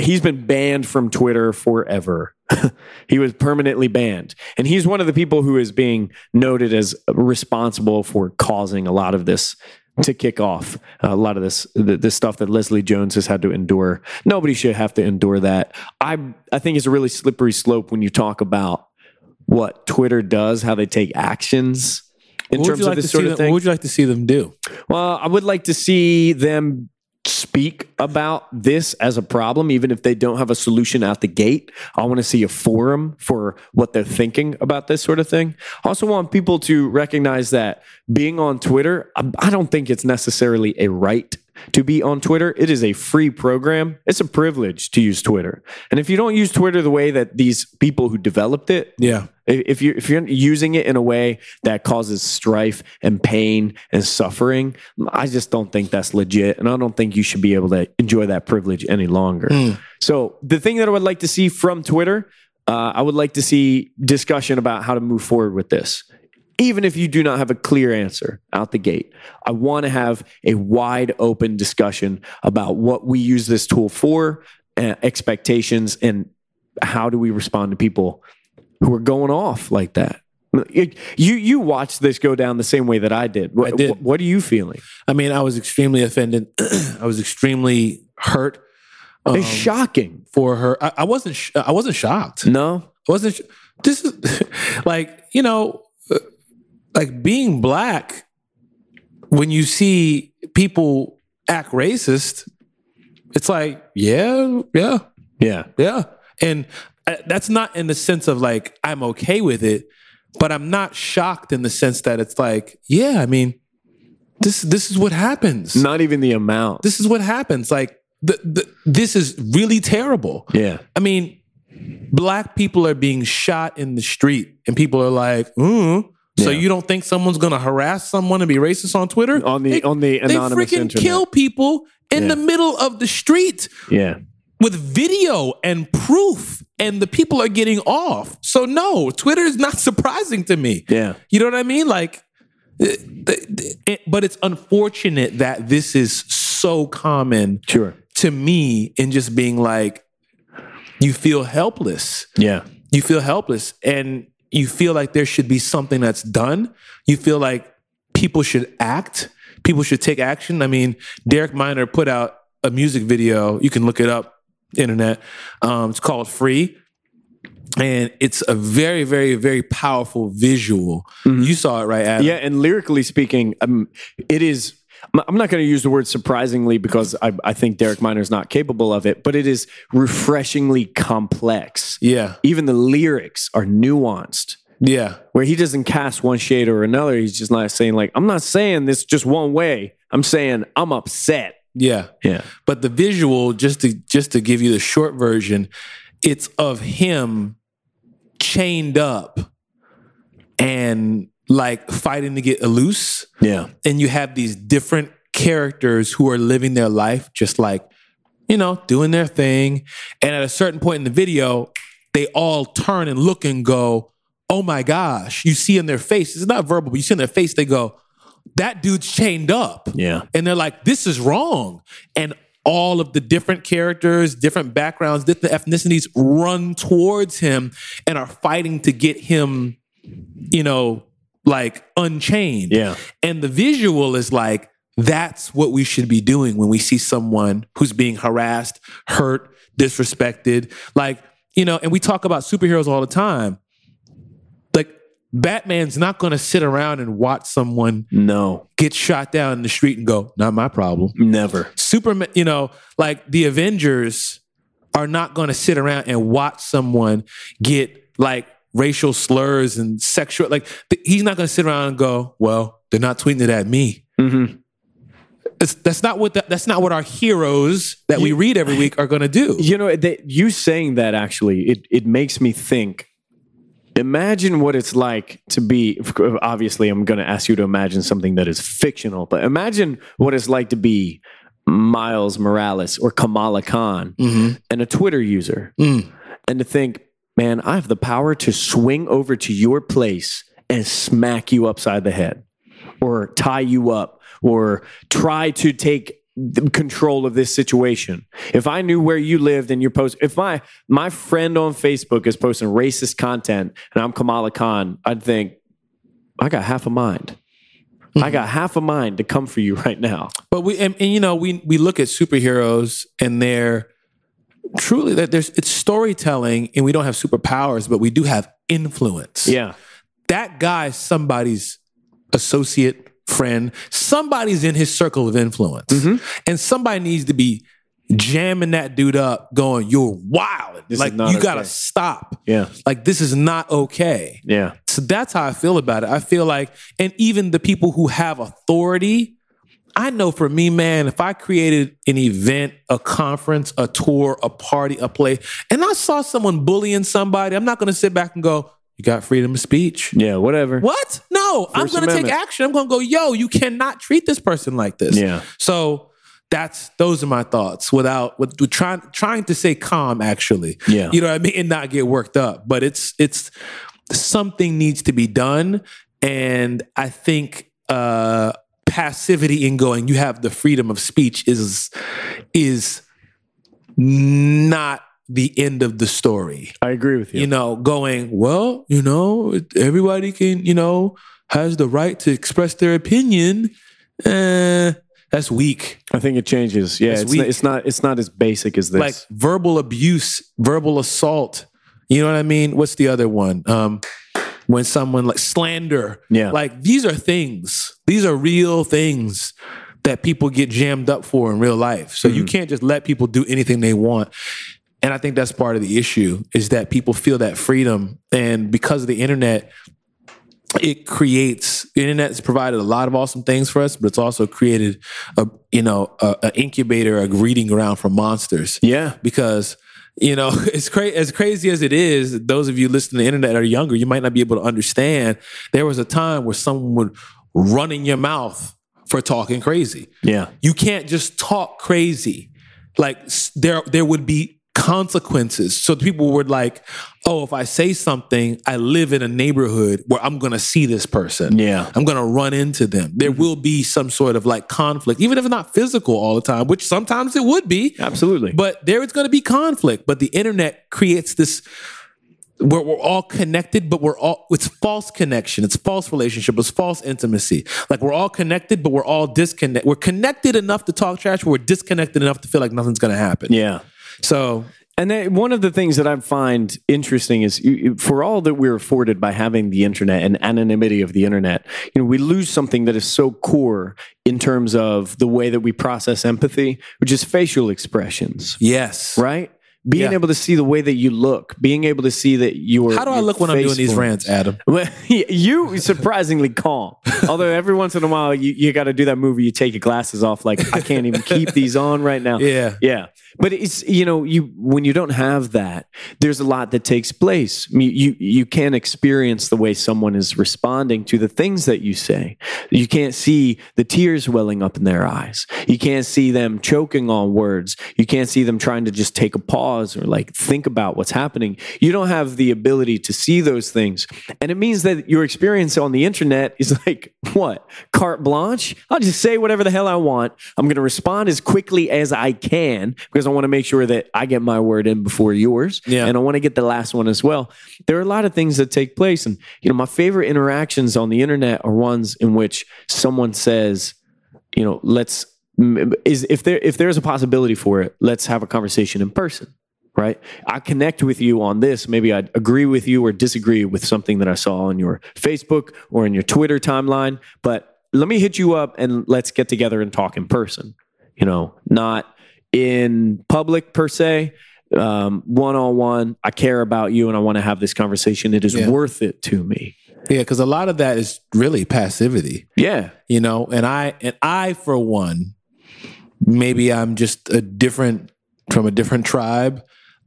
[SPEAKER 2] he's been banned from Twitter forever. [LAUGHS] he was permanently banned. And he's one of the people who is being noted as responsible for causing a lot of this to kick off uh, a lot of this th- this stuff that Leslie Jones has had to endure. Nobody should have to endure that. I I think it's a really slippery slope when you talk about what Twitter does, how they take actions
[SPEAKER 1] What
[SPEAKER 2] in
[SPEAKER 1] would
[SPEAKER 2] terms
[SPEAKER 1] you
[SPEAKER 2] of
[SPEAKER 1] like to
[SPEAKER 2] this
[SPEAKER 1] see
[SPEAKER 2] sort
[SPEAKER 1] them-
[SPEAKER 2] of thing.
[SPEAKER 1] What would you like to see them do?
[SPEAKER 2] Well, I would like to see them speak about this as a problem, even if they don't have a solution out the gate. I want to see a forum for what they're thinking about this sort of thing. I also want people to recognize that being on Twitter, um, I I don't think it's necessarily a right to be on Twitter. It is a free program. It's a privilege to use Twitter. And if you don't use Twitter the way that these people who developed it
[SPEAKER 1] Yeah.
[SPEAKER 2] if if you if you're using it in a way that causes strife and pain and suffering, I just don't think that's legit, and I don't think you should be able to enjoy that privilege any longer. So the thing that I would like to see from Twitter, uh, I would like to see discussion about how to move forward with this. Even if you do not have a clear answer out the gate, I want to have a wide open discussion about what we use this tool for, uh, expectations, and how do we respond to people who are going off like that. You you watched this go down the same way that I did. What,
[SPEAKER 1] I did.
[SPEAKER 2] what are you feeling?
[SPEAKER 1] I mean, I was extremely offended. [CLEARS THROAT] I was extremely hurt
[SPEAKER 2] it's shocking.
[SPEAKER 1] for her. I, I wasn't. Sh- I wasn't shocked.
[SPEAKER 2] No,
[SPEAKER 1] wasn't sh- this is [LAUGHS] like you know uh, like being black when you see people act racist it's like yeah yeah
[SPEAKER 2] yeah,
[SPEAKER 1] yeah and uh, that's not in the sense of like i'm okay with it but i'm not shocked in the sense that it's like yeah i mean this this is what happens
[SPEAKER 2] not even the amount.
[SPEAKER 1] this is what happens like the, the, this is really terrible
[SPEAKER 2] yeah,
[SPEAKER 1] I mean, black people are being shot in the street, and people are like, mm. So
[SPEAKER 2] Yeah.
[SPEAKER 1] you don't think someone's gonna harass someone and be racist on Twitter?
[SPEAKER 2] on the
[SPEAKER 1] they,
[SPEAKER 2] on the
[SPEAKER 1] they
[SPEAKER 2] anonymous
[SPEAKER 1] freaking
[SPEAKER 2] internet.
[SPEAKER 1] kill people in
[SPEAKER 2] Yeah.
[SPEAKER 1] the middle of the street
[SPEAKER 2] yeah,
[SPEAKER 1] with video and proof, and the people are getting off. So no, Twitter is not [LAUGHS] surprising to me.
[SPEAKER 2] yeah,
[SPEAKER 1] You know what I mean? Like, th- th- th- it- but it's unfortunate that this is so common
[SPEAKER 2] sure,
[SPEAKER 1] to me in just being like, you feel helpless.
[SPEAKER 2] yeah,
[SPEAKER 1] You feel helpless and you feel like there should be something that's done. You feel like people should act, people should take action. I mean, Derek Miner put out a music video. You can look it up, internet. Um, it's called Free. And it's a very, very, very powerful visual. You saw it, right? Adam?
[SPEAKER 2] yeah. And lyrically speaking, um, it is. I'm- I'm not going to use the word surprisingly because I, I think Derek Miner's not capable of it, but it is refreshingly complex.
[SPEAKER 1] Yeah.
[SPEAKER 2] Even the lyrics are nuanced.
[SPEAKER 1] Yeah.
[SPEAKER 2] where he doesn't cast one shade or another. He's just not saying like, I'm not saying this just one way. I'm saying I'm upset.
[SPEAKER 1] Yeah.
[SPEAKER 2] Yeah.
[SPEAKER 1] but the visual just to just to give you the short version it's of him chained up and like fighting to get loose
[SPEAKER 2] Yeah.
[SPEAKER 1] and you have these different characters who are living their life just like you know doing their thing and at a certain point in the video they all turn and look and go oh my gosh you see in their face it's not verbal but you see in their face they go that dude's chained up
[SPEAKER 2] Yeah.
[SPEAKER 1] and they're like, this is wrong. And all of the different characters, different backgrounds, different ethnicities run towards him and are fighting to get him, you know, like unchained.
[SPEAKER 2] Yeah.
[SPEAKER 1] And the visual is like, that's what we should be doing when we see someone who's being harassed, hurt, disrespected. Like, you know, and we talk about superheroes all the time. Like, Batman's not going to sit around and watch someone
[SPEAKER 2] No.
[SPEAKER 1] get shot down in the street and go, not my problem.
[SPEAKER 2] Never.
[SPEAKER 1] Superman, you know, like the Avengers are not going to sit around and watch someone get like racial slurs and sexual. Like th- he's not going to sit around and go, well, they're not tweeting it at me.
[SPEAKER 2] Mhm.
[SPEAKER 1] It's, that's not what the, that's not what our heroes that we read every week are going to do.
[SPEAKER 2] You know, that you saying that actually, it it makes me think. Imagine what it's like to be. Obviously, I'm going to ask you to imagine something that is fictional, but imagine what it's like to be Miles Morales or Kamala Khan and a Twitter user. and to think, man, I have the power to swing over to your place and smack you upside the head or tie you up or try to take the control of this situation. If I knew where you lived and your post, if my my friend on Facebook is posting racist content and I'm Kamala Khan, I'd think I got half a mind. I got
[SPEAKER 1] Mm-hmm.
[SPEAKER 2] half a mind to come for you right now.
[SPEAKER 1] But we and, and you know we we look at superheroes and they're truly that there's it's storytelling and we don't have superpowers but we do have influence.
[SPEAKER 2] Yeah.
[SPEAKER 1] That guy's somebody's associate, friend, somebody's in his circle of influence.
[SPEAKER 2] Mm-hmm.
[SPEAKER 1] And somebody needs to be jamming that dude up going you're wild.
[SPEAKER 2] This is
[SPEAKER 1] like you
[SPEAKER 2] not
[SPEAKER 1] got to
[SPEAKER 2] okay.
[SPEAKER 1] stop.
[SPEAKER 2] Yeah.
[SPEAKER 1] Like this is not okay.
[SPEAKER 2] Yeah.
[SPEAKER 1] So that's how I feel about it. I feel like, and even the people who have authority, I know for me, man, if I created an event, a conference, a tour, a party, a play, and I saw someone bullying somebody, I'm not going to sit back and go, You got freedom of speech.
[SPEAKER 2] Yeah, whatever.
[SPEAKER 1] What? No, i I'm
[SPEAKER 2] First
[SPEAKER 1] going to take
[SPEAKER 2] Amendment.
[SPEAKER 1] action. I'm going to go, Yo, you cannot treat this person like this.
[SPEAKER 2] Yeah.
[SPEAKER 1] So, that's those are my thoughts without with, with trying trying to say calm actually
[SPEAKER 2] Yeah.
[SPEAKER 1] you know what I mean, and not get worked up. But it's it's something needs to be done, and I think uh, passivity in going, you have the freedom of speech is is not the end of the story.
[SPEAKER 2] I agree with you.
[SPEAKER 1] You know, going well, you know, everybody can, you know, has the right to express their opinion. Eh, that's weak.
[SPEAKER 2] I think it changes. Yeah,
[SPEAKER 1] It's
[SPEAKER 2] it's, not,
[SPEAKER 1] weak.
[SPEAKER 2] it's not it's not as basic as this.
[SPEAKER 1] like verbal abuse, verbal assault. You know what I mean? What's the other one? Um, when someone like slander.
[SPEAKER 2] Yeah.
[SPEAKER 1] Like these are things. These are real things that people get jammed up for in real life. So you can't just let people do anything they want. And I think that's part of the issue is that people feel that freedom. And because of the internet, it creates the internet's provided a lot of awesome things for us, but it's also created a you know a, a incubator, a breeding ground for monsters
[SPEAKER 2] yeah,
[SPEAKER 1] because you know [LAUGHS] it's cra- as crazy as it is those of you listening to the internet are younger you might not be able to understand there was a time where someone would run in your mouth for talking crazy
[SPEAKER 2] yeah,
[SPEAKER 1] you can't just talk crazy like s- there there would be consequences so people were like oh if i say something i live in a neighborhood where i'm gonna see this person
[SPEAKER 2] yeah. Mm-hmm.
[SPEAKER 1] I'm going to run into them. There will be some sort of like conflict, even if it's not physical all the time, which sometimes it would be.
[SPEAKER 2] Absolutely.
[SPEAKER 1] But there is going to be conflict. But the internet creates this. We're, we're all connected, but we're all it's false connection, it's false relationship, it's false intimacy. Like we're all connected, but we're all disconnected. We're connected enough to talk trash, but we're disconnected enough to feel like nothing's gonna happen.
[SPEAKER 2] yeah.
[SPEAKER 1] So
[SPEAKER 2] And then one of the things that I find interesting is you- you- for all that we're afforded by having the internet and anonymity of the internet, you know, we lose something that is so core in terms of the way that we process empathy, which is facial expressions,
[SPEAKER 1] yes.
[SPEAKER 2] right? Being
[SPEAKER 1] Yeah.
[SPEAKER 2] able to see the way that you look, being able to see that you are.
[SPEAKER 1] How do I look when I'm doing these rants, Adam?
[SPEAKER 2] Well, [LAUGHS] you surprisingly calm. Although every once in a while you, you got to do that move where you take your glasses off. Like I can't even keep these on right now.
[SPEAKER 1] Yeah.
[SPEAKER 2] yeah. But it's you know you when you don't have that, there's a lot that takes place. You you, you can't experience the way someone is responding to the things that you say. You can't see the tears welling up in their eyes. You can't see them choking on words. You can't see them trying to just take a pause or like think about what's happening. You don't have the ability to see those things. And it means that your experience on the internet is [LAUGHS] like, what? Carte blanche? I'll just say whatever the hell I want. I'm going to respond as quickly as I can because I want to make sure that I get my word in before yours.
[SPEAKER 1] Yeah.
[SPEAKER 2] And I want to get the last one as well. There are a lot of things that take place. And, you know, my favorite interactions on the internet are ones in which someone says, you know, let's is if there if there's a possibility for it, let's have a conversation in person, right? I connect with you on this. Maybe I agree with you or disagree with something that I saw on your Facebook or in your Twitter timeline, but let me hit you up and let's get together and talk in person. You know, not in public per se, um, one on one. I care about you and I want to have this conversation. It is
[SPEAKER 1] Yeah.
[SPEAKER 2] worth it to me.
[SPEAKER 1] Yeah, because a lot of that is really passivity.
[SPEAKER 2] Yeah,
[SPEAKER 1] you know and i and i for one maybe i'm just a different from a different tribe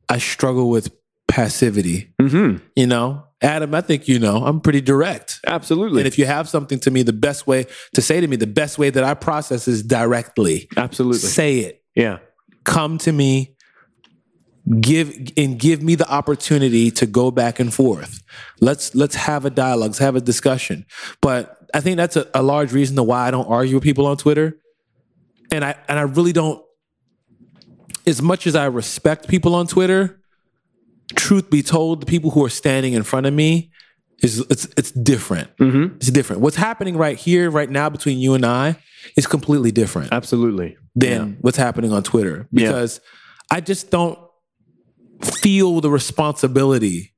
[SPEAKER 1] i struggle with passivity
[SPEAKER 2] mm-hmm.
[SPEAKER 1] you know adam i think you know i'm pretty direct
[SPEAKER 2] absolutely,
[SPEAKER 1] and if you have something to me the best way to say to me the best way that i process is directly
[SPEAKER 2] absolutely,
[SPEAKER 1] say it
[SPEAKER 2] yeah,
[SPEAKER 1] come to me give and give me the opportunity to go back and forth let's let's have a dialogue let's have a discussion but i think that's a, a large reason to why i don't argue with people on twitter and I and I really don't. As much as I respect people on Twitter, truth be told, the people who are standing in front of me is it's it's different. It's different. What's happening right here, right now, between you and I, is completely different
[SPEAKER 2] Absolutely.
[SPEAKER 1] than what's happening on Twitter
[SPEAKER 2] Yeah.
[SPEAKER 1] because I just don't feel the responsibility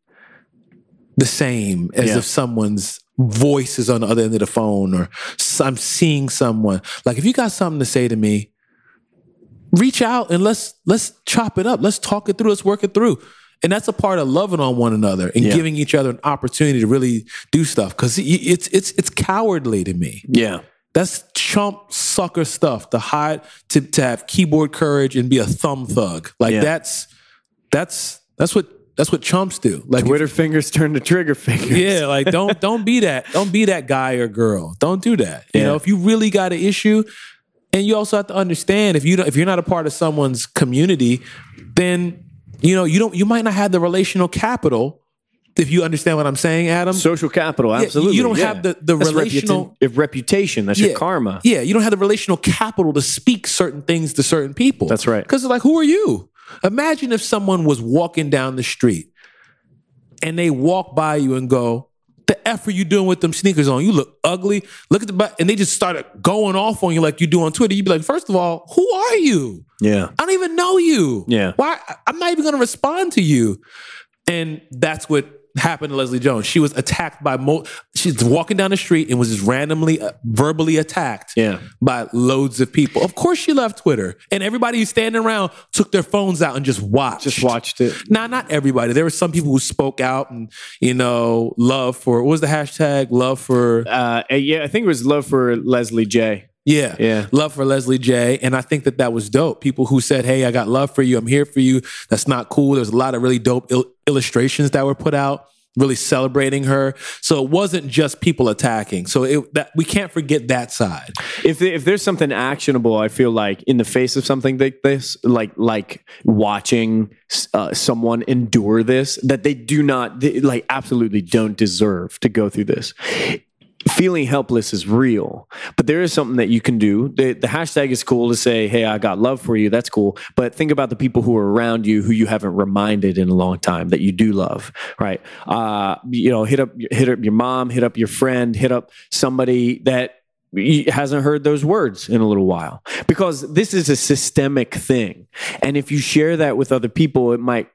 [SPEAKER 1] the same as
[SPEAKER 2] Yeah.
[SPEAKER 1] if someone's voice is on the other end of the phone or s- I'm seeing someone. Like if you got something to say to me, reach out and let's let's chop it up. Let's talk it through. Let's work it through. And that's a part of loving on one another and
[SPEAKER 2] Yeah.
[SPEAKER 1] giving each other an opportunity to really do stuff because it's it's it's cowardly to me.
[SPEAKER 2] Yeah.
[SPEAKER 1] That's chump sucker stuff to hide to, to have keyboard courage and be a thumb thug. Like
[SPEAKER 2] Yeah.
[SPEAKER 1] that's that's that's what that's what chumps do. Like if-
[SPEAKER 2] Twitter fingers turn to trigger fingers.
[SPEAKER 1] yeah, like don't don't be that. Don't be that guy or girl. Don't do that. You
[SPEAKER 2] Yeah.
[SPEAKER 1] know, if you really got an issue, and you also have to understand if you don't, if you're not a part of someone's community, then you know you don't you might not have the relational capital. If you understand what I'm saying, Adam.
[SPEAKER 2] [LAUGHS] Social capital.
[SPEAKER 1] you
[SPEAKER 2] Absolutely.
[SPEAKER 1] don't have the- the
[SPEAKER 2] That's reputa-
[SPEAKER 1] relational-
[SPEAKER 2] if reputation. That's your karma.
[SPEAKER 1] Yeah, you don't have the relational capital to speak certain things to certain people.
[SPEAKER 2] That's right.
[SPEAKER 1] Because like, who are you? Imagine if someone was walking down the street and they walk by you and go, "The f are you doing with them sneakers on? You look ugly. Look at the back," and they just started going off on you like you do on Twitter. You'd be like, first of all, who are you?
[SPEAKER 2] Yeah.
[SPEAKER 1] I don't even know you.
[SPEAKER 2] Yeah.
[SPEAKER 1] Why? I'm not even going to respond to you. And that's what happened to Leslie Jones. She was attacked by, mo- she's walking down the street and was just randomly uh, verbally attacked
[SPEAKER 2] Yeah.
[SPEAKER 1] by loads of people. Of course, she left Twitter. And everybody who's standing around took their phones out and just watched.
[SPEAKER 2] Just watched it.
[SPEAKER 1] Nah, not everybody. There were some people who spoke out and, you know, love for, what was the hashtag? Love for.
[SPEAKER 2] Uh, yeah, I think it was love for Leslie J.
[SPEAKER 1] Yeah.
[SPEAKER 2] Yeah.
[SPEAKER 1] Love for Leslie J. And I think that that was dope. People who said, hey, I got love for you. I'm here for you. That's not cool. There's a lot of really dope il- illustrations that were put out, really celebrating her. So it wasn't just people attacking. So it, that, we can't forget that side.
[SPEAKER 2] If if there's something actionable, I feel like in the face of something like this, like like watching uh, someone endure this, that they do not they, like absolutely don't deserve to go through this. Feeling helpless is real, but there is something that you can do. The, the hashtag is cool to say, "Hey, I got love for you." That's cool, but think about the people who are around you who you haven't reminded in a long time that you do love, right? Uh, you know, hit up hit up your mom, hit up your friend, hit up somebody that he hasn't heard those words in a little while because this is a systemic thing and if you share that with other people it might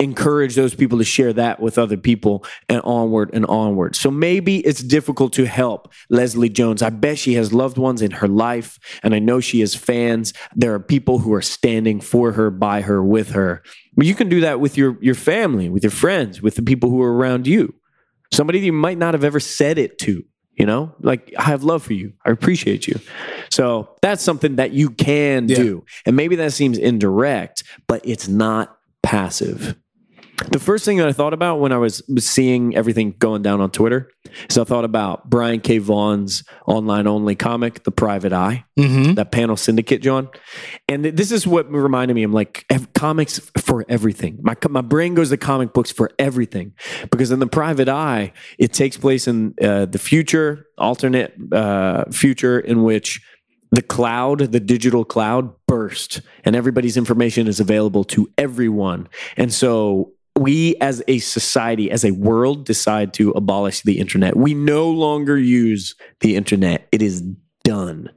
[SPEAKER 2] encourage those people to share that with other people and onward and onward so maybe it's difficult to help leslie jones i bet she has loved ones in her life and i know she has fans there are people who are standing for her by her with her but you can do that with your your family with your friends with the people who are around you somebody that you might not have ever said it to you know like i have love for you i appreciate you so that's something that you can
[SPEAKER 1] Yeah.
[SPEAKER 2] do and maybe that seems indirect but it's not passive the first thing that i thought about when i was seeing everything going down on twitter is i thought about brian k vaughn's online only comic the private eye
[SPEAKER 1] Mm-hmm.
[SPEAKER 2] that panel syndicate, John. And th- this is what reminded me. I'm like ev- comics for everything. My co- my brain goes to comic books for everything because in the private eye, it takes place in uh, the future, alternate uh, future in which the cloud, the digital cloud, burst and everybody's information is available to everyone. And so we as a society, as a world, decide to abolish the internet. We no longer use the internet. It is done.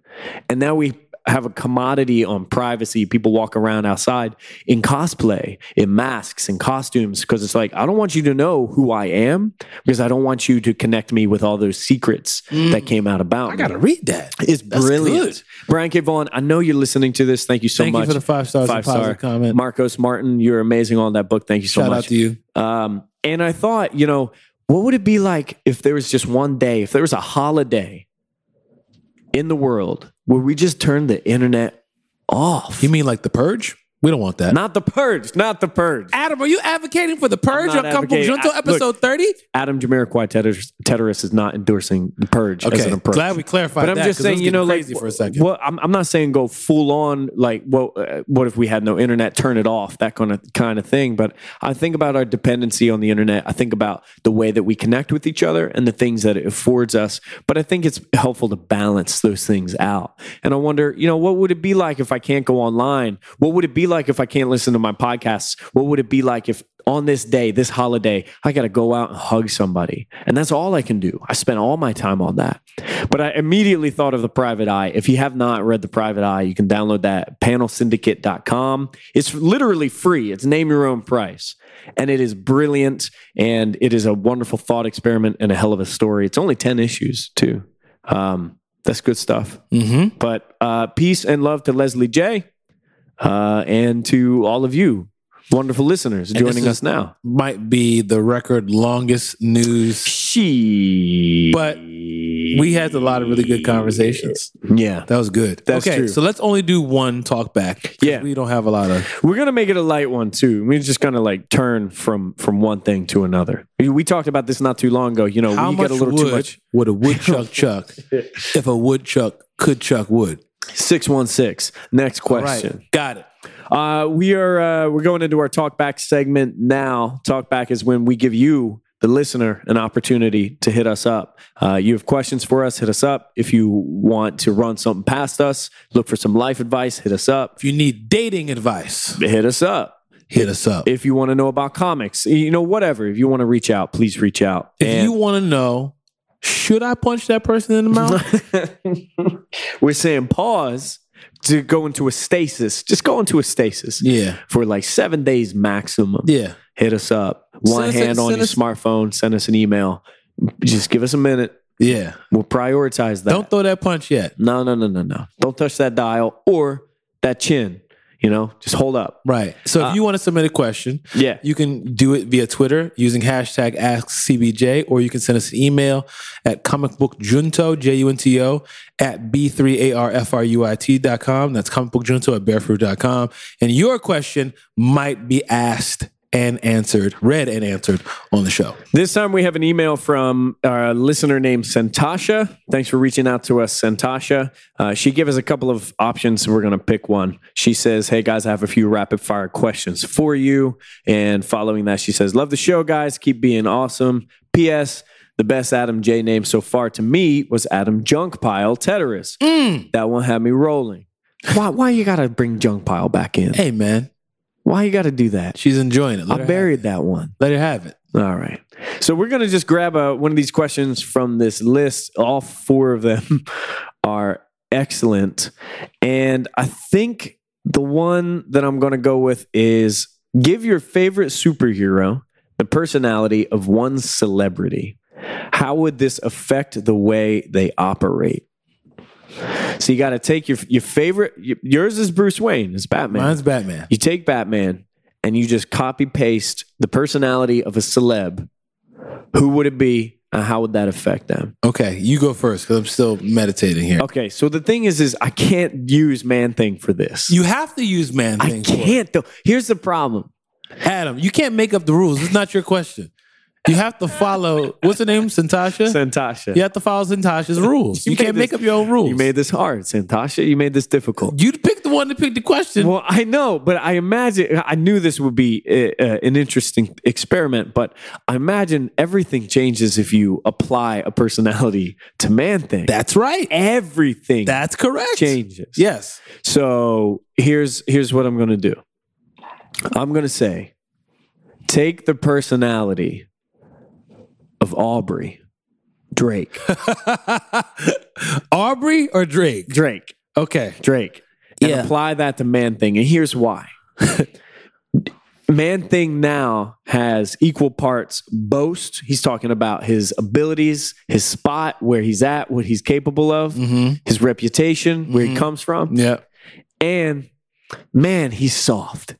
[SPEAKER 2] And now we have a commodity on privacy. People walk around outside in cosplay, in masks and costumes, because it's like, I don't want you to know who I am, because I don't want you to connect me with all those secrets that came out about.
[SPEAKER 1] Mm. I
[SPEAKER 2] me.
[SPEAKER 1] got to read that.
[SPEAKER 2] It's
[SPEAKER 1] That's
[SPEAKER 2] brilliant.
[SPEAKER 1] good.
[SPEAKER 2] Brian K. Vaughan, I know you're listening to this. Thank you so
[SPEAKER 1] Thank
[SPEAKER 2] much.
[SPEAKER 1] you for the five stars and
[SPEAKER 2] Five-star.
[SPEAKER 1] positive comment.
[SPEAKER 2] Marcos Martin, you're amazing on that book. Thank you so
[SPEAKER 1] Shout
[SPEAKER 2] much.
[SPEAKER 1] out to you.
[SPEAKER 2] Um, and I thought, you know, what would it be like if there was just one day, if there was a holiday in the world where we just turned the internet off?
[SPEAKER 1] You mean like the purge? We don't want that.
[SPEAKER 2] Not the purge. Not the purge.
[SPEAKER 1] Adam, are you advocating for the purge
[SPEAKER 2] not
[SPEAKER 1] on Campo
[SPEAKER 2] advocating.
[SPEAKER 1] Junto
[SPEAKER 2] I- look,
[SPEAKER 1] episode 30?
[SPEAKER 2] Adam Jamiroquai Teteris, Teteris is not endorsing the purge as
[SPEAKER 1] Okay,
[SPEAKER 2] an approach.
[SPEAKER 1] glad we clarified
[SPEAKER 2] but I'm
[SPEAKER 1] that,
[SPEAKER 2] just
[SPEAKER 1] 'cause it was
[SPEAKER 2] saying, you know,
[SPEAKER 1] getting
[SPEAKER 2] like,
[SPEAKER 1] crazy for a second.
[SPEAKER 2] Well, I'm, I'm not saying go full on, like, well, uh, what if we had no internet, turn it off, that kind of kind of thing. But I think about our dependency on the internet. I think about the way that we connect with each other and the things that it affords us. But I think it's helpful to balance those things out. And I wonder, you know, what would it be like if I can't go online? What would it be like if I can't listen to my podcasts? What would it be like if on this day, this holiday, I got to go out and hug somebody. And that's all I can do. I spent all my time on that. But I immediately thought of The Private Eye. If you have not read The Private Eye, you can download that at panelsyndicate.com. It's literally free, it's name your own price. And it is brilliant. And it is a wonderful thought experiment and a hell of a story. It's only 10 issues, too. Um, that's good stuff.
[SPEAKER 1] Mm-hmm.
[SPEAKER 2] But uh, peace and love to Leslie J. Uh, and to all of you, wonderful listeners
[SPEAKER 1] this
[SPEAKER 2] joining
[SPEAKER 1] is-
[SPEAKER 2] us now.
[SPEAKER 1] Might be the record longest news.
[SPEAKER 2] She.
[SPEAKER 1] But We had a lot of really good conversations.
[SPEAKER 2] Yeah.
[SPEAKER 1] That was good.
[SPEAKER 2] That's
[SPEAKER 1] okay,
[SPEAKER 2] true.
[SPEAKER 1] so let's only do one talk back. 'cause
[SPEAKER 2] Yeah.
[SPEAKER 1] We don't have a lot of.
[SPEAKER 2] We're gonna make it a light one too. We're just gonna like turn from from one thing to another. We- We talked about this not too long ago. You know,
[SPEAKER 1] How
[SPEAKER 2] we
[SPEAKER 1] much
[SPEAKER 2] get a little
[SPEAKER 1] wood
[SPEAKER 2] too much.
[SPEAKER 1] would a woodchuck
[SPEAKER 2] [LAUGHS]
[SPEAKER 1] chuck if a woodchuck could chuck wood?
[SPEAKER 2] Six one six. Next
[SPEAKER 1] Right.
[SPEAKER 2] question.
[SPEAKER 1] Got it.
[SPEAKER 2] Uh, we are uh, we're going into our talk back segment now. Talk back is when we give you the listener an opportunity to hit us up. Uh, you have questions for us, hit us up. If you want to run something past us, look for some life advice, hit us up.
[SPEAKER 1] If you need dating advice,
[SPEAKER 2] Hit us up.
[SPEAKER 1] hit us up.
[SPEAKER 2] if you want to know about comics, you know, whatever. If you want to reach out, please reach out.
[SPEAKER 1] If
[SPEAKER 2] And
[SPEAKER 1] you want to know, should I punch that person in the mouth?
[SPEAKER 2] [LAUGHS] we're saying pause to go into a stasis. Just go into a stasis
[SPEAKER 1] yeah.
[SPEAKER 2] for like seven days maximum.
[SPEAKER 1] Yeah.
[SPEAKER 2] Hit us up. One
[SPEAKER 1] us a-
[SPEAKER 2] hand on
[SPEAKER 1] send
[SPEAKER 2] your
[SPEAKER 1] us-
[SPEAKER 2] smartphone. Send us an email. Just give us a minute.
[SPEAKER 1] Yeah.
[SPEAKER 2] We'll prioritize that.
[SPEAKER 1] Don't throw that punch yet.
[SPEAKER 2] no, no, no, no, no. Don't touch that dial or that chin. You know, just hold up.
[SPEAKER 1] Right. So
[SPEAKER 2] Uh,
[SPEAKER 1] if you want to submit a question,
[SPEAKER 2] Yeah.
[SPEAKER 1] you can do it via Twitter using hashtag AskCBJ, or you can send us an email at comicbookjunto, J U N T O, at B3ARFRUIT.com. That's comicbookjunto at barefruit.com. And your question might be asked and answered, read and answered on the show.
[SPEAKER 2] This time we have an email from a listener named Santasha. Thanks for reaching out to us, Santasha. Uh, she gave us a couple of options, so we're going to pick one. She says, Hey guys, I have a few rapid fire questions for you. And following that, she says, Love the show, guys. Keep being awesome. P.S. The best Adam J name so far to me was Adam Junkpile Teteris. That one had me rolling. Why, why you got to bring Junkpile back in?
[SPEAKER 1] Hey, man,
[SPEAKER 2] Why you got to do that?
[SPEAKER 1] she's enjoying it. Let,
[SPEAKER 2] I
[SPEAKER 1] her,
[SPEAKER 2] buried that one.
[SPEAKER 1] have, let her have it.
[SPEAKER 2] All right. So we're going to just grab uh one of these questions from this list. All four of them [LAUGHS] are excellent. And I think the one that I'm going to go with is give your favorite superhero the personality of one celebrity. How would this affect the way they operate? So you got to take your your favorite. y- Yours is Bruce Wayne. It's Batman.
[SPEAKER 1] Mine's Batman.
[SPEAKER 2] You take Batman and you just copy paste the personality of a celeb. Who would it be? And how would that affect them?
[SPEAKER 1] Okay, you go first because I'm still meditating here.
[SPEAKER 2] Okay, so the thing is, is I can't use man thing for this.
[SPEAKER 1] You have to use man
[SPEAKER 2] I
[SPEAKER 1] things. for it.
[SPEAKER 2] can't though. Here's the problem.
[SPEAKER 1] Adam, you can't make up the rules. It's not your question. You have to follow what's her name? Santasha?
[SPEAKER 2] Santasha.
[SPEAKER 1] You have to follow Santasha's rules.
[SPEAKER 2] [LAUGHS] You
[SPEAKER 1] You,
[SPEAKER 2] made
[SPEAKER 1] can't
[SPEAKER 2] this-
[SPEAKER 1] make up your own rules.
[SPEAKER 2] You made this hard, Santasha. You made this difficult.
[SPEAKER 1] you picked the one to pick the question.
[SPEAKER 2] Well, I know, but I imagine I knew this would be uh, uh, an interesting experiment. But I imagine everything changes if you apply a personality to man thing.
[SPEAKER 1] That's right.
[SPEAKER 2] everything
[SPEAKER 1] That's correct.
[SPEAKER 2] changes.
[SPEAKER 1] Yes.
[SPEAKER 2] So here's here's what I'm gonna do. I'm gonna say, take the personality of Aubrey, Drake,
[SPEAKER 1] Aubrey or Drake?
[SPEAKER 2] Drake,
[SPEAKER 1] Okay.
[SPEAKER 2] Drake, and
[SPEAKER 1] Yeah.
[SPEAKER 2] apply that to Man Thing. And here's why. Man Thing now has equal parts boast. He's talking about his abilities, his spot, where he's at, what he's capable of,
[SPEAKER 1] Mm-hmm.
[SPEAKER 2] his reputation, where he comes from.
[SPEAKER 1] Yeah.
[SPEAKER 2] And man, he's soft.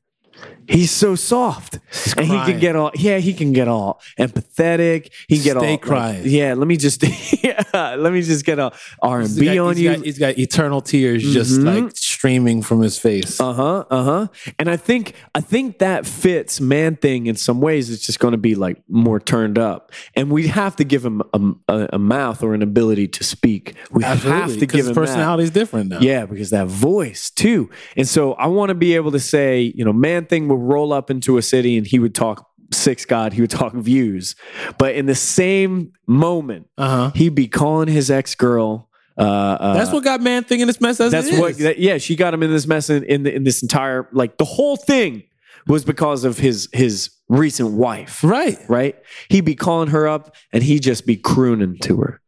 [SPEAKER 2] He's so soft. and he
[SPEAKER 1] crying.
[SPEAKER 2] can get all yeah he can get all empathetic he can get all
[SPEAKER 1] Stay
[SPEAKER 2] like,
[SPEAKER 1] crying.
[SPEAKER 2] yeah let me just [LAUGHS] yeah let me just get a
[SPEAKER 1] He's
[SPEAKER 2] r&b
[SPEAKER 1] got-
[SPEAKER 2] on
[SPEAKER 1] he's
[SPEAKER 2] you
[SPEAKER 1] got- he's got eternal tears just
[SPEAKER 2] Mhm.
[SPEAKER 1] like streaming from his face.
[SPEAKER 2] uh-huh uh-huh and i think i think that fits man thing in some ways it's just going to be like more turned up and we have to give him a, a, a mouth or an ability to speak we have to
[SPEAKER 1] 'cause
[SPEAKER 2] give
[SPEAKER 1] his
[SPEAKER 2] him that.
[SPEAKER 1] personality is different now.
[SPEAKER 2] Yeah, because that voice too. And so I want to be able to say, you know, man thing would roll up into a city and he would talk six god, he would talk views. But in the same moment,
[SPEAKER 1] Uh huh.
[SPEAKER 2] he'd be calling his ex girl. Uh, uh,
[SPEAKER 1] That's what got man thinking this mess as
[SPEAKER 2] that's
[SPEAKER 1] it is.
[SPEAKER 2] what that- yeah, she got him in this mess in, in the- in this entire like the whole thing was because of his his recent wife
[SPEAKER 1] right.
[SPEAKER 2] right? He'd be calling her up and he'd just be crooning to her.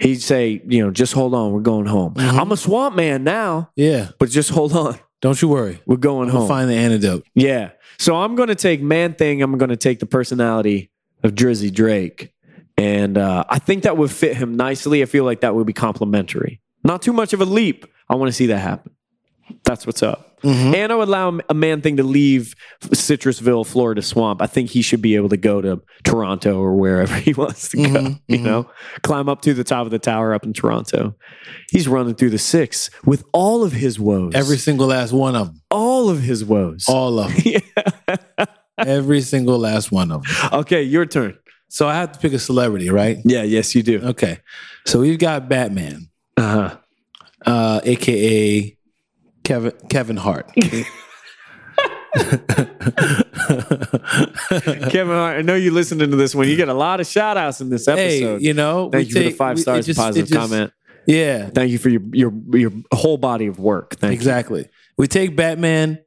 [SPEAKER 2] He'd say, you know, just hold on, we're going home.
[SPEAKER 1] Mm-hmm.
[SPEAKER 2] I'm a swamp man now,
[SPEAKER 1] Yeah.
[SPEAKER 2] but just hold on,
[SPEAKER 1] Don't you worry.
[SPEAKER 2] we're going
[SPEAKER 1] We'll
[SPEAKER 2] home.
[SPEAKER 1] find the antidote.
[SPEAKER 2] Yeah. So I'm going to take man thing, I'm going to take the personality of Drizzy Drake. And uh, I think that would fit him nicely. I feel like that would be complimentary. Not too much of a leap. I want to see that happen. That's what's up.
[SPEAKER 1] Mm-hmm.
[SPEAKER 2] And I would allow a man thing to leave Citrusville, Florida swamp. I think he should be able to go to Toronto or wherever [LAUGHS] he wants to go.
[SPEAKER 1] Mm-hmm,
[SPEAKER 2] You know, climb up to the top of the tower up in Toronto. He's running through the six with all of his woes.
[SPEAKER 1] Every single last one of them.
[SPEAKER 2] all of his woes.
[SPEAKER 1] All
[SPEAKER 2] [LAUGHS]
[SPEAKER 1] of them. Every single last one of them.
[SPEAKER 2] Okay, your turn.
[SPEAKER 1] So I have to pick a celebrity, right?
[SPEAKER 2] Yeah, yes, you do.
[SPEAKER 1] Okay. So we've got Batman,
[SPEAKER 2] Uh-huh.
[SPEAKER 1] uh, aka Kevin Kevin
[SPEAKER 2] [LAUGHS]
[SPEAKER 1] Hart.
[SPEAKER 2] [LAUGHS] Kevin Hart, I know you listening to this one. You get a lot of shout outs in this
[SPEAKER 1] hey,
[SPEAKER 2] episode.
[SPEAKER 1] you know, we
[SPEAKER 2] Thank you for the
[SPEAKER 1] take-
[SPEAKER 2] five
[SPEAKER 1] we- it
[SPEAKER 2] stars
[SPEAKER 1] just-
[SPEAKER 2] and positive
[SPEAKER 1] it just-
[SPEAKER 2] comment.
[SPEAKER 1] Yeah,
[SPEAKER 2] Thank you for your your your whole body of work. Thank
[SPEAKER 1] exactly. We take Batman.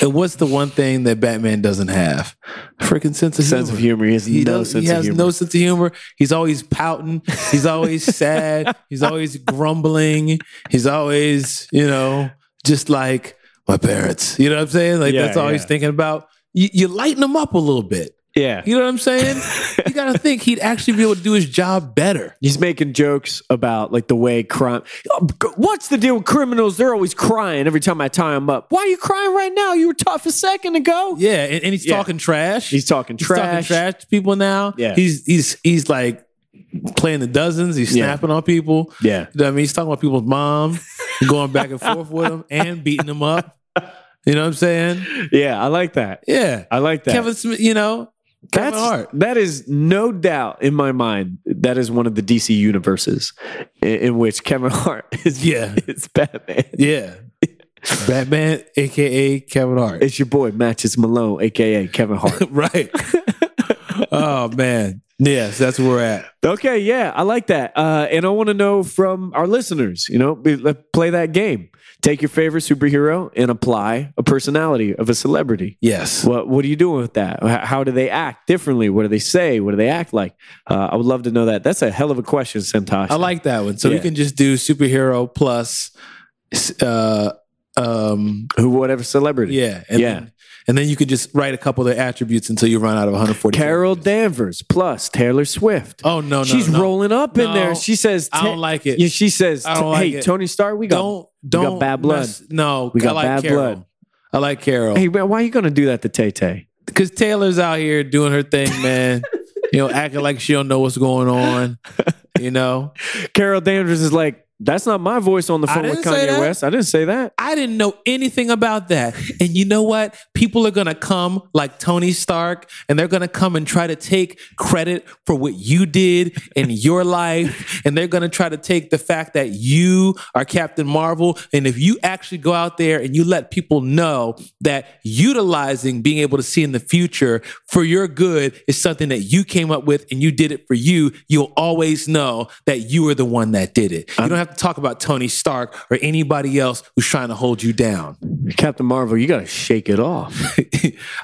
[SPEAKER 1] And what's the one thing that Batman doesn't have? Freaking sense of
[SPEAKER 2] you. Sense of humor. He has
[SPEAKER 1] He,
[SPEAKER 2] no
[SPEAKER 1] does,
[SPEAKER 2] sense
[SPEAKER 1] he has
[SPEAKER 2] of humor.
[SPEAKER 1] no sense of humor. He's always pouting. He's
[SPEAKER 2] [LAUGHS]
[SPEAKER 1] always sad. He's always grumbling. He's always, you know, just like my parents. You know what I'm saying? Like
[SPEAKER 2] Yeah,
[SPEAKER 1] that's all he's
[SPEAKER 2] yeah.
[SPEAKER 1] thinking about. You, you lighten him up a little bit.
[SPEAKER 2] yeah.
[SPEAKER 1] You know what I'm saying? you got
[SPEAKER 2] [LAUGHS]
[SPEAKER 1] to think he'd actually be able to do his job better.
[SPEAKER 2] He's making jokes about like the way crime. Oh, g- What's the deal with criminals? They're always crying every time I tie them up. Why are you crying right now? You were tough a second ago.
[SPEAKER 1] Yeah, and, and he's
[SPEAKER 2] Yeah.
[SPEAKER 1] talking trash.
[SPEAKER 2] He's talking
[SPEAKER 1] He's
[SPEAKER 2] trash.
[SPEAKER 1] talking trash to people now.
[SPEAKER 2] Yeah.
[SPEAKER 1] he's he's he's like playing the dozens. He's
[SPEAKER 2] Yeah.
[SPEAKER 1] snapping on people.
[SPEAKER 2] Yeah.
[SPEAKER 1] You know what I mean, he's talking about people's mom, going back and forth with them and beating them up. You know what I'm saying?
[SPEAKER 2] Yeah, I like that.
[SPEAKER 1] Yeah.
[SPEAKER 2] I like that.
[SPEAKER 1] Kevin Smith, you know, Kevin
[SPEAKER 2] That's
[SPEAKER 1] Hart.
[SPEAKER 2] that is no doubt in my mind. That is one of the DC universes in, in which Kevin Hart [LAUGHS] is
[SPEAKER 1] Yeah.
[SPEAKER 2] is Batman.
[SPEAKER 1] Yeah. Batman, aka Kevin Hart. [LAUGHS]
[SPEAKER 2] It's your boy Matches Malone, aka Kevin Hart.
[SPEAKER 1] right. oh man. Yes, that's where we're at.
[SPEAKER 2] okay, yeah, I like that. Uh, and I want to know from our listeners. You know, be- let- play that game. Take your favorite superhero and apply a personality of a celebrity.
[SPEAKER 1] Yes.
[SPEAKER 2] What What are you doing with that? H- How do they act differently? What do they say? What do they act like? Uh, I would love to know that. That's a hell of a question, Santosh.
[SPEAKER 1] I like that one. So you
[SPEAKER 2] Yeah.
[SPEAKER 1] can just do superhero plus uh um
[SPEAKER 2] who, whatever celebrity.
[SPEAKER 1] yeah. And
[SPEAKER 2] Yeah.
[SPEAKER 1] Then, and then you could just write a couple of attributes until you run out of 140.
[SPEAKER 2] Carol
[SPEAKER 1] characters.
[SPEAKER 2] Danvers plus Taylor Swift.
[SPEAKER 1] Oh no, no.
[SPEAKER 2] She's
[SPEAKER 1] no.
[SPEAKER 2] rolling up in
[SPEAKER 1] No,
[SPEAKER 2] there. She says,
[SPEAKER 1] I don't like it.
[SPEAKER 2] Yeah, she says,
[SPEAKER 1] I don't like
[SPEAKER 2] "Hey,
[SPEAKER 1] it.
[SPEAKER 2] Tony Stark, we got.
[SPEAKER 1] don't don't
[SPEAKER 2] got bad blood.
[SPEAKER 1] mess- no,
[SPEAKER 2] We got
[SPEAKER 1] I like
[SPEAKER 2] bad
[SPEAKER 1] Carol.
[SPEAKER 2] blood.
[SPEAKER 1] I like Carol.
[SPEAKER 2] Hey, man, why are you gonna do that to Tay Tay?
[SPEAKER 1] because Taylor's out here doing her thing, man. you know, acting like she don't know what's going on. You know,
[SPEAKER 2] Carol Danvers is like, that's not my voice on the
[SPEAKER 1] I
[SPEAKER 2] phone with
[SPEAKER 1] didn't say
[SPEAKER 2] Kanye
[SPEAKER 1] that.
[SPEAKER 2] West. I didn't say that.
[SPEAKER 1] I didn't know anything about that. And you know what? People are gonna come like Tony Stark, and they're gonna come and try to take credit for what you did in your life, and they're gonna try to take the fact that you are Captain Marvel. And if you actually go out there and you let people know that utilizing being able to see in the future for your good is something that you came up with and you did it for you, you'll always know that you were the one that did it. You don't have to talk about Tony Stark or anybody else who's trying to hold you down. [LAUGHS]
[SPEAKER 2] Captain Marvel, you gotta shake it off. [LAUGHS]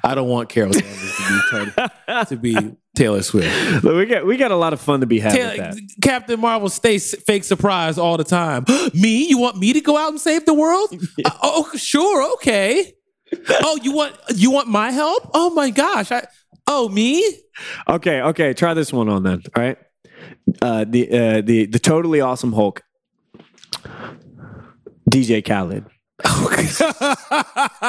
[SPEAKER 1] I don't want Carol Danvers to be, Tony, to be Taylor Swift.
[SPEAKER 2] Look, we got we got a lot of fun to be had with
[SPEAKER 1] Taylor,
[SPEAKER 2] that.
[SPEAKER 1] Captain Marvel stays fake surprised all the time. [GASPS] me? You want me to go out and save the
[SPEAKER 2] [LAUGHS]
[SPEAKER 1] world? Uh, oh, sure, okay. oh, you want you want my help? Oh my gosh! I oh me? [LAUGHS]
[SPEAKER 2] Okay, okay, try this one on then. All right, uh, the uh, the the totally awesome Hulk, DJ Khaled.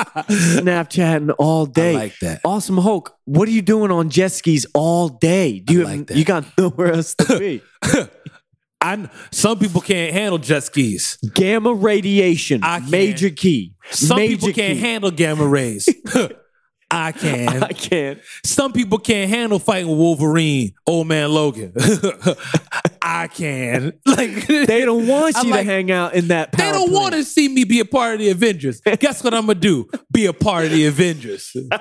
[SPEAKER 2] Snapchatting all day.
[SPEAKER 1] like that.
[SPEAKER 2] Awesome Hulk, what are you doing on jet skis all day? Do you
[SPEAKER 1] I
[SPEAKER 2] have,
[SPEAKER 1] like that.
[SPEAKER 2] you got nowhere else
[SPEAKER 1] [LAUGHS]
[SPEAKER 2] to be.
[SPEAKER 1] I kn- some people can't handle jet skis.
[SPEAKER 2] Gamma radiation,
[SPEAKER 1] I can't.
[SPEAKER 2] major key.
[SPEAKER 1] Some
[SPEAKER 2] major
[SPEAKER 1] people can't
[SPEAKER 2] key.
[SPEAKER 1] handle gamma
[SPEAKER 2] [LAUGHS]
[SPEAKER 1] rays. [LAUGHS] I can.
[SPEAKER 2] I can't.
[SPEAKER 1] Some people can't handle fighting Wolverine, old man Logan. [LAUGHS] I can. [LAUGHS] Like
[SPEAKER 2] They don't want
[SPEAKER 1] I
[SPEAKER 2] you
[SPEAKER 1] like-
[SPEAKER 2] to hang out in that.
[SPEAKER 1] They
[SPEAKER 2] power
[SPEAKER 1] don't
[SPEAKER 2] plant.
[SPEAKER 1] want to see me be a part of the [LAUGHS] Avengers. Guess what I'm gonna do? Be a part of the [LAUGHS] Avengers. they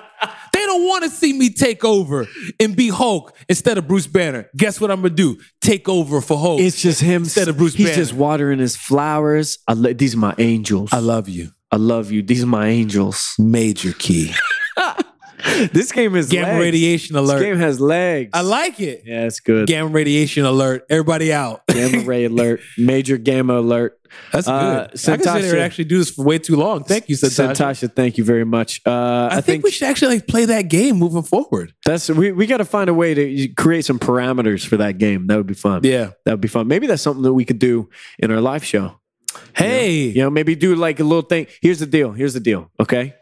[SPEAKER 1] don't want to see me take over and be Hulk instead of Bruce Banner. Guess what I'm gonna do? Take over for Hulk.
[SPEAKER 2] It's just him
[SPEAKER 1] Instead of Bruce
[SPEAKER 2] He's
[SPEAKER 1] Banner.
[SPEAKER 2] just watering his flowers. I lo- these are my angels. I,
[SPEAKER 1] I love you.
[SPEAKER 2] love you. These are
[SPEAKER 1] [LAUGHS]
[SPEAKER 2] my angels.
[SPEAKER 1] Major key.
[SPEAKER 2] This game is
[SPEAKER 1] Gamma
[SPEAKER 2] legs.
[SPEAKER 1] radiation
[SPEAKER 2] This
[SPEAKER 1] alert.
[SPEAKER 2] game has legs.
[SPEAKER 1] I like it.
[SPEAKER 2] Yeah, it's good.
[SPEAKER 1] Gamma radiation alert. Everybody out. [LAUGHS]
[SPEAKER 2] Gamma ray alert. Major gamma alert.
[SPEAKER 1] That's
[SPEAKER 2] Uh,
[SPEAKER 1] good. I can sit here
[SPEAKER 2] Sentasha-
[SPEAKER 1] and actually do this for way too long. Thank you, Santasha.
[SPEAKER 2] Santasha, thank you very much. Uh, I,
[SPEAKER 1] I, think, we should actually like play that game moving forward.
[SPEAKER 2] that's we, we got to find a way to create some parameters for that game. That would be fun.
[SPEAKER 1] Yeah.
[SPEAKER 2] That would be fun. Maybe that's something that we could do in our live show.
[SPEAKER 1] Hey.
[SPEAKER 2] You know, maybe do like a little thing. Here's the deal. Here's the deal. Okay.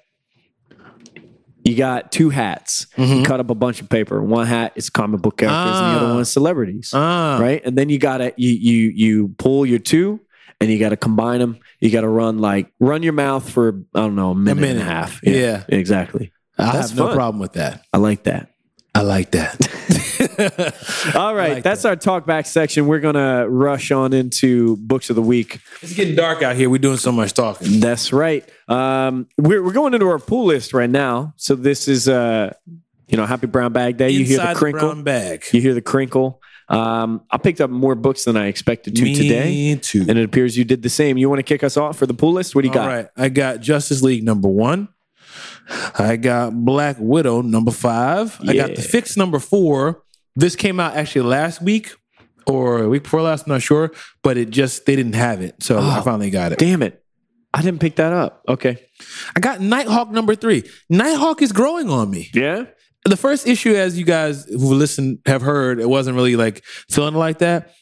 [SPEAKER 2] You got two hats. You cut up a bunch of paper. One hat is comic book characters, and the
[SPEAKER 1] Mm-hmm. Ah.
[SPEAKER 2] other one is celebrities.
[SPEAKER 1] Ah.
[SPEAKER 2] Right. And then you gotta you you you pull your two, and you gotta combine them. You gotta run like run your mouth for I don't know a minute, and
[SPEAKER 1] minute.
[SPEAKER 2] a half.
[SPEAKER 1] Yeah.
[SPEAKER 2] Exactly.
[SPEAKER 1] I
[SPEAKER 2] That's
[SPEAKER 1] have no
[SPEAKER 2] fun.
[SPEAKER 1] problem with that.
[SPEAKER 2] I like that.
[SPEAKER 1] I like that.
[SPEAKER 2] All right,
[SPEAKER 1] like
[SPEAKER 2] that's our talk back section. We're gonna rush on into books of the week.
[SPEAKER 1] [LAUGHS] it's getting dark out here. We're doing so much talking.
[SPEAKER 2] That's right. Um, we're, we're going into our pool list right now. So this is, uh, you know, Happy Brown Bag Day. you hear
[SPEAKER 1] Inside
[SPEAKER 2] the crinkle.
[SPEAKER 1] brown bag.
[SPEAKER 2] you hear the crinkle. Um, I picked up more books than I expected to
[SPEAKER 1] Me
[SPEAKER 2] today,
[SPEAKER 1] too.
[SPEAKER 2] and it appears you did the same. You want to kick us off for the pool list? What do you
[SPEAKER 1] All
[SPEAKER 2] got?
[SPEAKER 1] right. I got Justice League number one. I got Black Widow number five. I got The
[SPEAKER 2] Yeah.
[SPEAKER 1] Fix number four. This came out actually last week or week before last. I'm not sure, but it just, they didn't have it. So I
[SPEAKER 2] Oh,
[SPEAKER 1] finally got it.
[SPEAKER 2] Damn it, I didn't pick that up. Okay.
[SPEAKER 1] I got Nighthawk number three. Nighthawk is growing on me.
[SPEAKER 2] Yeah.
[SPEAKER 1] The first issue, as you guys who listen have heard, it wasn't really like feeling like that,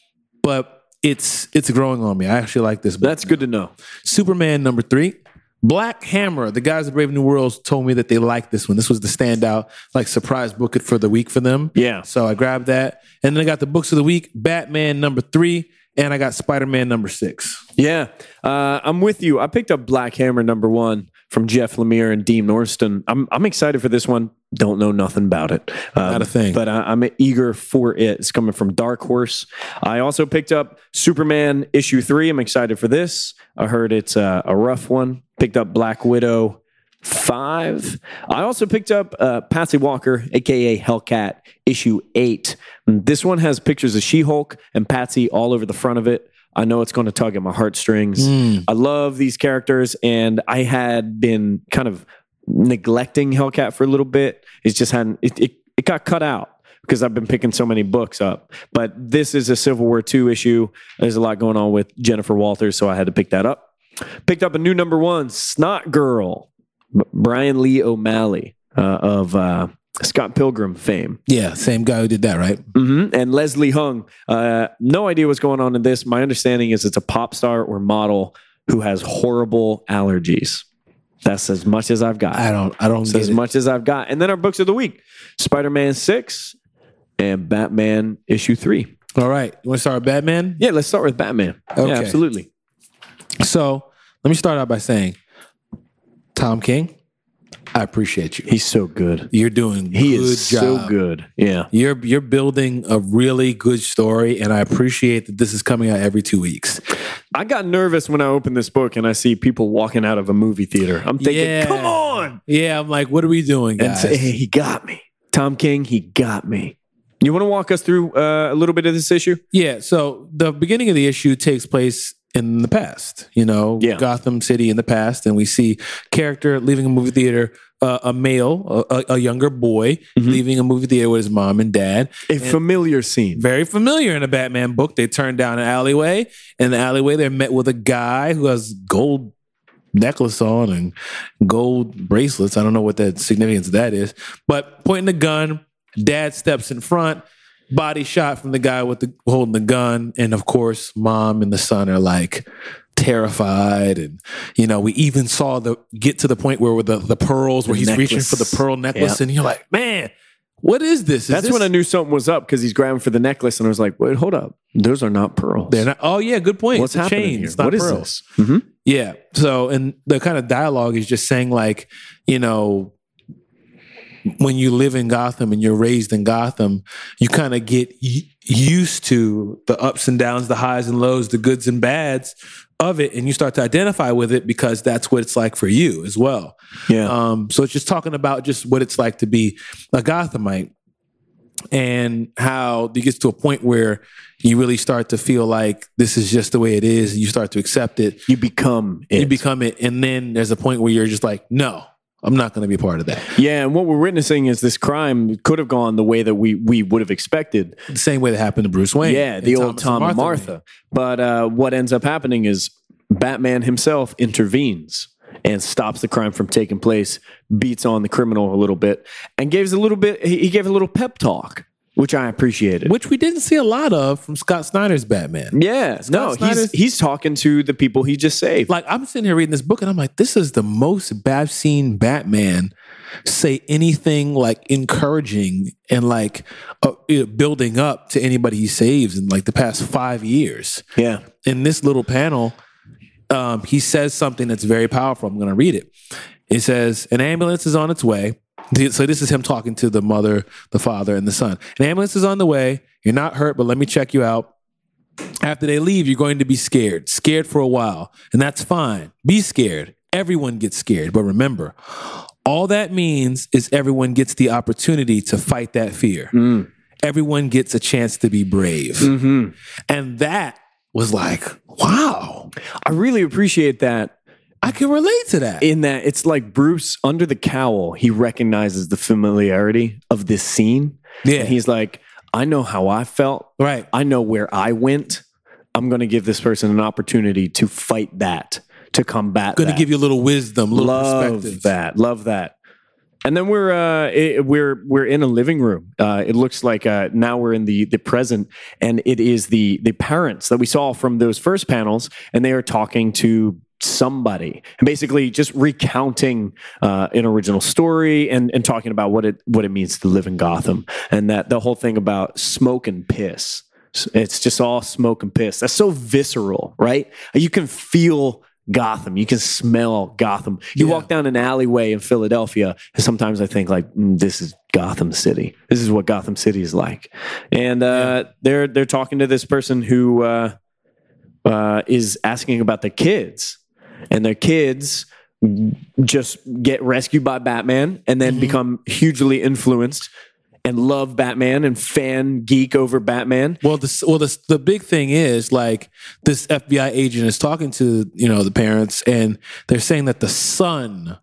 [SPEAKER 1] but it's it's growing on me. I actually like this. book.
[SPEAKER 2] That's good to know.
[SPEAKER 1] Superman number three. Black Hammer. The guys at Brave New Worlds told me that they liked this one. This was the standout, like surprise book it for the week for them.
[SPEAKER 2] Yeah.
[SPEAKER 1] So I grabbed that, and then I got the books of the week: Batman number three, and I got Spider Man number six.
[SPEAKER 2] Yeah, uh, I'm with you. I picked up Black Hammer number one from Jeff Lemire and Dean Norston. I'm I'm excited for this one. Don't know nothing about it. Um,
[SPEAKER 1] Not a thing.
[SPEAKER 2] But I, I'm eager for it. It's coming from Dark Horse. I also picked up Superman issue three. I'm excited for this. I heard it's uh, a rough one. Picked up Black Widow five. I also picked up uh, Patsy Walker, aka Hellcat, issue eight. This one has pictures of She Hulk and Patsy all over the front of it. I know it's going to tug at my heartstrings. I love these characters, and I had been kind of neglecting Hellcat for a little bit. It's just hadn't it, it, it got cut out because I've been picking so many books up. But this is a Civil War II issue. There's a lot going on with Jennifer Walters, so I had to pick that up. Picked up a new number one, Snot Girl, B- Brian Lee O'Malley uh, of uh, Scott Pilgrim fame.
[SPEAKER 1] Yeah, same guy who did that, right?
[SPEAKER 2] hmm And Leslie Hung. Uh, no idea what's going on in this. My understanding is it's a pop star or model who has horrible allergies. That's as much as I've got.
[SPEAKER 1] I don't, I don't
[SPEAKER 2] That's
[SPEAKER 1] get
[SPEAKER 2] as
[SPEAKER 1] it.
[SPEAKER 2] much as I've got. And then our books of the week Spider Man 6 and Batman issue 3.
[SPEAKER 1] All right, you want to start with Batman?
[SPEAKER 2] Yeah, let's start with Batman.
[SPEAKER 1] Okay.
[SPEAKER 2] Yeah, absolutely.
[SPEAKER 1] So let me start out by saying, Tom King, I appreciate you.
[SPEAKER 2] He's so good.
[SPEAKER 1] You're doing
[SPEAKER 2] He
[SPEAKER 1] good
[SPEAKER 2] is
[SPEAKER 1] job.
[SPEAKER 2] so good. Yeah.
[SPEAKER 1] You're you're building a really good story, and I appreciate that this is coming out every two weeks.
[SPEAKER 2] I got nervous when I opened this book and I see people walking out of a movie theater. I'm thinking,
[SPEAKER 1] Yeah.
[SPEAKER 2] come on.
[SPEAKER 1] Yeah, I'm like, what are we doing,
[SPEAKER 2] And
[SPEAKER 1] guys?
[SPEAKER 2] say, hey, he got me. Tom King, he got me. You want to walk us through uh, a little bit of this issue?
[SPEAKER 1] Yeah. So the beginning of the issue takes place in the past, you know,
[SPEAKER 2] Yeah.
[SPEAKER 1] Gotham City in the past. And we see character leaving a movie theater, uh, a male, a, a- a younger boy,
[SPEAKER 2] Mm-hmm.
[SPEAKER 1] leaving a movie theater with his mom and dad.
[SPEAKER 2] A familiar scene.
[SPEAKER 1] Very familiar in a Batman book. They turn down an alleyway. In the alleyway, they're met with a guy who has gold necklace on and gold bracelets. I don't know what that significance of that is, but pointing a gun, dad steps in front, body shot from the guy with the holding the gun, and of course, mom and the son are like, terrified and you know we even saw the get to the point where with the, the pearls where
[SPEAKER 2] The
[SPEAKER 1] he's reaching
[SPEAKER 2] necklace.
[SPEAKER 1] for the pearl necklace
[SPEAKER 2] Yeah.
[SPEAKER 1] and you're like man what is this Is
[SPEAKER 2] That's
[SPEAKER 1] this-
[SPEAKER 2] when I knew something was up because he's grabbing for the necklace, and I was like, "Wait, hold up! Those are not pearls.
[SPEAKER 1] they're not, oh yeah good point
[SPEAKER 2] What's
[SPEAKER 1] It's a
[SPEAKER 2] happening
[SPEAKER 1] chain
[SPEAKER 2] here?
[SPEAKER 1] it's not
[SPEAKER 2] What is
[SPEAKER 1] pearls.
[SPEAKER 2] this?" Mhm.
[SPEAKER 1] Yeah. So, and the kind of dialogue is just saying, like, you know, when you live in Gotham and you're raised in Gotham, you kind of get y- used to the ups and downs, the highs and lows, the goods and bads of it. And you start to identify with it because that's what it's like for you as well.
[SPEAKER 2] Yeah,
[SPEAKER 1] Um, so it's just talking about just what it's like to be a Gothamite and how it gets to a point where you really start to feel like this is just the way it is. And you start to accept it
[SPEAKER 2] you become it.
[SPEAKER 1] you become it and then there's a point where you're just like no i'm not going to be part of that
[SPEAKER 2] yeah, and what we're witnessing is this crime could have gone the way that we we would have expected.
[SPEAKER 1] the same way that happened to bruce wayne
[SPEAKER 2] Yeah,
[SPEAKER 1] and
[SPEAKER 2] the old
[SPEAKER 1] Thomas
[SPEAKER 2] Tom and Martha. But uh, what ends up happening is Batman himself intervenes and stops the crime from taking place, beats on the criminal a little bit, and gives a little bit. He, he gave a little pep talk, which I appreciated.
[SPEAKER 1] which we didn't see a lot of from scott snyder's batman
[SPEAKER 2] yeah, no,
[SPEAKER 1] Snyder's-
[SPEAKER 2] he's he's talking to the people he just saved.
[SPEAKER 1] like i'm sitting here reading this book and i'm like this is the most bat- i've seen batman say anything like encouraging and like uh, you know, building up to anybody he saves in like the past five years
[SPEAKER 2] yeah,
[SPEAKER 1] in this little panel, um, he says something that's very powerful. I'm going to read it. It says, An ambulance is on its way. Th- So this is him talking to the mother, the father, and the son. An ambulance is on the way. You're not hurt, but let me check you out. After they leave, you're going to be scared, scared for a while. And that's fine. Be scared. Everyone gets scared. But remember, all that means is everyone gets the opportunity to fight that fear. Everyone gets a chance to be brave. And that was like, wow,
[SPEAKER 2] I really appreciate that
[SPEAKER 1] I can relate to that.
[SPEAKER 2] in that it's like Bruce under the cowl, he recognizes the familiarity of this scene.
[SPEAKER 1] Yeah.
[SPEAKER 2] And he's like, I know how I felt.
[SPEAKER 1] right.
[SPEAKER 2] I know where I went. I'm going to give this person an opportunity to fight that, to combat
[SPEAKER 1] Going to
[SPEAKER 2] that.
[SPEAKER 1] give you a little wisdom, a little
[SPEAKER 2] Love
[SPEAKER 1] perspective.
[SPEAKER 2] that. Love that. And then we're uh, it, we're we're in a living room. Uh, it looks like uh, now we're in the the present, and it is the the parents that we saw from those first panels, and they are talking to somebody, and basically just recounting uh, an original story and and talking about what it what it means to live in Gotham, and that the whole thing about smoke and piss. It's just all smoke and piss. That's so visceral, right? You can feel Gotham. You can smell Gotham. You
[SPEAKER 1] Yeah.
[SPEAKER 2] walk down an alleyway in Philadelphia, and sometimes I think like, mm, this is Gotham City. This is what Gotham City is like. And uh, they're they're talking to this person who uh, uh, is asking about their kids, and their kids just get rescued by Batman and then become hugely influenced and love Batman and fan geek over Batman.
[SPEAKER 1] Well, the well the the big thing is like this FBI agent is talking to you know the parents, and they're saying that the son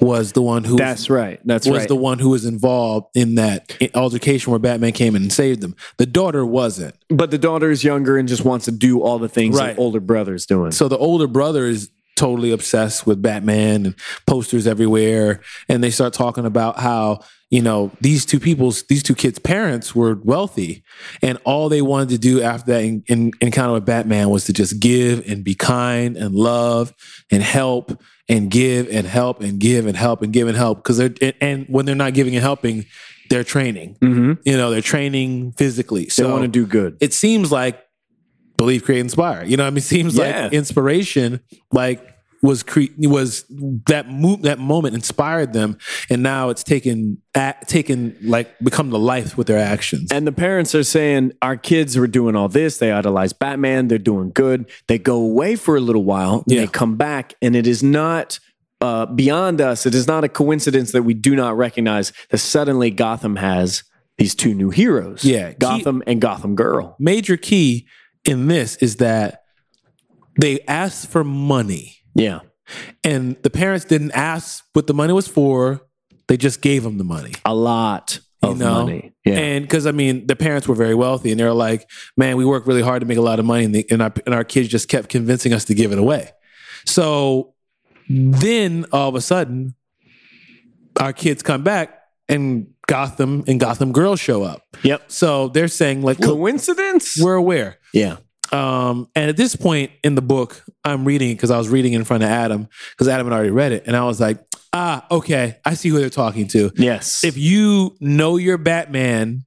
[SPEAKER 1] was the one who
[SPEAKER 2] That's right. That's
[SPEAKER 1] was
[SPEAKER 2] right.
[SPEAKER 1] the one who was involved in that altercation where Batman came in and saved them. The daughter wasn't.
[SPEAKER 2] but the daughter is younger and just wants to do all the things
[SPEAKER 1] Right.
[SPEAKER 2] that older brother's doing.
[SPEAKER 1] So the older brother is totally obsessed with Batman and posters everywhere. And they start talking about how, you know, these two people's, these two kids' parents were wealthy. And all they wanted to do after that en- en- encounter with Batman was to just give and be kind and love and help and give and help and give and help and give and help. Cause they're, and, and when they're not giving and helping, they're training. You know, they're training physically.
[SPEAKER 2] Mm-hmm. they
[SPEAKER 1] So
[SPEAKER 2] want to do good.
[SPEAKER 1] it seems like believe create inspire you know what i mean [LAUGHS] seems
[SPEAKER 2] Yeah.
[SPEAKER 1] like inspiration like was cre- was that move that moment inspired them and now it's taken act taken like become the life with their actions
[SPEAKER 2] And the parents are saying, Our kids were doing all this. They idolize Batman. They're doing good. They go away for a little while. and
[SPEAKER 1] Yeah.
[SPEAKER 2] They come back. And it is not uh, beyond us. It is not a coincidence that we do not recognize that suddenly Gotham has these two new heroes
[SPEAKER 1] Yeah.
[SPEAKER 2] Gotham and Gotham Girl.
[SPEAKER 1] major key in this is that they asked for money
[SPEAKER 2] Yeah.
[SPEAKER 1] and the parents didn't ask what the money was for they just gave them the money
[SPEAKER 2] A lot
[SPEAKER 1] you
[SPEAKER 2] of
[SPEAKER 1] know?
[SPEAKER 2] money. Yeah.
[SPEAKER 1] And because I mean, the parents were very wealthy, and they're like, "Man, we work really hard to make a lot of money, and, they, and, our, and our kids just kept convincing us to give it away." So then, all of a sudden, our kids come back, and Gotham and Gotham Girls show up.
[SPEAKER 2] yep.
[SPEAKER 1] So they're saying, "Like, look,
[SPEAKER 2] Coincidence?
[SPEAKER 1] we're aware."
[SPEAKER 2] Yeah.
[SPEAKER 1] Um, and at this point in the book, I'm reading because I was reading in front of Adam because Adam had already read it, and I was like, ah, okay, I see who they're talking to.
[SPEAKER 2] Yes.
[SPEAKER 1] If you know your Batman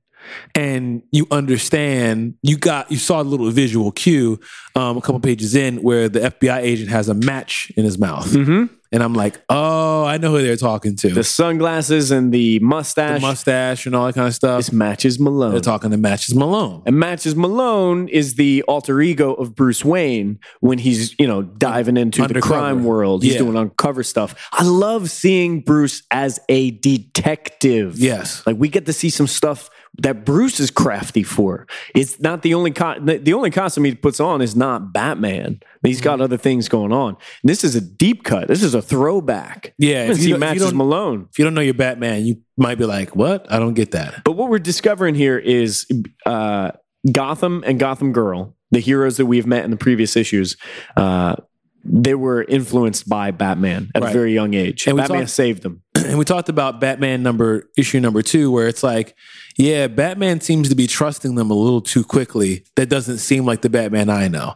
[SPEAKER 1] and you understand, you got you saw a little visual cue um, a couple pages in where the FBI agent has a match in his mouth,
[SPEAKER 2] Mhm.
[SPEAKER 1] and I'm like, oh, I know who they're talking to.
[SPEAKER 2] the sunglasses and the mustache,
[SPEAKER 1] the mustache and all that kind of stuff.
[SPEAKER 2] this matches Malone.
[SPEAKER 1] They're talking to matches Malone.
[SPEAKER 2] And Matches Malone is the alter ego of Bruce Wayne when he's, you know, diving into the
[SPEAKER 1] Undercover.
[SPEAKER 2] crime world. He's
[SPEAKER 1] Yeah.
[SPEAKER 2] doing uncover stuff. I love seeing Bruce as a detective.
[SPEAKER 1] Yes.
[SPEAKER 2] Like we get to see some stuff that Bruce is crafty for. It's not the only co- the the only costume he puts on is not Batman.
[SPEAKER 1] Mm-hmm.
[SPEAKER 2] He's got other things going on. And this is a deep cut. This is a throwback.
[SPEAKER 1] Yeah,
[SPEAKER 2] I haven't
[SPEAKER 1] if you
[SPEAKER 2] seen
[SPEAKER 1] don't- if you
[SPEAKER 2] Matches
[SPEAKER 1] don't-
[SPEAKER 2] Malone.
[SPEAKER 1] If you don't know your Batman, you might be like, what? I don't get that.
[SPEAKER 2] But what we're discovering here is uh, Gotham and Gotham Girl, the heroes that we've met in the previous issues, uh, they were influenced by Batman at
[SPEAKER 1] Right.
[SPEAKER 2] a very young age.
[SPEAKER 1] And we
[SPEAKER 2] Batman
[SPEAKER 1] talked-
[SPEAKER 2] saved them.
[SPEAKER 1] and we talked about Batman number issue number two, where it's like, yeah, Batman seems to be trusting them a little too quickly. That doesn't seem like the Batman I know.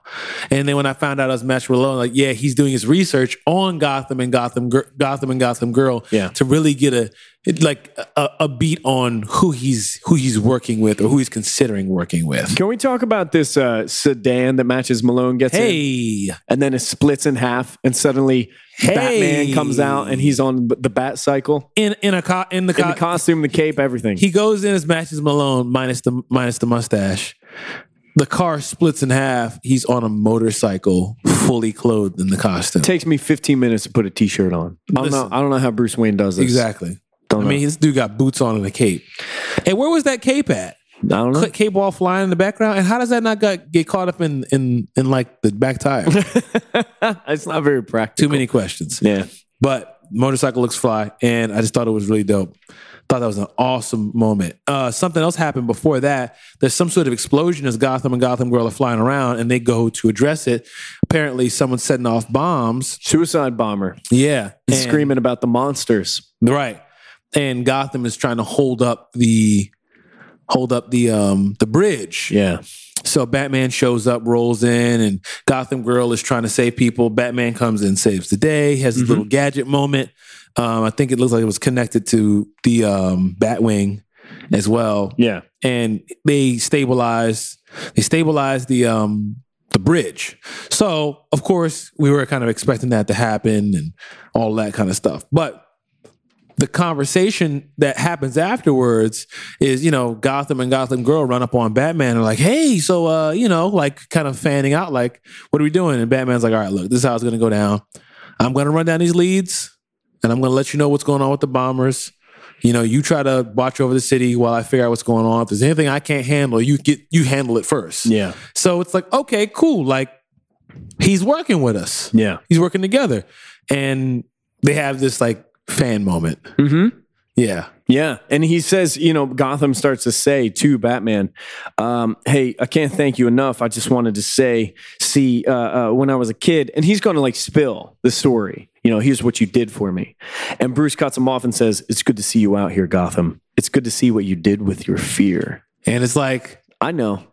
[SPEAKER 1] And then when I found out I was Match Malone, like, yeah, he's doing his research on Gotham and Gotham, Gir- Gotham and Gotham Girl,
[SPEAKER 2] Yeah.
[SPEAKER 1] to really get a like a, a beat on who he's who he's working with or who he's considering working with.
[SPEAKER 2] Can we talk about this uh, sedan that matches Malone gets in?
[SPEAKER 1] Hey,
[SPEAKER 2] And then it splits in half, and suddenly
[SPEAKER 1] Hey.
[SPEAKER 2] Batman comes out and he's on the bat cycle.
[SPEAKER 1] in in a co- in the,
[SPEAKER 2] In
[SPEAKER 1] co-
[SPEAKER 2] the costume, the cape, everything.
[SPEAKER 1] He goes in as matches Malone minus the minus the mustache. The car splits in half. He's on a motorcycle, fully clothed in the costume.
[SPEAKER 2] takes me 15 minutes to put a t shirt on. I don't, know,
[SPEAKER 1] Listen.
[SPEAKER 2] I don't know how Bruce Wayne does this.
[SPEAKER 1] Exactly.
[SPEAKER 2] Don't
[SPEAKER 1] I
[SPEAKER 2] know.
[SPEAKER 1] mean, this dude got boots on and a cape. And where was that cape at?
[SPEAKER 2] I don't know.
[SPEAKER 1] Cl- Cape all flying in the background. And how does that not got, get caught up in in in like the back
[SPEAKER 2] [LAUGHS]
[SPEAKER 1] tire?
[SPEAKER 2] it's not very practical.
[SPEAKER 1] Too many questions.
[SPEAKER 2] Yeah.
[SPEAKER 1] But motorcycle looks fly, and I just thought it was really dope. Thought that was an awesome moment. Uh, something else happened before that. There's some sort of explosion as Gotham and Gotham Girl are flying around, and they go to address it. Apparently, someone's setting off bombs.
[SPEAKER 2] Suicide Bomber
[SPEAKER 1] Yeah,
[SPEAKER 2] is
[SPEAKER 1] and-
[SPEAKER 2] screaming about the monsters.
[SPEAKER 1] right. And Gotham is trying to hold up the hold up the um the bridge.
[SPEAKER 2] Yeah.
[SPEAKER 1] So Batman shows up, rolls in, and Gotham Girl is trying to save people. Batman comes in, saves the day, has his little gadget moment. Um, I think it looks like it was connected to the um, Batwing as well,
[SPEAKER 2] Yeah.
[SPEAKER 1] and they stabilize. They stabilize the um, the bridge. So of course we were kind of expecting that to happen and all that kind of stuff, but the conversation that happens afterwards is, you know, Gotham and Gotham Girl run up on Batman and are like, hey, so, uh, you know, like kind of fanning out, like, what are we doing? And Batman's like, all right, look, this is how it's going to go down. I'm going to run down these leads and I'm going to let you know what's going on with the bombers. You know, you try to watch over the city while I figure out what's going on. If there's anything I can't handle, you get you handle it first.
[SPEAKER 2] Yeah.
[SPEAKER 1] So it's like, okay, cool. Like he's working with us.
[SPEAKER 2] Yeah.
[SPEAKER 1] He's working together. And they have this like fan moment.
[SPEAKER 2] Mm-hmm.
[SPEAKER 1] Yeah.
[SPEAKER 2] Yeah. And he says, you know, Gotham starts to say to Batman, um, hey, I can't thank you enough. I just wanted to say, see, uh, uh, when I was a kid, and he's going to like spill the story. You know, here's what you did for me. And Bruce cuts him off and says, it's good to see you out here, Gotham. It's good to see what you did with your fear.
[SPEAKER 1] And it's like,
[SPEAKER 2] I know.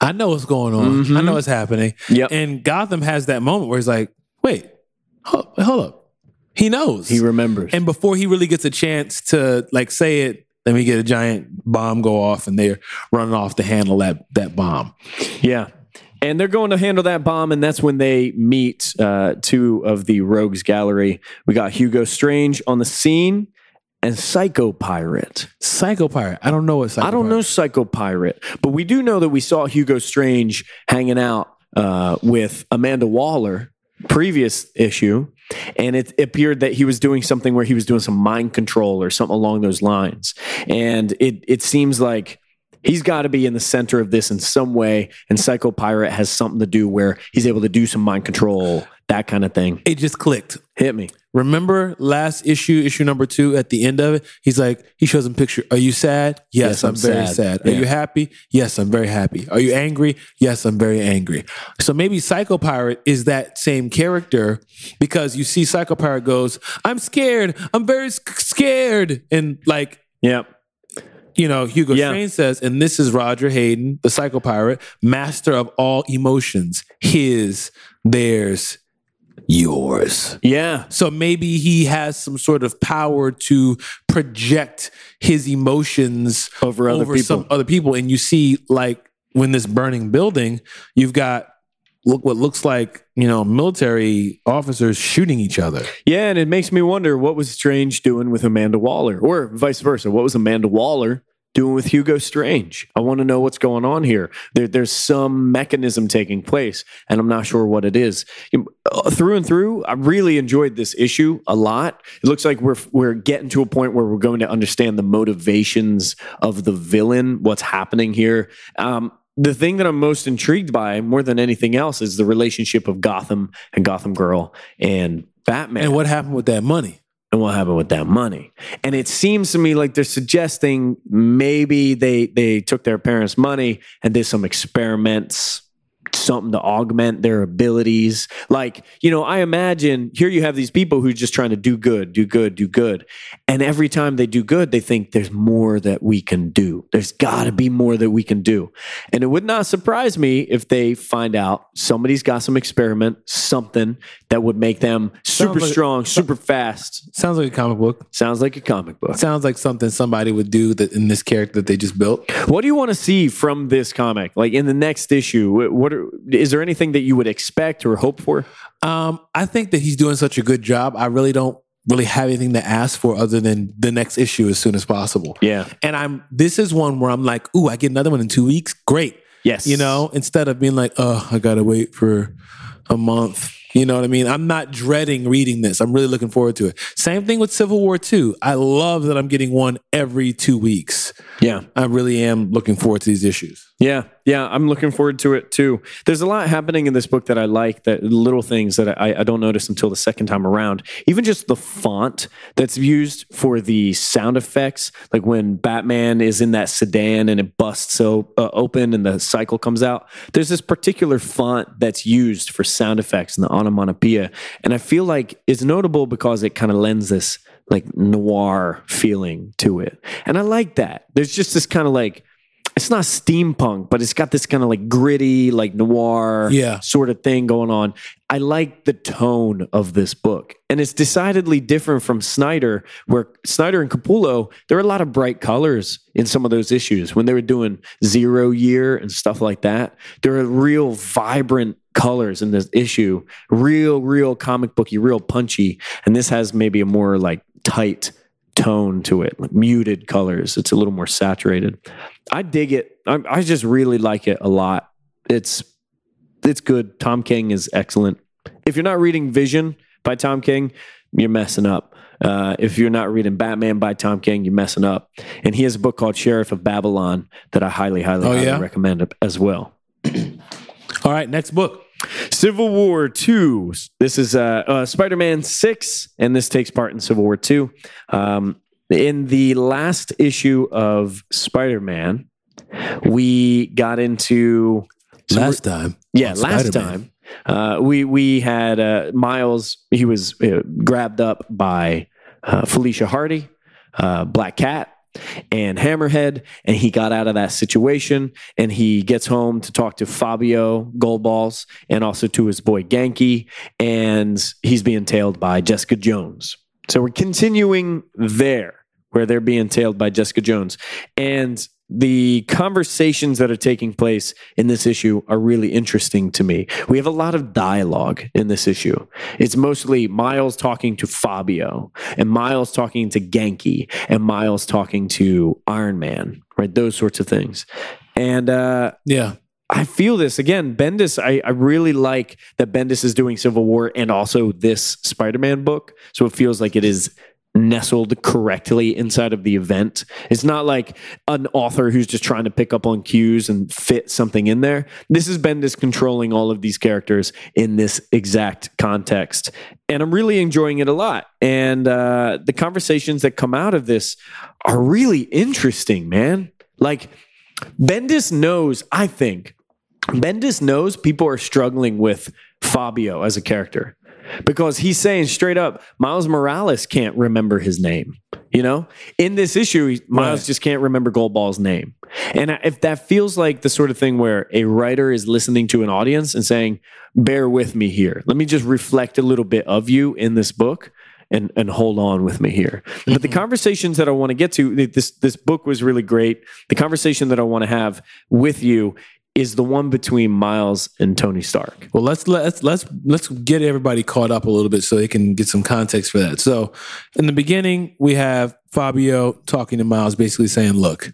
[SPEAKER 1] I know what's going on. I
[SPEAKER 2] Mm-hmm.
[SPEAKER 1] know what's happening.
[SPEAKER 2] Yep.
[SPEAKER 1] And Gotham has that moment where he's like, wait, hold, hold up. He knows.
[SPEAKER 2] he remembers.
[SPEAKER 1] and before he really gets a chance to like say it, then we get a giant bomb go off and they're running off to handle that that bomb.
[SPEAKER 2] Yeah. And they're going to handle that bomb, and that's when they meet uh, two of the Rogues Gallery. We got Hugo Strange on the scene and Psycho Pirate.
[SPEAKER 1] Psycho Pirate. I don't know what Psycho
[SPEAKER 2] I don't know Psycho Pirate, but we do know that we saw Hugo Strange hanging out uh, with Amanda Waller previous issue, and it appeared that he was doing something where he was doing some mind control or something along those lines. And it it seems like he's got to be in the center of this in some way. And Psycho Pirate has something to do where he's able to do some mind control, that kind of thing.
[SPEAKER 1] It just clicked.
[SPEAKER 2] Hit me.
[SPEAKER 1] Remember last issue, issue number two, at the end of it, he's like, he shows him picture. Are you sad? Yes,
[SPEAKER 2] Yes,
[SPEAKER 1] I'm,
[SPEAKER 2] I'm
[SPEAKER 1] very
[SPEAKER 2] sad.
[SPEAKER 1] sad. Are
[SPEAKER 2] Yeah.
[SPEAKER 1] you happy? Yes, I'm very happy. Are you angry? Yes, I'm very angry. So maybe Psycho Pirate is that same character because you see Psycho Pirate goes, I'm scared. I'm very sc- scared. And like,
[SPEAKER 2] Yep.
[SPEAKER 1] you know, Hugo
[SPEAKER 2] Yeah.
[SPEAKER 1] Strange says, and this is Roger Hayden, the psycho pirate, master of all emotions, his, theirs, yours.
[SPEAKER 2] Yeah.
[SPEAKER 1] So maybe he has some sort of power to project his emotions
[SPEAKER 2] Over other people.
[SPEAKER 1] some other people. And you see, like, when this burning building, you've got look what looks like, you know, military officers shooting each other.
[SPEAKER 2] Yeah, and it makes me wonder what was Strange doing with Amanda Waller, or vice versa. What was Amanda Waller doing with Hugo Strange? I want to know what's going on here. There, there's some mechanism taking place, and I'm not sure what it is. You- uh, Through and through, I really enjoyed this issue a lot. It looks like we're we're getting to a point where we're going to understand the motivations of the villain, what's happening here. Um, the thing that I'm most intrigued by, more than anything else, is the relationship of Gotham and Gotham Girl and Batman
[SPEAKER 1] And what happened with that money?
[SPEAKER 2] and what happened with that money and it seems to me like they're suggesting maybe they they took their parents money and did some experiments something to augment their abilities like you know i imagine here you have these people who are just trying to do good do good do good and every time they do good they think there's more that we can do there's got to be more that we can do and it would not surprise me if they find out somebody's got some experiment something that would make them super
[SPEAKER 1] Sounds like-
[SPEAKER 2] strong super fast
[SPEAKER 1] Sounds like a comic book.
[SPEAKER 2] Sounds like a comic book.
[SPEAKER 1] Sounds like something somebody would do that in this character that they just built.
[SPEAKER 2] What do you want to see from this comic? Like in the next issue, wh- what are, is there anything that you would expect or hope for?
[SPEAKER 1] Um, I think that he's doing such a good job. I really don't really have anything to ask for other than the next issue as soon as possible.
[SPEAKER 2] Yeah.
[SPEAKER 1] And I'm this is one where I'm like, ooh, I get another one in two weeks. Great.
[SPEAKER 2] Yes.
[SPEAKER 1] You know, instead of being like, oh, I gotta wait for a month. You know what I mean? I'm not dreading reading this. I'm really looking forward to it. Same thing with Civil War 2. I love that I'm getting one every two weeks.
[SPEAKER 2] Yeah.
[SPEAKER 1] I really am looking forward to these issues.
[SPEAKER 2] Yeah. Yeah. I'm looking forward to it too. There's a lot happening in this book that I like, that little things that I, I don't notice until the second time around. Even just the font that's used for the sound effects, like when Batman is in that sedan and it busts o- uh, open and the cycle comes out. There's this particular font that's used for sound effects and the onomatopoeia. And I feel like it's notable because it kind of lends this like noir feeling to it. And I like that. There's just this kind of like, it's not steampunk, but it's got this kind of like gritty, like noir
[SPEAKER 1] Yeah.
[SPEAKER 2] sort of thing going on. I like the tone of this book. And it's decidedly different from Snyder, where Snyder and Capullo, there were a lot of bright colors in some of those issues. When they were doing Zero Year and stuff like that, there were real vibrant colors in this issue, real, real comic booky, real punchy. And this has maybe a more like tight tone to it, like muted colors. It's a little more saturated. I dig it. I, I just really like it a lot. It's it's good. Tom King is excellent. If you're not reading Vision by Tom King, you're messing up. Uh, if you're not reading Batman by Tom King, you're messing up. And he has a book called Sheriff of Babylon that I highly, highly,
[SPEAKER 1] Oh,
[SPEAKER 2] highly
[SPEAKER 1] yeah?
[SPEAKER 2] recommend as well.
[SPEAKER 1] All right, next book.
[SPEAKER 2] Civil War Two. This is uh, uh, Spider Man Six, and this takes part in Civil War Two. Um, in the last issue of Spider Man, we got into some-
[SPEAKER 1] Last time.
[SPEAKER 2] yeah,
[SPEAKER 1] on
[SPEAKER 2] last
[SPEAKER 1] Spider-Man.
[SPEAKER 2] time uh, we we had uh, Miles. He was uh, grabbed up by uh, Felicia Hardy, uh, Black Cat, and Hammerhead, and he got out of that situation. And he gets home to talk to Fabio Goldballs and also to his boy Genki, and he's being tailed by Jessica Jones. So we're continuing there where they're being tailed by Jessica Jones. And the conversations that are taking place in this issue are really interesting to me. We have a lot of dialogue in this issue. It's mostly Miles talking to Fabio, and Miles talking to Genki, and Miles talking to Iron Man, right? Those sorts of things. And uh,
[SPEAKER 1] Yeah.
[SPEAKER 2] I feel this again. Bendis, I, I really like that Bendis is doing Civil War and also this Spider Man book. So it feels like it is nestled correctly inside of the event. It's not like an author who's just trying to pick up on cues and fit something in there. This is Bendis controlling all of these characters in this exact context. And I'm really enjoying it a lot. And uh, the conversations that come out of this are really interesting, man. Like, Bendis knows, I think, Bendis knows people are struggling with Fabio as a character. because he's saying straight up, Miles Morales can't remember his name. You know, in this issue, he- Miles
[SPEAKER 1] Right.
[SPEAKER 2] just can't remember Goldball's name. And I- if that feels like the sort of thing where a writer is listening to an audience and saying, bear with me here, let me just reflect a little bit of you in this book. And, and hold on with me here. But the conversations that I want to get to, th- this this book was really great. The conversation that I want to have with you is the one between Miles and Tony Stark.
[SPEAKER 1] Well, let's let's let's let's get everybody caught up a little bit so they can get some context for that. So, in the beginning, we have Fabio talking to Miles, basically saying, "Look,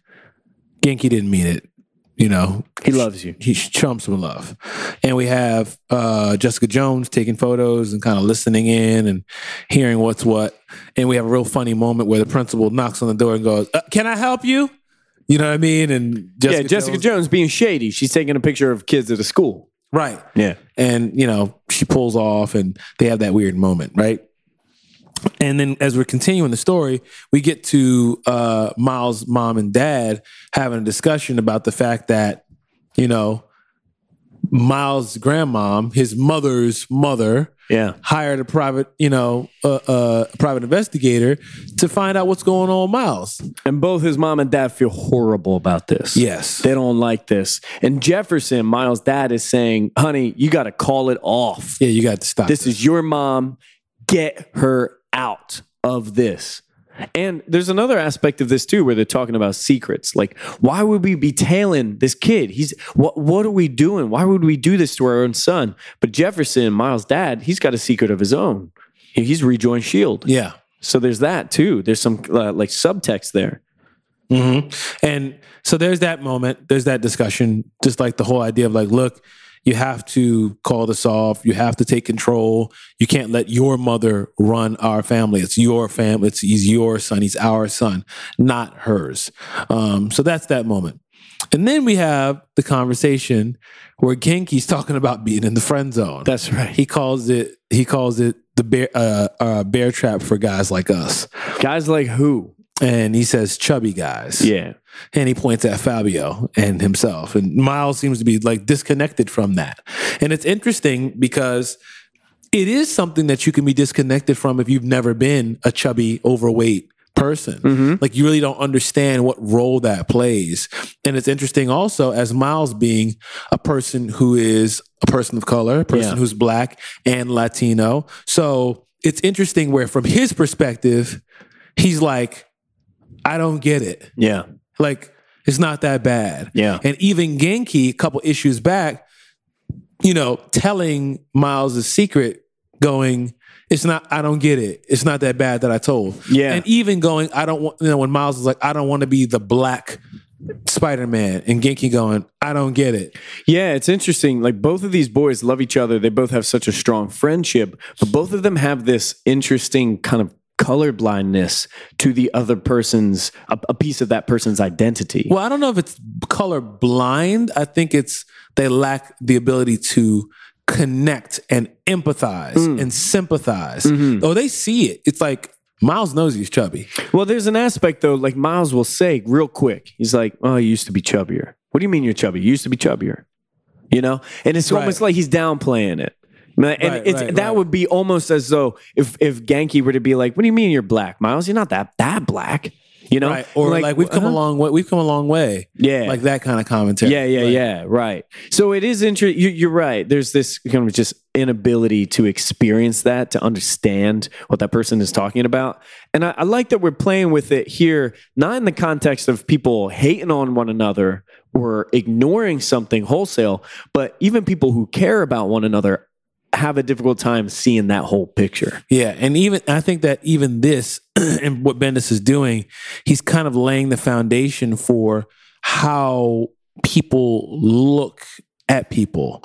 [SPEAKER 1] Genki didn't mean it. You know,
[SPEAKER 2] He loves you.
[SPEAKER 1] he chumps with love. And we have uh, Jessica Jones taking photos and kind of listening in and hearing what's what. And we have a real funny moment where the principal knocks on the door and goes, uh, "Can I help you?" You know what I mean? And
[SPEAKER 2] yeah, Jessica Jones. being shady. She's taking a picture of kids at a school.
[SPEAKER 1] right?
[SPEAKER 2] Yeah.
[SPEAKER 1] and you know she pulls off and they have that weird moment right and then as we're continuing the story we get to uh miles mom and dad having a discussion about the fact that you know miles grandmom his mother's mother
[SPEAKER 2] Yeah.
[SPEAKER 1] hired a private you know uh, uh private investigator to find out what's going on with miles
[SPEAKER 2] And both his mom and dad feel horrible about this.
[SPEAKER 1] yes
[SPEAKER 2] They don't like this. And Jefferson, Miles' dad, is saying, honey, you got to call it off.
[SPEAKER 1] yeah you got to stop
[SPEAKER 2] This is your mom. Get her out of this. And there's another aspect of this too, where they're talking about secrets. Like, why would we be tailing this kid? He's what? What are we doing? Why would we do this to our own son? But Jefferson, Miles' dad, he's got a secret of his own. He's rejoined Shield.
[SPEAKER 1] yeah
[SPEAKER 2] E So there's that too. There's some uh, like subtext there.
[SPEAKER 1] hmm And so there's that moment, there's that discussion, just like the whole idea of like, look, you have to call this off. You have to take control. You can't let your mother run our family. It's your family. It's he's your son. He's our son, not hers. Um, so that's that moment. And then we have the conversation where Genki's talking about being in the friend zone.
[SPEAKER 2] That's right.
[SPEAKER 1] he calls it. He calls it the bear uh, uh, bear trap for guys like us.
[SPEAKER 2] Guys like who?
[SPEAKER 1] And he says chubby guys
[SPEAKER 2] Yeah.
[SPEAKER 1] and he points at Fabio and himself. And Miles seems to be like disconnected from that. And it's interesting because it is something that you can be disconnected from if you've never been a chubby, overweight person.
[SPEAKER 2] Mm. Mm-hmm.
[SPEAKER 1] Like you really don't understand what role that plays. And it's interesting also as Miles being a person who is a person of color, a person
[SPEAKER 2] Yeah.
[SPEAKER 1] who's black and Latino. So it's interesting where from his perspective, he's like, I don't get it.
[SPEAKER 2] Yeah.
[SPEAKER 1] Like it's not that bad.
[SPEAKER 2] Yeah.
[SPEAKER 1] And even Genki, a couple issues back, you know, telling Miles a secret, going, "It's not. I don't get it. It's not that bad that I told."
[SPEAKER 2] Yeah.
[SPEAKER 1] And even going, "I don't want." You know, when Miles is like, "I don't want to be the black Spider Man," and Genki going, "I don't get it."
[SPEAKER 2] Yeah, it's interesting. Like both of these boys love each other. They both have such a strong friendship, but both of them have this interesting kind of colorblindness to the other person's a, a piece of that person's identity.
[SPEAKER 1] Well, I don't know if it's color blind. I think it's they lack the ability to connect and empathize
[SPEAKER 2] Mm.
[SPEAKER 1] and sympathize.
[SPEAKER 2] Mm-hmm.
[SPEAKER 1] Oh, they see it. It's like Miles knows he's chubby.
[SPEAKER 2] Well, there's an aspect though, like Miles will say real quick. He's like, "Oh, you used to be chubbier." What do you mean you're chubby? You used to be chubbier. You know, and it's
[SPEAKER 1] Right.
[SPEAKER 2] almost like he's downplaying it. And
[SPEAKER 1] Right,
[SPEAKER 2] it's,
[SPEAKER 1] right,
[SPEAKER 2] that
[SPEAKER 1] right.
[SPEAKER 2] would be almost as though if if Genki were to be like, "What do you mean you're black, Miles? You're not that that black." You know,
[SPEAKER 1] Right. Or like, we've come
[SPEAKER 2] Oh, uh-huh.
[SPEAKER 1] a long way. We've come a long way.
[SPEAKER 2] Yeah.
[SPEAKER 1] Like that kind of commentary.
[SPEAKER 2] Yeah, yeah,
[SPEAKER 1] Like,
[SPEAKER 2] yeah. Right. So it is interesting. You, you're right. There's this kind of just inability to experience that, to understand what that person is talking about. And I, I like that we're playing with it here, not in the context of people hating on one another or ignoring something wholesale, but even people who care about one another have a difficult time seeing that whole picture.
[SPEAKER 1] Yeah. And even I think that even this [CLEARS THROAT] and what Bendis is doing, he's kind of laying the foundation for how people look at people.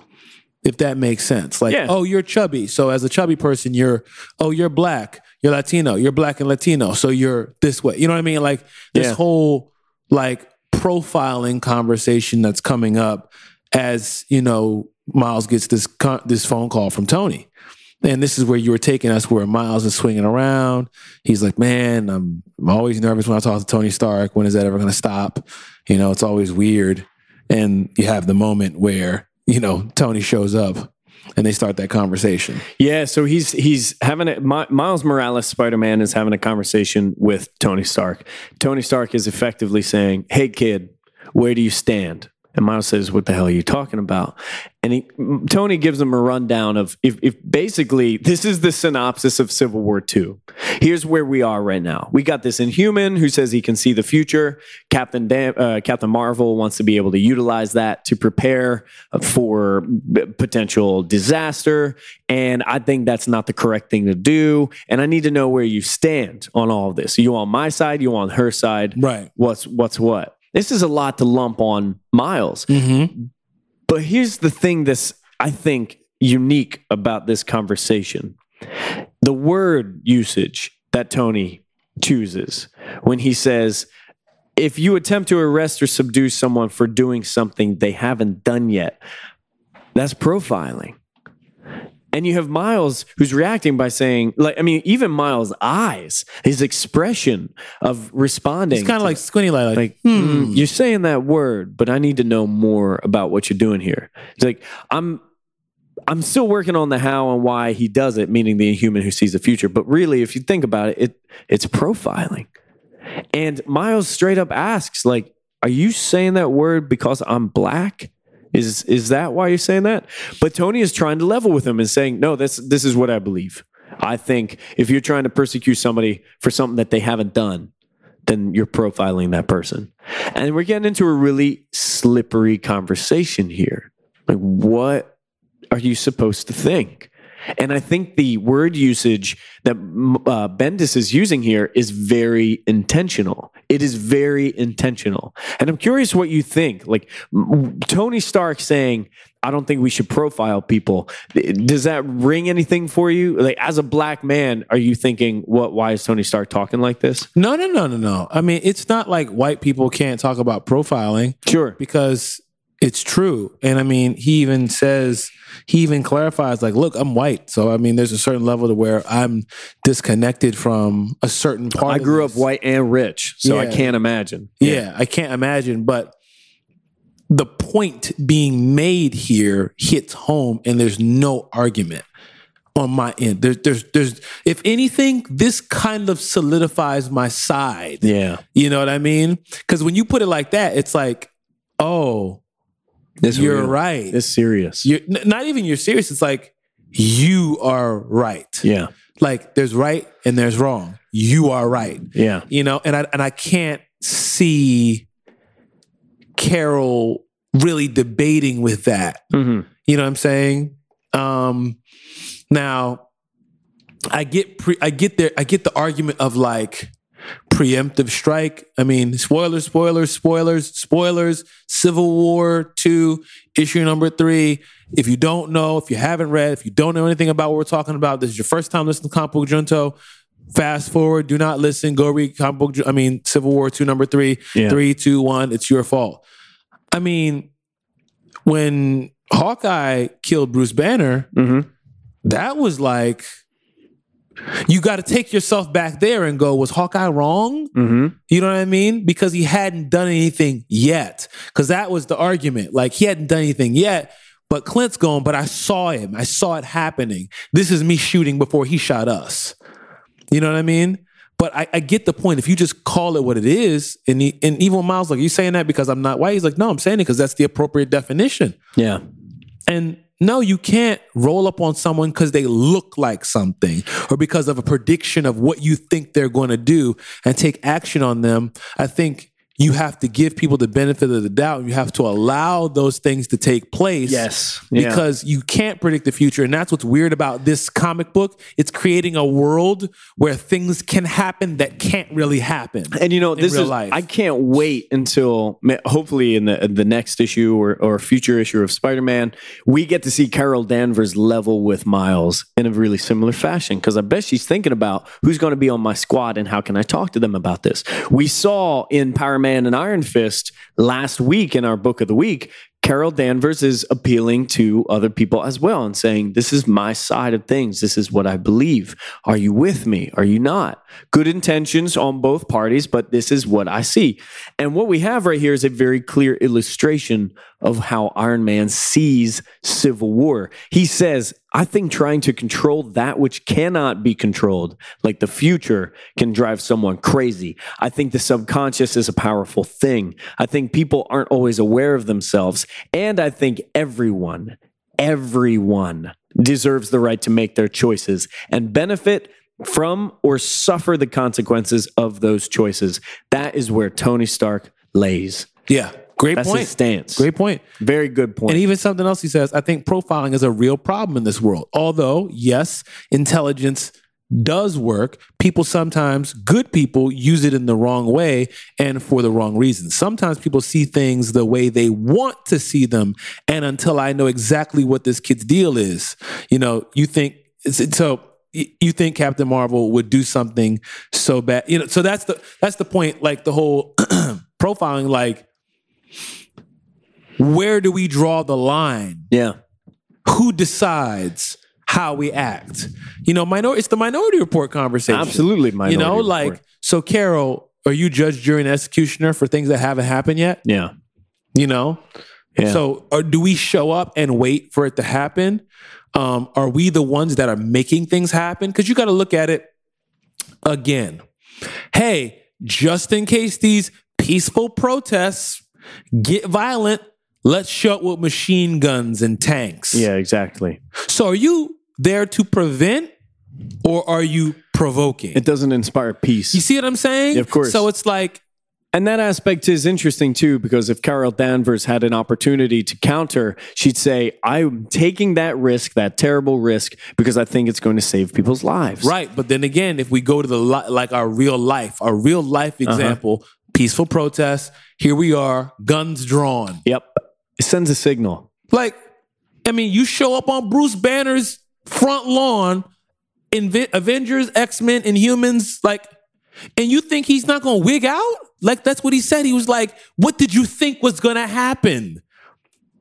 [SPEAKER 1] If that makes sense. Like,
[SPEAKER 2] Yeah.
[SPEAKER 1] oh, you're chubby. So as a chubby person, you're oh, you're black, you're Latino, you're black and Latino. So you're this way. You know what I mean? Like this
[SPEAKER 2] Yeah.
[SPEAKER 1] whole like profiling conversation that's coming up as, you know, Miles gets this con- this phone call from Tony and this is where you were taking us where miles is swinging around he's like man i'm, I'm always nervous when i talk to tony stark when is that ever going to stop you know it's always weird and you have the moment where you know tony shows up and they start that conversation.
[SPEAKER 2] Yeah, so he's he's having a My, Miles Morales Spider Man is having a conversation with Tony Stark. Tony Stark is effectively saying, "Hey kid, where do you stand?" And Miles says, "What the hell are you talking about?" And he, Tony gives him a rundown of if, if basically this is the synopsis of Civil War II. Here's where we are right now. We got this Inhuman who says he can see the future. Captain Dam- uh, Captain Marvel wants to be able to utilize that to prepare uh, for b- potential disaster. And I think that's not the correct thing to do. And I need to know where you stand on all of this. Are you on my side? You on her side?
[SPEAKER 1] Right.
[SPEAKER 2] What's what's what? This is a lot to lump on Miles.
[SPEAKER 1] Mm-hmm.
[SPEAKER 2] But here's the thing that's, I think, unique about this conversation the word usage that Tony chooses when he says, if you attempt to arrest or subdue someone for doing something they haven't done yet, that's profiling. And you have Miles who's reacting by saying, like, I mean, even Miles' eyes, his expression of responding.
[SPEAKER 1] It's kind
[SPEAKER 2] to
[SPEAKER 1] of like squinty light, like,
[SPEAKER 2] like "Hmm, you're saying that word but i need to know more about what you're doing here it's like i'm i'm still working on the how and why he does it meaning the inhuman who sees the future but really if you think about it, it it's profiling and miles straight up asks like are you saying that word because i'm black is is that why you're saying that but tony is trying to level with him and saying no this this is what i believe i think if you're trying to persecute somebody for something that they haven't done then you're profiling that person. And we're getting into a really slippery conversation here. Like, what are you supposed to think? And I think the word usage that mm, uh, Bendis is using here is very intentional. It is very intentional. And I'm curious what you think. Like mm, Tony Stark saying, I don't think we should profile people. Does that ring anything for you? Like, as a black man, are you thinking, what? Why is Tony Stark talking like this?
[SPEAKER 1] no, no, no, no, no. I mean, it's not like white people can't talk about profiling.
[SPEAKER 2] Sure.
[SPEAKER 1] because it's true. And I mean, he even says, he even clarifies, like, look, I'm white. So, I mean, there's a certain level to where I'm disconnected from a certain part.
[SPEAKER 2] I
[SPEAKER 1] of
[SPEAKER 2] grew
[SPEAKER 1] this.
[SPEAKER 2] up white and rich, so I
[SPEAKER 1] Yeah.
[SPEAKER 2] can't imagine.
[SPEAKER 1] Yeah, I can't imagine. But the point being made here hits home, and there's no argument on my end. There's, there's, there's, if anything, this kind of solidifies my side.
[SPEAKER 2] Yeah.
[SPEAKER 1] You know what I mean? Because when you put it like that, it's like, oh,
[SPEAKER 2] This
[SPEAKER 1] you're
[SPEAKER 2] real.
[SPEAKER 1] right.
[SPEAKER 2] It's serious.
[SPEAKER 1] you're n- not even you're serious. It's like you are right.
[SPEAKER 2] yeah.
[SPEAKER 1] Like there's right and there's wrong. You are right.
[SPEAKER 2] Yeah.
[SPEAKER 1] You know, and I and I can't see Carol really debating with that.
[SPEAKER 2] Mm-hmm.
[SPEAKER 1] You know what I'm saying? Um now I get pre- I get there I get the argument of like preemptive strike. I mean, spoilers, spoilers, spoilers, spoilers, Civil War 2, issue number 3. If you don't know, if you haven't read, if you don't know anything about what we're talking about, this is your first time listening to Comic Book Junto, fast forward, do not listen, go read Comic Book Ju- I mean, Civil War 2 number 3,
[SPEAKER 2] Yeah.
[SPEAKER 1] three, two, one. It's your fault. I mean, when Hawkeye killed Bruce Banner,
[SPEAKER 2] Mm-hmm.
[SPEAKER 1] that was like you got to take yourself back there and go, was Hawkeye wrong?
[SPEAKER 2] Mm-hmm.
[SPEAKER 1] You know what I mean? Because he hadn't done anything yet. Because that was the argument. Like he hadn't done anything yet. But Clint's going, but I saw him. I saw it happening. This is me shooting before he shot us. You know what I mean? But I, I get the point. If you just call it what it is, and, he, and even Miles like, you saying that because I'm not white? He's like, no, I'm saying it because that's the appropriate definition.
[SPEAKER 2] Yeah.
[SPEAKER 1] And no, you can't roll up on someone because they look like something or because of a prediction of what you think they're going to do and take action on them. I think you have to give people the benefit of the doubt. You have to allow those things to take place.
[SPEAKER 2] Yes. Yeah.
[SPEAKER 1] Because you can't predict the future. And that's what's weird about this comic book. It's creating a world where things can happen that can't really happen.
[SPEAKER 2] And you know, this
[SPEAKER 1] real
[SPEAKER 2] is
[SPEAKER 1] life.
[SPEAKER 2] I can't wait until ma- hopefully in the the next issue or, or future issue of Spider Man, we get to see Carol Danvers level with Miles in a really similar fashion. Because I bet she's thinking about who's going to be on my squad and how can I talk to them about this. We saw in Power Man and Iron Fist last week in our book of the week. Carol Danvers is appealing to other people as well and saying, This is my side of things. This is what I believe. Are you with me? Are you not? Good intentions on both parties, but this is what I see. And what we have right here is a very clear illustration of how Iron Man sees civil war. He says, I think trying to control that which cannot be controlled, like the future, can drive someone crazy. I think the subconscious is a powerful thing. I think people aren't always aware of themselves. And I think everyone, everyone deserves the right to make their choices and benefit from or suffer the consequences of those choices. That is where Tony Stark lays.
[SPEAKER 1] Yeah. Great
[SPEAKER 2] That's
[SPEAKER 1] point.
[SPEAKER 2] his stance.
[SPEAKER 1] Great point.
[SPEAKER 2] Very good point.
[SPEAKER 1] And even something else he says, I think profiling is a real problem in this world. Although, yes, intelligence does work, people sometimes, good people, use it in the wrong way and for the wrong reasons. Sometimes people see things the way they want to see them. And until I know exactly what this kid's deal is, you know, you think, so y- you think Captain Marvel would do something so bad. You know, so that's the that's the point, like the whole [CLEARS THROAT] profiling, like where do we draw the line?
[SPEAKER 2] yeah.
[SPEAKER 1] Who decides how we act? You know, minor it's the minority report conversation.
[SPEAKER 2] Absolutely, minority.
[SPEAKER 1] you know,
[SPEAKER 2] report.
[SPEAKER 1] like so Carol, are you judge, jury, and executioner for things that haven't happened yet?
[SPEAKER 2] yeah,
[SPEAKER 1] You know?
[SPEAKER 2] Yeah.
[SPEAKER 1] So or do we show up and wait for it to happen? Um, are we the ones that are making things happen? Because you got to look at it again. Hey, just in case these peaceful protests get violent, let's show up with machine guns and tanks.
[SPEAKER 2] yeah, exactly.
[SPEAKER 1] So are you there to prevent or are you provoking?
[SPEAKER 2] It doesn't inspire peace.
[SPEAKER 1] you see what I'm saying?
[SPEAKER 2] Of course.
[SPEAKER 1] So it's like,
[SPEAKER 2] And that aspect is interesting too, because if Carol Danvers had an opportunity to counter, she'd say, I'm taking that risk, that terrible risk, because I think it's going to save people's lives.
[SPEAKER 1] Right, but then again, if we go to the li- like our real life, our real life
[SPEAKER 2] Uh-huh.
[SPEAKER 1] example, peaceful protests. Here we are, guns drawn.
[SPEAKER 2] Yep. It sends a signal.
[SPEAKER 1] Like, I mean, you show up on Bruce Banner's front lawn, Inve- Avengers, X Men, Inhumans, like, and you think he's not gonna wig out? Like, that's what he said. He was like, "What did you think was gonna happen?"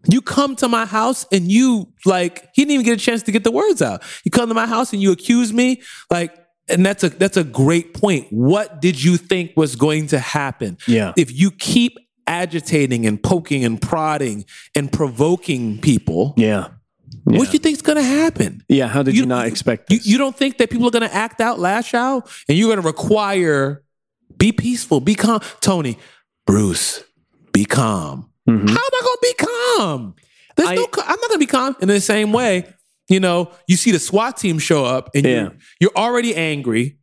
[SPEAKER 1] You come to my house and you like he didn't even get a chance to get the words out. You come to my house and you accuse me like and that's a that's a great point. What did you think was going to happen?
[SPEAKER 2] Yeah.
[SPEAKER 1] If you keep agitating and poking and prodding and provoking people,
[SPEAKER 2] Yeah.
[SPEAKER 1] what do you think's going to happen?
[SPEAKER 2] Yeah. How did you,
[SPEAKER 1] You-
[SPEAKER 2] not expect
[SPEAKER 1] You,
[SPEAKER 2] this?
[SPEAKER 1] you don't think that people are going to act out, lash out, and you're going to require be peaceful, be calm. Tony, Bruce, be calm. How am I going to be calm? There's
[SPEAKER 2] Mm-hmm. I-
[SPEAKER 1] no, ca- I'm not going to be calm. In the same way, you know, you see the SWAT team show up and
[SPEAKER 2] Yeah.
[SPEAKER 1] you, you're already angry,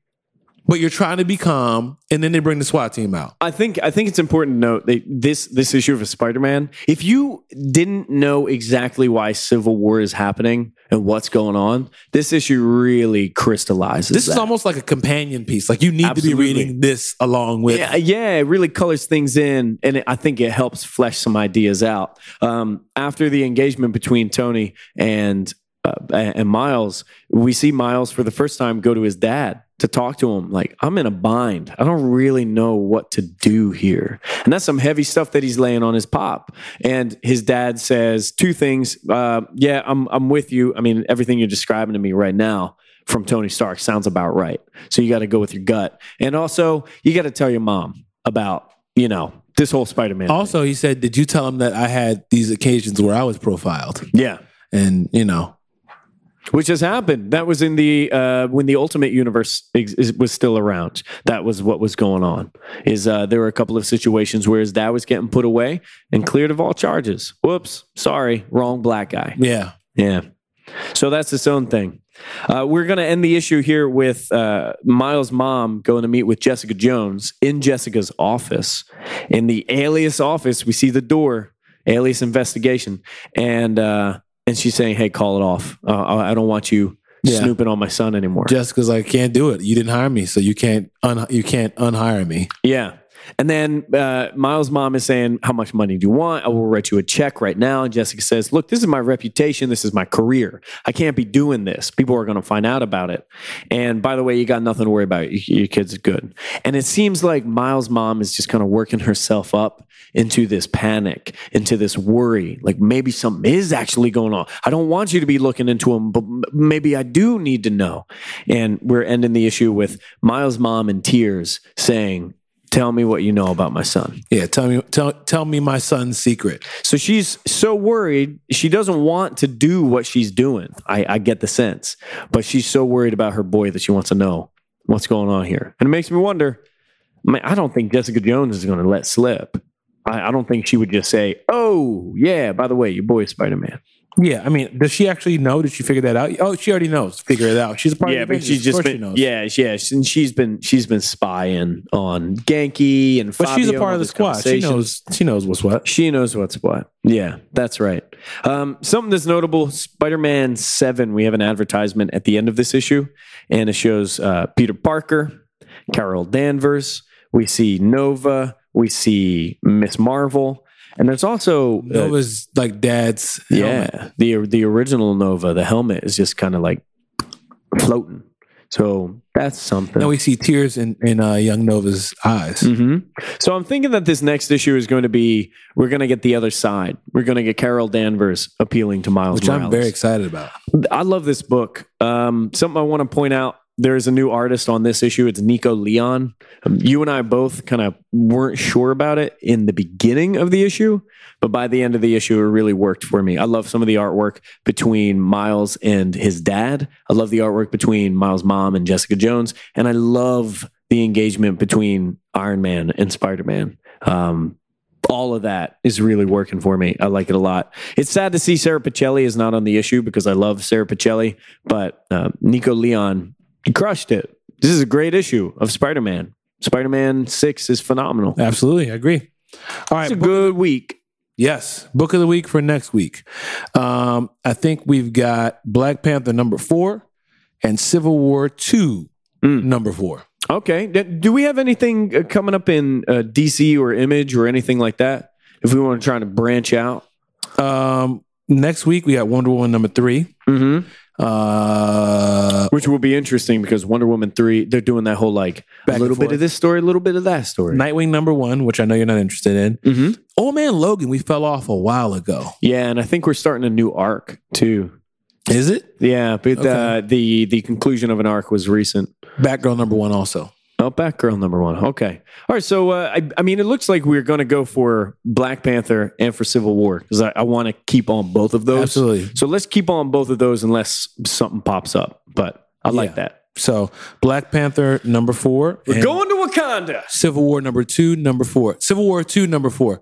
[SPEAKER 1] but you're trying to be calm, and then they bring the SWAT team out.
[SPEAKER 2] I think I think it's important to note that this this issue of a Spider-Man. If you didn't know exactly why Civil War is happening and what's going on, this issue really crystallizes.
[SPEAKER 1] This is
[SPEAKER 2] that.
[SPEAKER 1] almost like a companion piece. Like you need
[SPEAKER 2] Absolutely.
[SPEAKER 1] to be reading this along with.
[SPEAKER 2] yeah, yeah, it really colors things in, and it, I think it helps flesh some ideas out. Um, after the engagement between Tony and uh, and Miles, we see Miles for the first time go to his dad to talk to him. Like, I'm in a bind. I don't really know what to do here, and that's some heavy stuff that he's laying on his pop. And his dad says two things. Uh, yeah, I'm I'm with you. I mean, everything you're describing to me right now from Tony Stark sounds about right. So you got to go with your gut. And also, you got to tell your mom about, you know, this whole Spider Man.
[SPEAKER 1] Also, he said, "Did you tell him that I had these occasions where I was profiled?"
[SPEAKER 2] Yeah.
[SPEAKER 1] And you know,
[SPEAKER 2] Which has happened. That was in the, uh, when the Ultimate Universe ex- is, was still around. That was what was going on. Is uh, there were a couple of situations where his dad was getting put away and cleared of all charges. Whoops. Sorry. Wrong black guy.
[SPEAKER 1] yeah,
[SPEAKER 2] Yeah. So that's its own thing. Uh, we're going to end the issue here with uh, Miles' mom going to meet with Jessica Jones in Jessica's office. In the alias office, we see the door, alias investigation. And, uh, and she's saying, hey, call it off. Uh, I I don't want you
[SPEAKER 1] Yeah.
[SPEAKER 2] snooping on my son anymore.
[SPEAKER 1] Jessica's like, "Can't do it. You didn't hire me, so you can't un- you can't unhire me."
[SPEAKER 2] Yeah. And then uh, Miles' mom is saying, How much money do you want? I will write you a check right now. And Jessica says, Look, this is my reputation. This is my career. I can't be doing this. People are going to find out about it. And by the way, you got nothing to worry about. Your, your kid's good. And it seems like Miles' mom is just kind of working herself up into this panic, into this worry. Like maybe something is actually going on. I don't want you to be looking into him, but m- maybe I do need to know. And we're ending the issue with Miles' mom in tears saying, Tell me what you know about my son.
[SPEAKER 1] Yeah, tell me tell tell me my son's secret.
[SPEAKER 2] So she's so worried. She doesn't want to do what she's doing. I, I get the sense. But she's so worried about her boy that she wants to know what's going on here. And it makes me wonder man, I don't think Jessica Jones is going to let slip. I, I don't think she would just say, oh, yeah, by the way, your boy is Spider Man.
[SPEAKER 1] Yeah, I mean, does she actually know? Did she figure that out? Oh, she already knows. Figure it out. She's a part
[SPEAKER 2] Yeah,
[SPEAKER 1] of the
[SPEAKER 2] but she's
[SPEAKER 1] Avengers. Of
[SPEAKER 2] just
[SPEAKER 1] course
[SPEAKER 2] been,
[SPEAKER 1] she knows.
[SPEAKER 2] yeah, yeah, she- and she's been she's been spying on Genki and.
[SPEAKER 1] but she's
[SPEAKER 2] Fabio
[SPEAKER 1] a part
[SPEAKER 2] and all
[SPEAKER 1] of the
[SPEAKER 2] this
[SPEAKER 1] squad. She
[SPEAKER 2] conversation.
[SPEAKER 1] knows. She knows what's what.
[SPEAKER 2] She knows what's what. Yeah, that's right. Um, something that's notable Spider Man 7, we have an advertisement at the end of this issue, and it shows uh, Peter Parker, Carol Danvers, we see Nova, we see Miss Marvel, and there's also. uh,
[SPEAKER 1] Nova's like dad's.
[SPEAKER 2] yeah, the the original Nova, the helmet is just kind of like floating. So that's something.
[SPEAKER 1] Now we see tears in in uh, young Nova's eyes.
[SPEAKER 2] hmm So I'm thinking that this next issue is going to be we're going to get the other side. We're going to get Carol Danvers appealing to Miles
[SPEAKER 1] which I'm
[SPEAKER 2] Morales.
[SPEAKER 1] very excited about.
[SPEAKER 2] I love this book. Um, something I want to point out. There is a new artist on this issue. It's Nico Leon. Um, you and I both kind of weren't sure about it in the beginning of the issue, but by the end of the issue, it really worked for me. I love some of the artwork between Miles and his dad. I love the artwork between Miles' mom and Jessica Jones. And I love the engagement between Iron Man and Spider Man. Um, all of that is really working for me. I like it a lot. It's sad to see Sarah Pacelli is not on the issue because I love Sarah Pacelli, but uh, Nico Leon crushed it. This is a great issue of Spider Man. Spider Man 6 is phenomenal.
[SPEAKER 1] Absolutely, I agree. All right,
[SPEAKER 2] It's a
[SPEAKER 1] book-
[SPEAKER 2] good week.
[SPEAKER 1] yes, book of the week for next week. Um, I think we've got Black Panther number four and Civil War two
[SPEAKER 2] Mm.
[SPEAKER 1] number four.
[SPEAKER 2] Okay. D- Do we have anything uh, coming up in uh, DC or Image or anything like that? If we want to try to branch out?
[SPEAKER 1] Um, next week we got Wonder Woman number three.
[SPEAKER 2] Mm-hmm.
[SPEAKER 1] Uh,
[SPEAKER 2] Which will be interesting because Wonder Woman 3, they're doing that whole like
[SPEAKER 1] Back
[SPEAKER 2] a
[SPEAKER 1] and
[SPEAKER 2] little bit
[SPEAKER 1] forth.
[SPEAKER 2] of this story, a little bit of that story.
[SPEAKER 1] Nightwing number one, which I know you're not interested in.
[SPEAKER 2] Mm-hmm.
[SPEAKER 1] Old Man Logan, we fell off a while ago.
[SPEAKER 2] Yeah, and I think we're starting a new arc too.
[SPEAKER 1] Is it
[SPEAKER 2] Yeah, but uh,
[SPEAKER 1] Mm-hmm. Okay.
[SPEAKER 2] the the conclusion of an arc was recent.
[SPEAKER 1] Batgirl number one also?
[SPEAKER 2] Oh, Batgirl number one. Okay, all right. So uh, I, I mean, it looks like we're going to go for Black Panther and for Civil War because I, I want to keep on both of those.
[SPEAKER 1] Absolutely.
[SPEAKER 2] So let's keep on both of those unless something pops up. But I like
[SPEAKER 1] Yeah.
[SPEAKER 2] that.
[SPEAKER 1] So Black Panther number 4
[SPEAKER 2] We're
[SPEAKER 1] and-
[SPEAKER 2] going to Wakanda.
[SPEAKER 1] Civil War number two, number four. Civil War two, number 4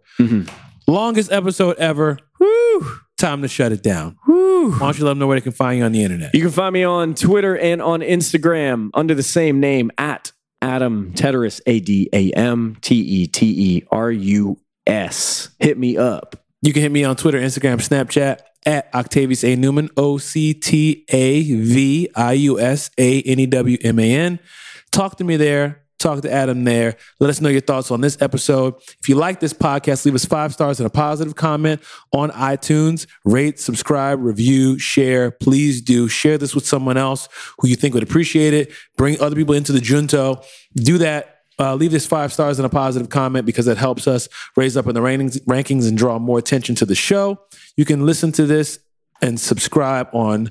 [SPEAKER 1] Longest episode ever. Woo! Time to shut it down. Woo! Why don't you let them know where they can find you on the internet?
[SPEAKER 2] You can find me on Twitter and on Instagram under the same name at Adam Teterus, A D A M T E T E R U S. Hit me up.
[SPEAKER 1] You can hit me on Twitter, Instagram, Snapchat at Octavius A Newman, O C T A V I U S A N E W M A N. Talk to me there. Talk to Adam there. Let us know your thoughts on this episode. If you like this podcast, leave us five stars and a positive comment on iTunes. Rate, subscribe, review, share. Please do share this with someone else who you think would appreciate it. Bring other people into the junto. Do that. Uh, leave this five stars and a positive comment because it helps us raise up in the rankings, rankings and draw more attention to the show. You can listen to this and subscribe on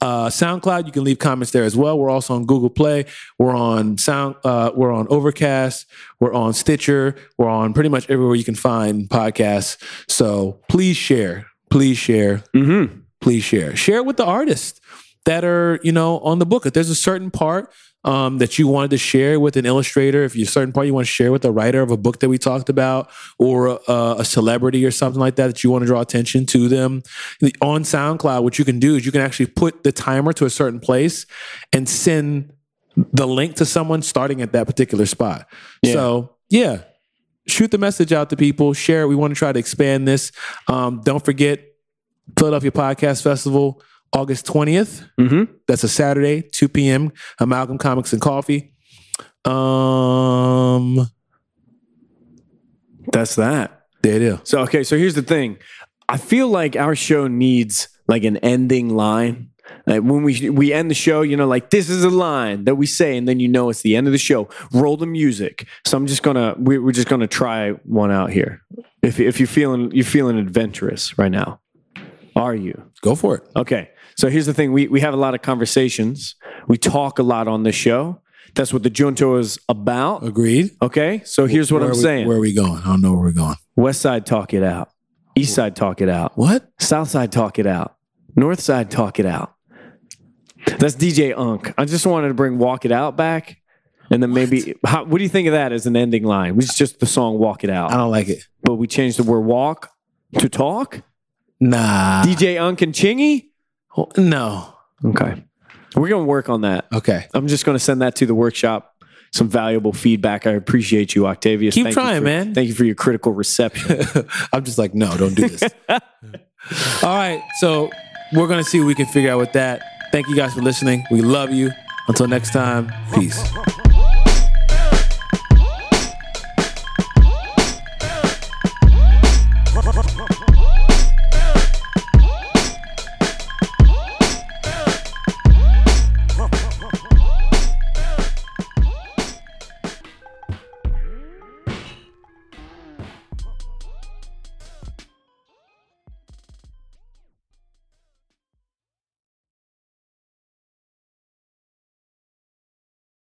[SPEAKER 1] uh, SoundCloud. You can leave comments there as well. We're also on Google Play. We're on Sound. Uh, we're on Overcast. We're on Stitcher. We're on pretty much everywhere you can find podcasts. So please share. Please share
[SPEAKER 2] Mm-hmm.
[SPEAKER 1] please share. Share it with the artists that are, you know, on the book. If there's a certain part um, that you wanted to share with an illustrator, if you a certain part you want to share with a writer of a book that we talked about, or a, a celebrity or something like that that you want to draw attention to them The- on SoundCloud, what you can do is you can actually put the timer to a certain place and send the link to someone starting at that particular spot.
[SPEAKER 2] Yeah.
[SPEAKER 1] So yeah, shoot the message out to people. Share. it. We want to try to expand this. Um, don't forget Philadelphia Podcast Festival, August 20th.
[SPEAKER 2] Mm-hmm.
[SPEAKER 1] That's a Saturday, 2 p.m. Amalgam Comics and Coffee. Um,
[SPEAKER 2] That's that.
[SPEAKER 1] there it is.
[SPEAKER 2] So okay, so here's the thing. I feel like our show needs like an ending line. Like when we we end the show, you know, like this is a line that we say, and then you know it's the end of the show. Roll the music. So I'm just gonna we, we're just gonna try one out here. If if you're feeling you're feeling adventurous right now, are you?
[SPEAKER 1] Go for it.
[SPEAKER 2] Okay. So here's the thing. We we have a lot of conversations. We talk a lot on this show. That's what the Junto is about.
[SPEAKER 1] Agreed.
[SPEAKER 2] Okay, so here's what
[SPEAKER 1] Where
[SPEAKER 2] I'm
[SPEAKER 1] are we-
[SPEAKER 2] saying:
[SPEAKER 1] Where are we going? I don't know where we're going.
[SPEAKER 2] West Side talk it out, East Side talk it out,
[SPEAKER 1] What?
[SPEAKER 2] South Side talk it out, North Side talk it out. That's DJ Unk. I just wanted to bring "Walk It Out" back, and then maybe how, what do you think of that as an ending line? It's just the song "Walk It
[SPEAKER 1] I
[SPEAKER 2] Out,"
[SPEAKER 1] don't like it.
[SPEAKER 2] but we changed the word "walk" to "talk."
[SPEAKER 1] Nah. Oh,
[SPEAKER 2] DJ Unk and Chingy.
[SPEAKER 1] no.
[SPEAKER 2] Okay, we're gonna work on that.
[SPEAKER 1] Okay. [LAUGHS]
[SPEAKER 2] I'm just going to send that to the workshop. Some valuable feedback. I appreciate you, Octavius.
[SPEAKER 1] Keep
[SPEAKER 2] Thank you
[SPEAKER 1] trying,
[SPEAKER 2] for-
[SPEAKER 1] man.
[SPEAKER 2] Thank you for your critical reception.
[SPEAKER 1] I'm just like, no, don't do
[SPEAKER 2] [LAUGHS]
[SPEAKER 1] this. All right. So we're going to see what we can figure out with that. Thank you guys for listening. We love you. Until next time, peace.